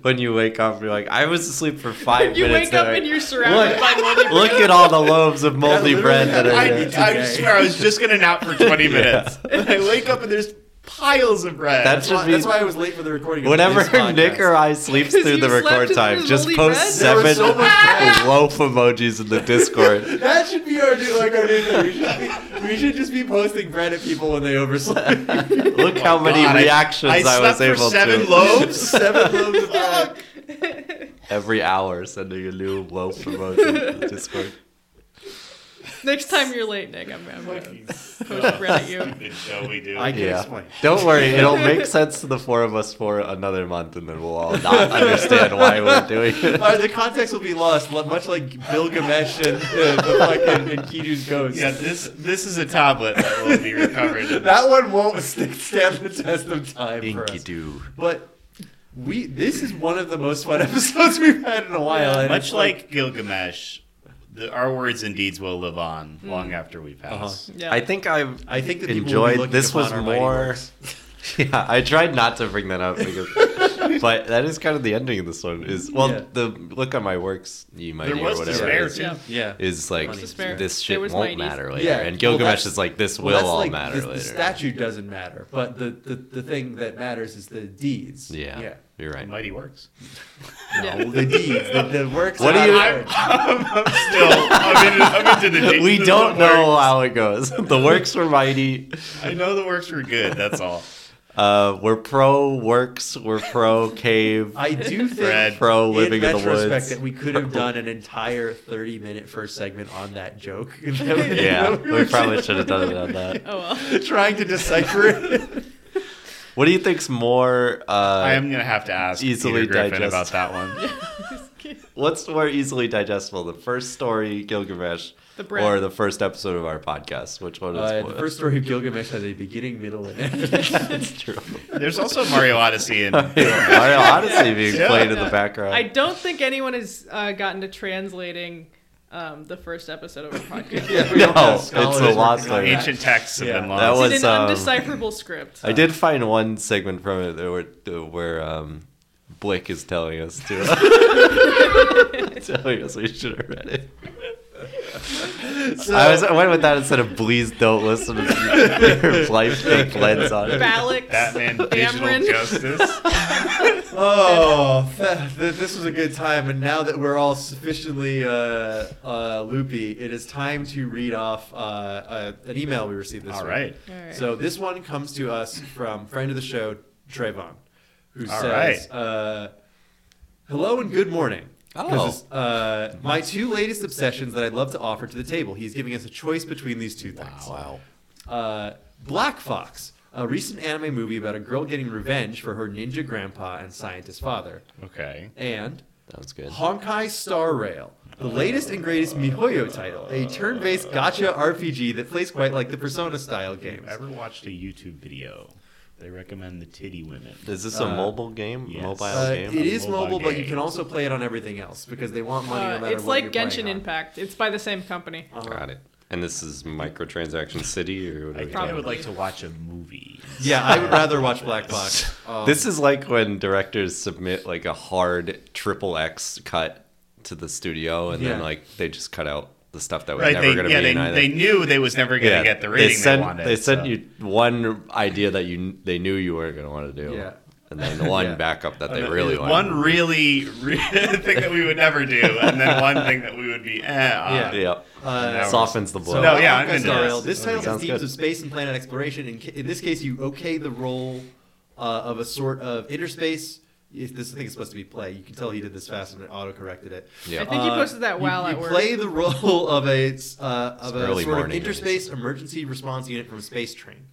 Speaker 1: when you wake up, you're like, I was asleep for five
Speaker 3: You
Speaker 1: minutes.
Speaker 3: wake up
Speaker 1: there."
Speaker 3: and you're surrounded
Speaker 1: Look.
Speaker 3: by moldy
Speaker 1: Look at all the loaves of moldy
Speaker 2: literally
Speaker 1: bread that
Speaker 4: I,
Speaker 1: are
Speaker 4: I
Speaker 1: there.
Speaker 2: today.
Speaker 4: swear I was just gonna nap for 20 minutes. And I wake up and there's piles of bread.
Speaker 1: That should
Speaker 2: That's why- that's
Speaker 1: be-
Speaker 2: why I was late for the recording. of this
Speaker 1: Whenever
Speaker 2: podcast.
Speaker 1: Nick or I sleeps
Speaker 3: 'Cause
Speaker 1: through
Speaker 3: you
Speaker 1: the
Speaker 3: slept
Speaker 1: record
Speaker 3: through
Speaker 1: time,
Speaker 3: the
Speaker 1: just
Speaker 3: moldy
Speaker 1: post
Speaker 3: bread?
Speaker 2: There was
Speaker 1: seven
Speaker 2: so much
Speaker 1: loaf emojis in the Discord.
Speaker 2: That should be our new, like our new thing. We should, be, we should just be posting bread at people when they overslept.
Speaker 1: Look how many
Speaker 4: God, I-
Speaker 1: reactions I,
Speaker 4: I slept
Speaker 1: was
Speaker 4: for
Speaker 1: able
Speaker 4: seven
Speaker 1: to
Speaker 4: loaves.
Speaker 2: Seven loaves of bread.
Speaker 1: every hour sending a new loaf emoji in the Discord.
Speaker 3: Next time you're late, Nick, I'm, I'm gonna post bread at you.
Speaker 4: Good show we do.
Speaker 2: I can
Speaker 1: Yeah.
Speaker 2: explain.
Speaker 1: Don't worry, it'll make sense to the four of us for another month, and then we'll all not understand why we're doing it.
Speaker 2: Uh, the context will be lost, lo- much like Gilgamesh and uh, the fucking and Enkidu's ghost.
Speaker 4: Yeah, this this is a tablet that will be recovered. in-
Speaker 2: That one won't st- stand the test of time for us.
Speaker 1: Enkidu.
Speaker 2: But we this is one of the most fun episodes we've had in a while. and
Speaker 4: Much
Speaker 2: it's
Speaker 4: like Gilgamesh, the, our words and deeds will live on long after we pass.
Speaker 3: Yeah.
Speaker 1: I think I've
Speaker 2: I think that people will be
Speaker 1: enjoyed
Speaker 2: looking
Speaker 1: this
Speaker 2: upon
Speaker 1: was
Speaker 2: our mighty
Speaker 1: more.
Speaker 2: works.
Speaker 1: yeah, I tried not to bring that up, because, but that is kind of the ending of this one. Is well,
Speaker 2: Yeah.
Speaker 1: the look on my works, you might
Speaker 4: There
Speaker 1: or
Speaker 4: was
Speaker 1: whatever.
Speaker 4: despair
Speaker 1: it Is,
Speaker 4: too.
Speaker 3: Yeah.
Speaker 2: yeah.
Speaker 1: is like
Speaker 3: was despair.
Speaker 1: this
Speaker 3: There
Speaker 1: shit
Speaker 3: was
Speaker 1: won't
Speaker 3: mighties.
Speaker 1: matter later,
Speaker 2: Yeah.
Speaker 1: and
Speaker 2: Well,
Speaker 1: Gilgamesh
Speaker 2: that's-
Speaker 1: is like this
Speaker 2: Well,
Speaker 1: will
Speaker 2: that's
Speaker 1: all
Speaker 2: like
Speaker 1: matter
Speaker 2: the, the
Speaker 1: later.
Speaker 2: statue doesn't matter, but the, the, the thing that matters is the deeds.
Speaker 1: yeah,
Speaker 2: yeah.
Speaker 1: you're right.
Speaker 4: Mighty works.
Speaker 3: Yeah.
Speaker 2: No, the deeds, the, the works.
Speaker 1: What do
Speaker 2: are
Speaker 1: you-
Speaker 2: not-
Speaker 4: I'm, I'm still. I'm into, I'm into the. deeds
Speaker 1: we
Speaker 4: of
Speaker 1: don't
Speaker 4: the
Speaker 1: know
Speaker 4: works.
Speaker 1: how it goes. the works were mighty.
Speaker 4: I know the works were good. That's all.
Speaker 1: Uh, we're pro works. We're pro cave.
Speaker 2: I do think
Speaker 4: Fred.
Speaker 1: Pro living in the
Speaker 2: retrospect
Speaker 1: woods.
Speaker 2: that we could have done an entire 30 minute first segment on that joke. Uh, That would-
Speaker 1: yeah,
Speaker 2: that would-
Speaker 1: we probably should have done it on that.
Speaker 3: Oh well.
Speaker 2: trying to decipher it.
Speaker 1: What do you think's more? Uh,
Speaker 4: I am gonna have to ask
Speaker 1: Easily
Speaker 4: Peter Griffin
Speaker 1: digest.
Speaker 4: about that one.
Speaker 1: What's more easily digestible, the first story Gilgamesh,
Speaker 3: The bread.
Speaker 1: or the first episode of our podcast? Which one is
Speaker 2: Uh,
Speaker 1: more?
Speaker 2: the first story of Gilgamesh has a beginning, middle, and end.
Speaker 1: That's true.
Speaker 4: There's also Mario Odyssey and
Speaker 1: Mario Odyssey being
Speaker 4: Yeah.
Speaker 1: played in
Speaker 3: Yeah.
Speaker 1: the background.
Speaker 3: I don't think anyone has uh, gotten to translating um, the first episode of our podcast.
Speaker 2: Yeah, we
Speaker 1: No,
Speaker 2: don't have
Speaker 1: it's a
Speaker 2: scholars working
Speaker 1: lot
Speaker 2: on
Speaker 1: slower.
Speaker 2: that.
Speaker 4: Ancient texts have
Speaker 9: Yeah.
Speaker 4: been
Speaker 1: That
Speaker 4: lost.
Speaker 3: It's
Speaker 1: was-
Speaker 3: in an
Speaker 1: um,
Speaker 3: undecipherable script.
Speaker 1: I did find one segment from it that where that where um, Blick is telling us to telling us we should have read it.
Speaker 2: So,
Speaker 1: I was I went with that instead of please don't listen to your life fake lens on it.
Speaker 3: Balix.
Speaker 4: Batman Digital
Speaker 3: Cameron. uh,
Speaker 4: Justice.
Speaker 2: oh, th- th- this was a good time. And now that we're all sufficiently uh, uh, loopy, it is time to read off uh, uh, an email we received this
Speaker 4: All
Speaker 2: week.
Speaker 4: right.
Speaker 3: Alright.
Speaker 2: So this one comes to us from friend of the show Trayvon, who
Speaker 4: All
Speaker 2: says, uh, "Hello and good morning."
Speaker 1: Oh.
Speaker 2: 'Cause it's, Uh, my two latest obsessions that I'd love to offer to the table. He's giving us a choice between these two things.
Speaker 1: Wow.
Speaker 2: Uh, Black Fox, a recent anime movie about a girl getting revenge for her ninja grandpa and scientist father,
Speaker 4: Okay.
Speaker 2: and
Speaker 1: That was good.
Speaker 2: Honkai Star Rail, the latest and greatest MiHoYo title, a turn-based gacha RPG that plays quite like the Persona style games.
Speaker 4: Ever watched a YouTube video? They recommend the titty women.
Speaker 1: Is this a
Speaker 2: Uh,
Speaker 1: mobile game?
Speaker 4: yes.
Speaker 1: Mobile
Speaker 2: Uh,
Speaker 1: game?
Speaker 2: it is
Speaker 4: Mobile
Speaker 2: mobile, but you
Speaker 4: game.
Speaker 2: can also play it on everything else because they want money no
Speaker 3: Uh,
Speaker 2: matter
Speaker 3: it's
Speaker 2: what
Speaker 3: like
Speaker 2: you're playing
Speaker 3: Genshin
Speaker 2: on.
Speaker 3: Impact. It's by the same company.
Speaker 1: Got it. And this is microtransaction city or what are
Speaker 4: I
Speaker 1: we
Speaker 4: think I
Speaker 1: talking
Speaker 4: would
Speaker 3: Probably.
Speaker 4: like to watch a movie.
Speaker 2: Yeah, I would rather watch Black Box. Um,
Speaker 1: This is like when directors submit like a hard triple X cut to the studio, and then
Speaker 2: Yeah.
Speaker 1: like they just cut out the stuff that was
Speaker 4: Right.
Speaker 1: never
Speaker 4: They,
Speaker 1: going to
Speaker 4: yeah,
Speaker 1: be in
Speaker 4: they,
Speaker 1: either.
Speaker 4: they knew they was never going to get the rating they,
Speaker 1: they sent,
Speaker 4: wanted.
Speaker 1: They sent
Speaker 4: so.
Speaker 1: you one idea that you they knew you weren't going to want to do,
Speaker 2: Yeah.
Speaker 1: and then one
Speaker 2: Yeah.
Speaker 1: backup that they really wanted.
Speaker 4: one really, re thing that we would never do, and then one thing that we would be eh. on.
Speaker 2: Yeah.
Speaker 1: yeah,
Speaker 2: uh,
Speaker 1: softens the blow.
Speaker 4: No, yeah,
Speaker 2: Honkai
Speaker 4: I'm into
Speaker 2: Star
Speaker 4: this.
Speaker 2: Rail. This title has
Speaker 1: Sounds
Speaker 2: themes
Speaker 1: good.
Speaker 2: of space and planet exploration. In, ca- in this case, you okay the role uh, of a sort of interspace. If this thing is supposed to be play, you can tell he did this fast and it auto corrected it.
Speaker 1: Yeah.
Speaker 3: I think he
Speaker 2: Uh,
Speaker 3: posted that
Speaker 2: you-
Speaker 3: while
Speaker 2: you,
Speaker 3: at work.
Speaker 2: play the role of a uh, of
Speaker 1: It's
Speaker 2: a
Speaker 1: early
Speaker 2: sort of
Speaker 1: morning, it is.
Speaker 2: interspace emergency response unit from a space train.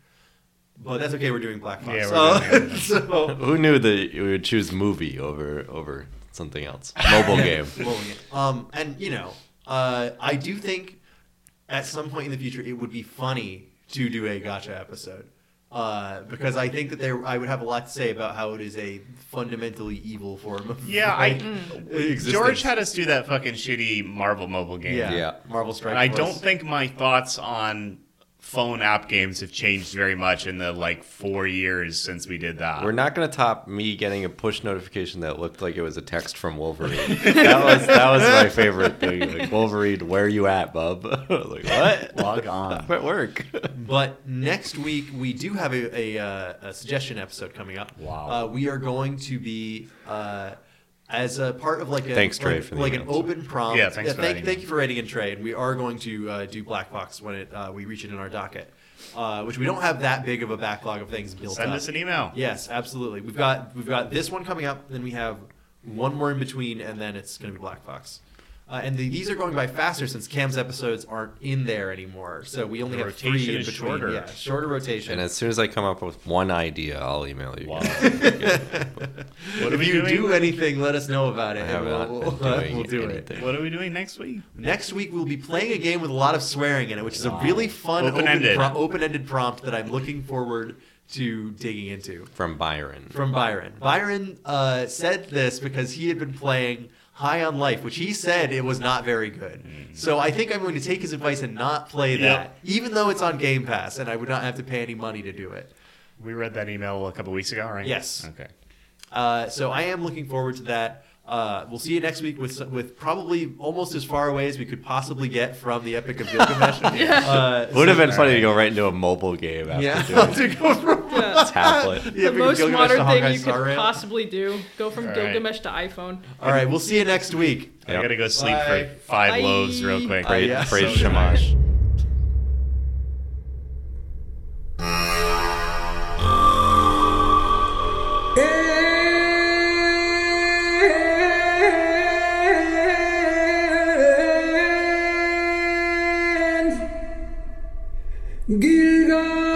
Speaker 2: But that's okay. We're doing Black Fox.
Speaker 4: Yeah, we're
Speaker 2: Uh,
Speaker 4: doing it.
Speaker 2: so
Speaker 1: Who knew that you would choose movie over over something else? Mobile game.
Speaker 2: rolling it. Um, and you know, uh, I do think at some point in the future it would be funny to do a gotcha episode uh, because I think that there I would have a lot to say about how it is a fundamentally evil form of
Speaker 4: Yeah, I- Mm.
Speaker 2: like, existence.
Speaker 4: George had us do that fucking shitty Marvel mobile game.
Speaker 2: yeah,
Speaker 1: Yeah.
Speaker 2: Marvel Strike.
Speaker 4: And I
Speaker 2: Force.
Speaker 4: don't think my thoughts on phone app games have changed very much in the like four years since we did that.
Speaker 1: We're not gonna top me getting a push notification that looked like it was a text from Wolverine. that was that was my favorite thing. Like Wolverine, where you at, bub? I was like, what?
Speaker 4: Log on.
Speaker 1: I'm at work.
Speaker 2: But next week we do have a, a, uh, a suggestion episode coming up.
Speaker 4: Wow.
Speaker 2: Uh, we are going to be uh, as a part of like a
Speaker 1: Thanks, Trey,
Speaker 2: like,
Speaker 1: for the
Speaker 2: like an
Speaker 1: email.
Speaker 2: open prompt.
Speaker 4: Yeah, thanks for
Speaker 2: thank,
Speaker 4: writing
Speaker 2: thank
Speaker 4: in.
Speaker 2: you for writing in Trey, and we are going to uh, do Black Box when it uh, we reach it in our docket, uh, which we don't have that big of a backlog of things built
Speaker 4: Send
Speaker 2: up.
Speaker 4: us an email.
Speaker 2: Yes, absolutely. We've got we've got this one coming up. Then we have one more in between, and then it's going to be Black Fox. Uh, and the, these are going by faster since Cam's episodes aren't in there anymore. So we only
Speaker 4: The
Speaker 2: have
Speaker 4: rotation
Speaker 2: three in
Speaker 4: is
Speaker 2: between.
Speaker 4: shorter.
Speaker 2: Yeah, shorter rotation.
Speaker 1: and as soon as I come up with one idea, I'll email you.
Speaker 4: Wow.
Speaker 1: guys.
Speaker 4: What are
Speaker 2: if
Speaker 4: we
Speaker 2: you
Speaker 4: doing?
Speaker 2: do anything, let us know about
Speaker 1: I
Speaker 2: it. and
Speaker 1: have not
Speaker 2: we'll,
Speaker 1: been doing
Speaker 2: we'll do it.
Speaker 1: anything.
Speaker 4: What are we doing next week?
Speaker 2: Next week we'll be playing a game with a lot of swearing in it, which is a really fun
Speaker 4: Open-ended.
Speaker 2: open, pro- open-ended prompt that I'm looking forward to digging into.
Speaker 1: From Byron.
Speaker 2: from Byron. Byron uh, said this because he had been playing High on Life, which he said it was not very good. So I think I'm going to take his advice and not play
Speaker 4: Yep.
Speaker 2: that, even though it's on Game Pass and I would not have to pay any money to do it.
Speaker 4: We read that email a couple weeks ago, right?
Speaker 2: Yes.
Speaker 4: Okay.
Speaker 2: Uh, so I am looking forward to that. Uh, we'll see you next week with with probably almost as far away as we could possibly get from the Epic of Gilgamesh. uh,
Speaker 1: Would have
Speaker 2: so-
Speaker 1: been funny to go right into a mobile game after
Speaker 2: Yeah.
Speaker 1: doing
Speaker 2: to go from
Speaker 3: Yeah.
Speaker 1: tablet.
Speaker 2: the
Speaker 3: the
Speaker 2: Epic of
Speaker 3: most
Speaker 2: Gilgamesh to
Speaker 3: modern
Speaker 2: Honkai
Speaker 3: thing you
Speaker 2: Star
Speaker 3: could
Speaker 2: Rail.
Speaker 3: possibly do. Go from
Speaker 4: All right.
Speaker 3: Gilgamesh to iPhone.
Speaker 2: All right, we'll see you next week.
Speaker 1: Yep.
Speaker 4: I gotta go sleep
Speaker 2: Bye.
Speaker 4: for five
Speaker 3: Bye.
Speaker 4: loaves real quick.
Speaker 2: Bye.
Speaker 1: Praise,
Speaker 2: yeah.
Speaker 1: praise
Speaker 4: So
Speaker 1: Shamash.
Speaker 5: Gilgal.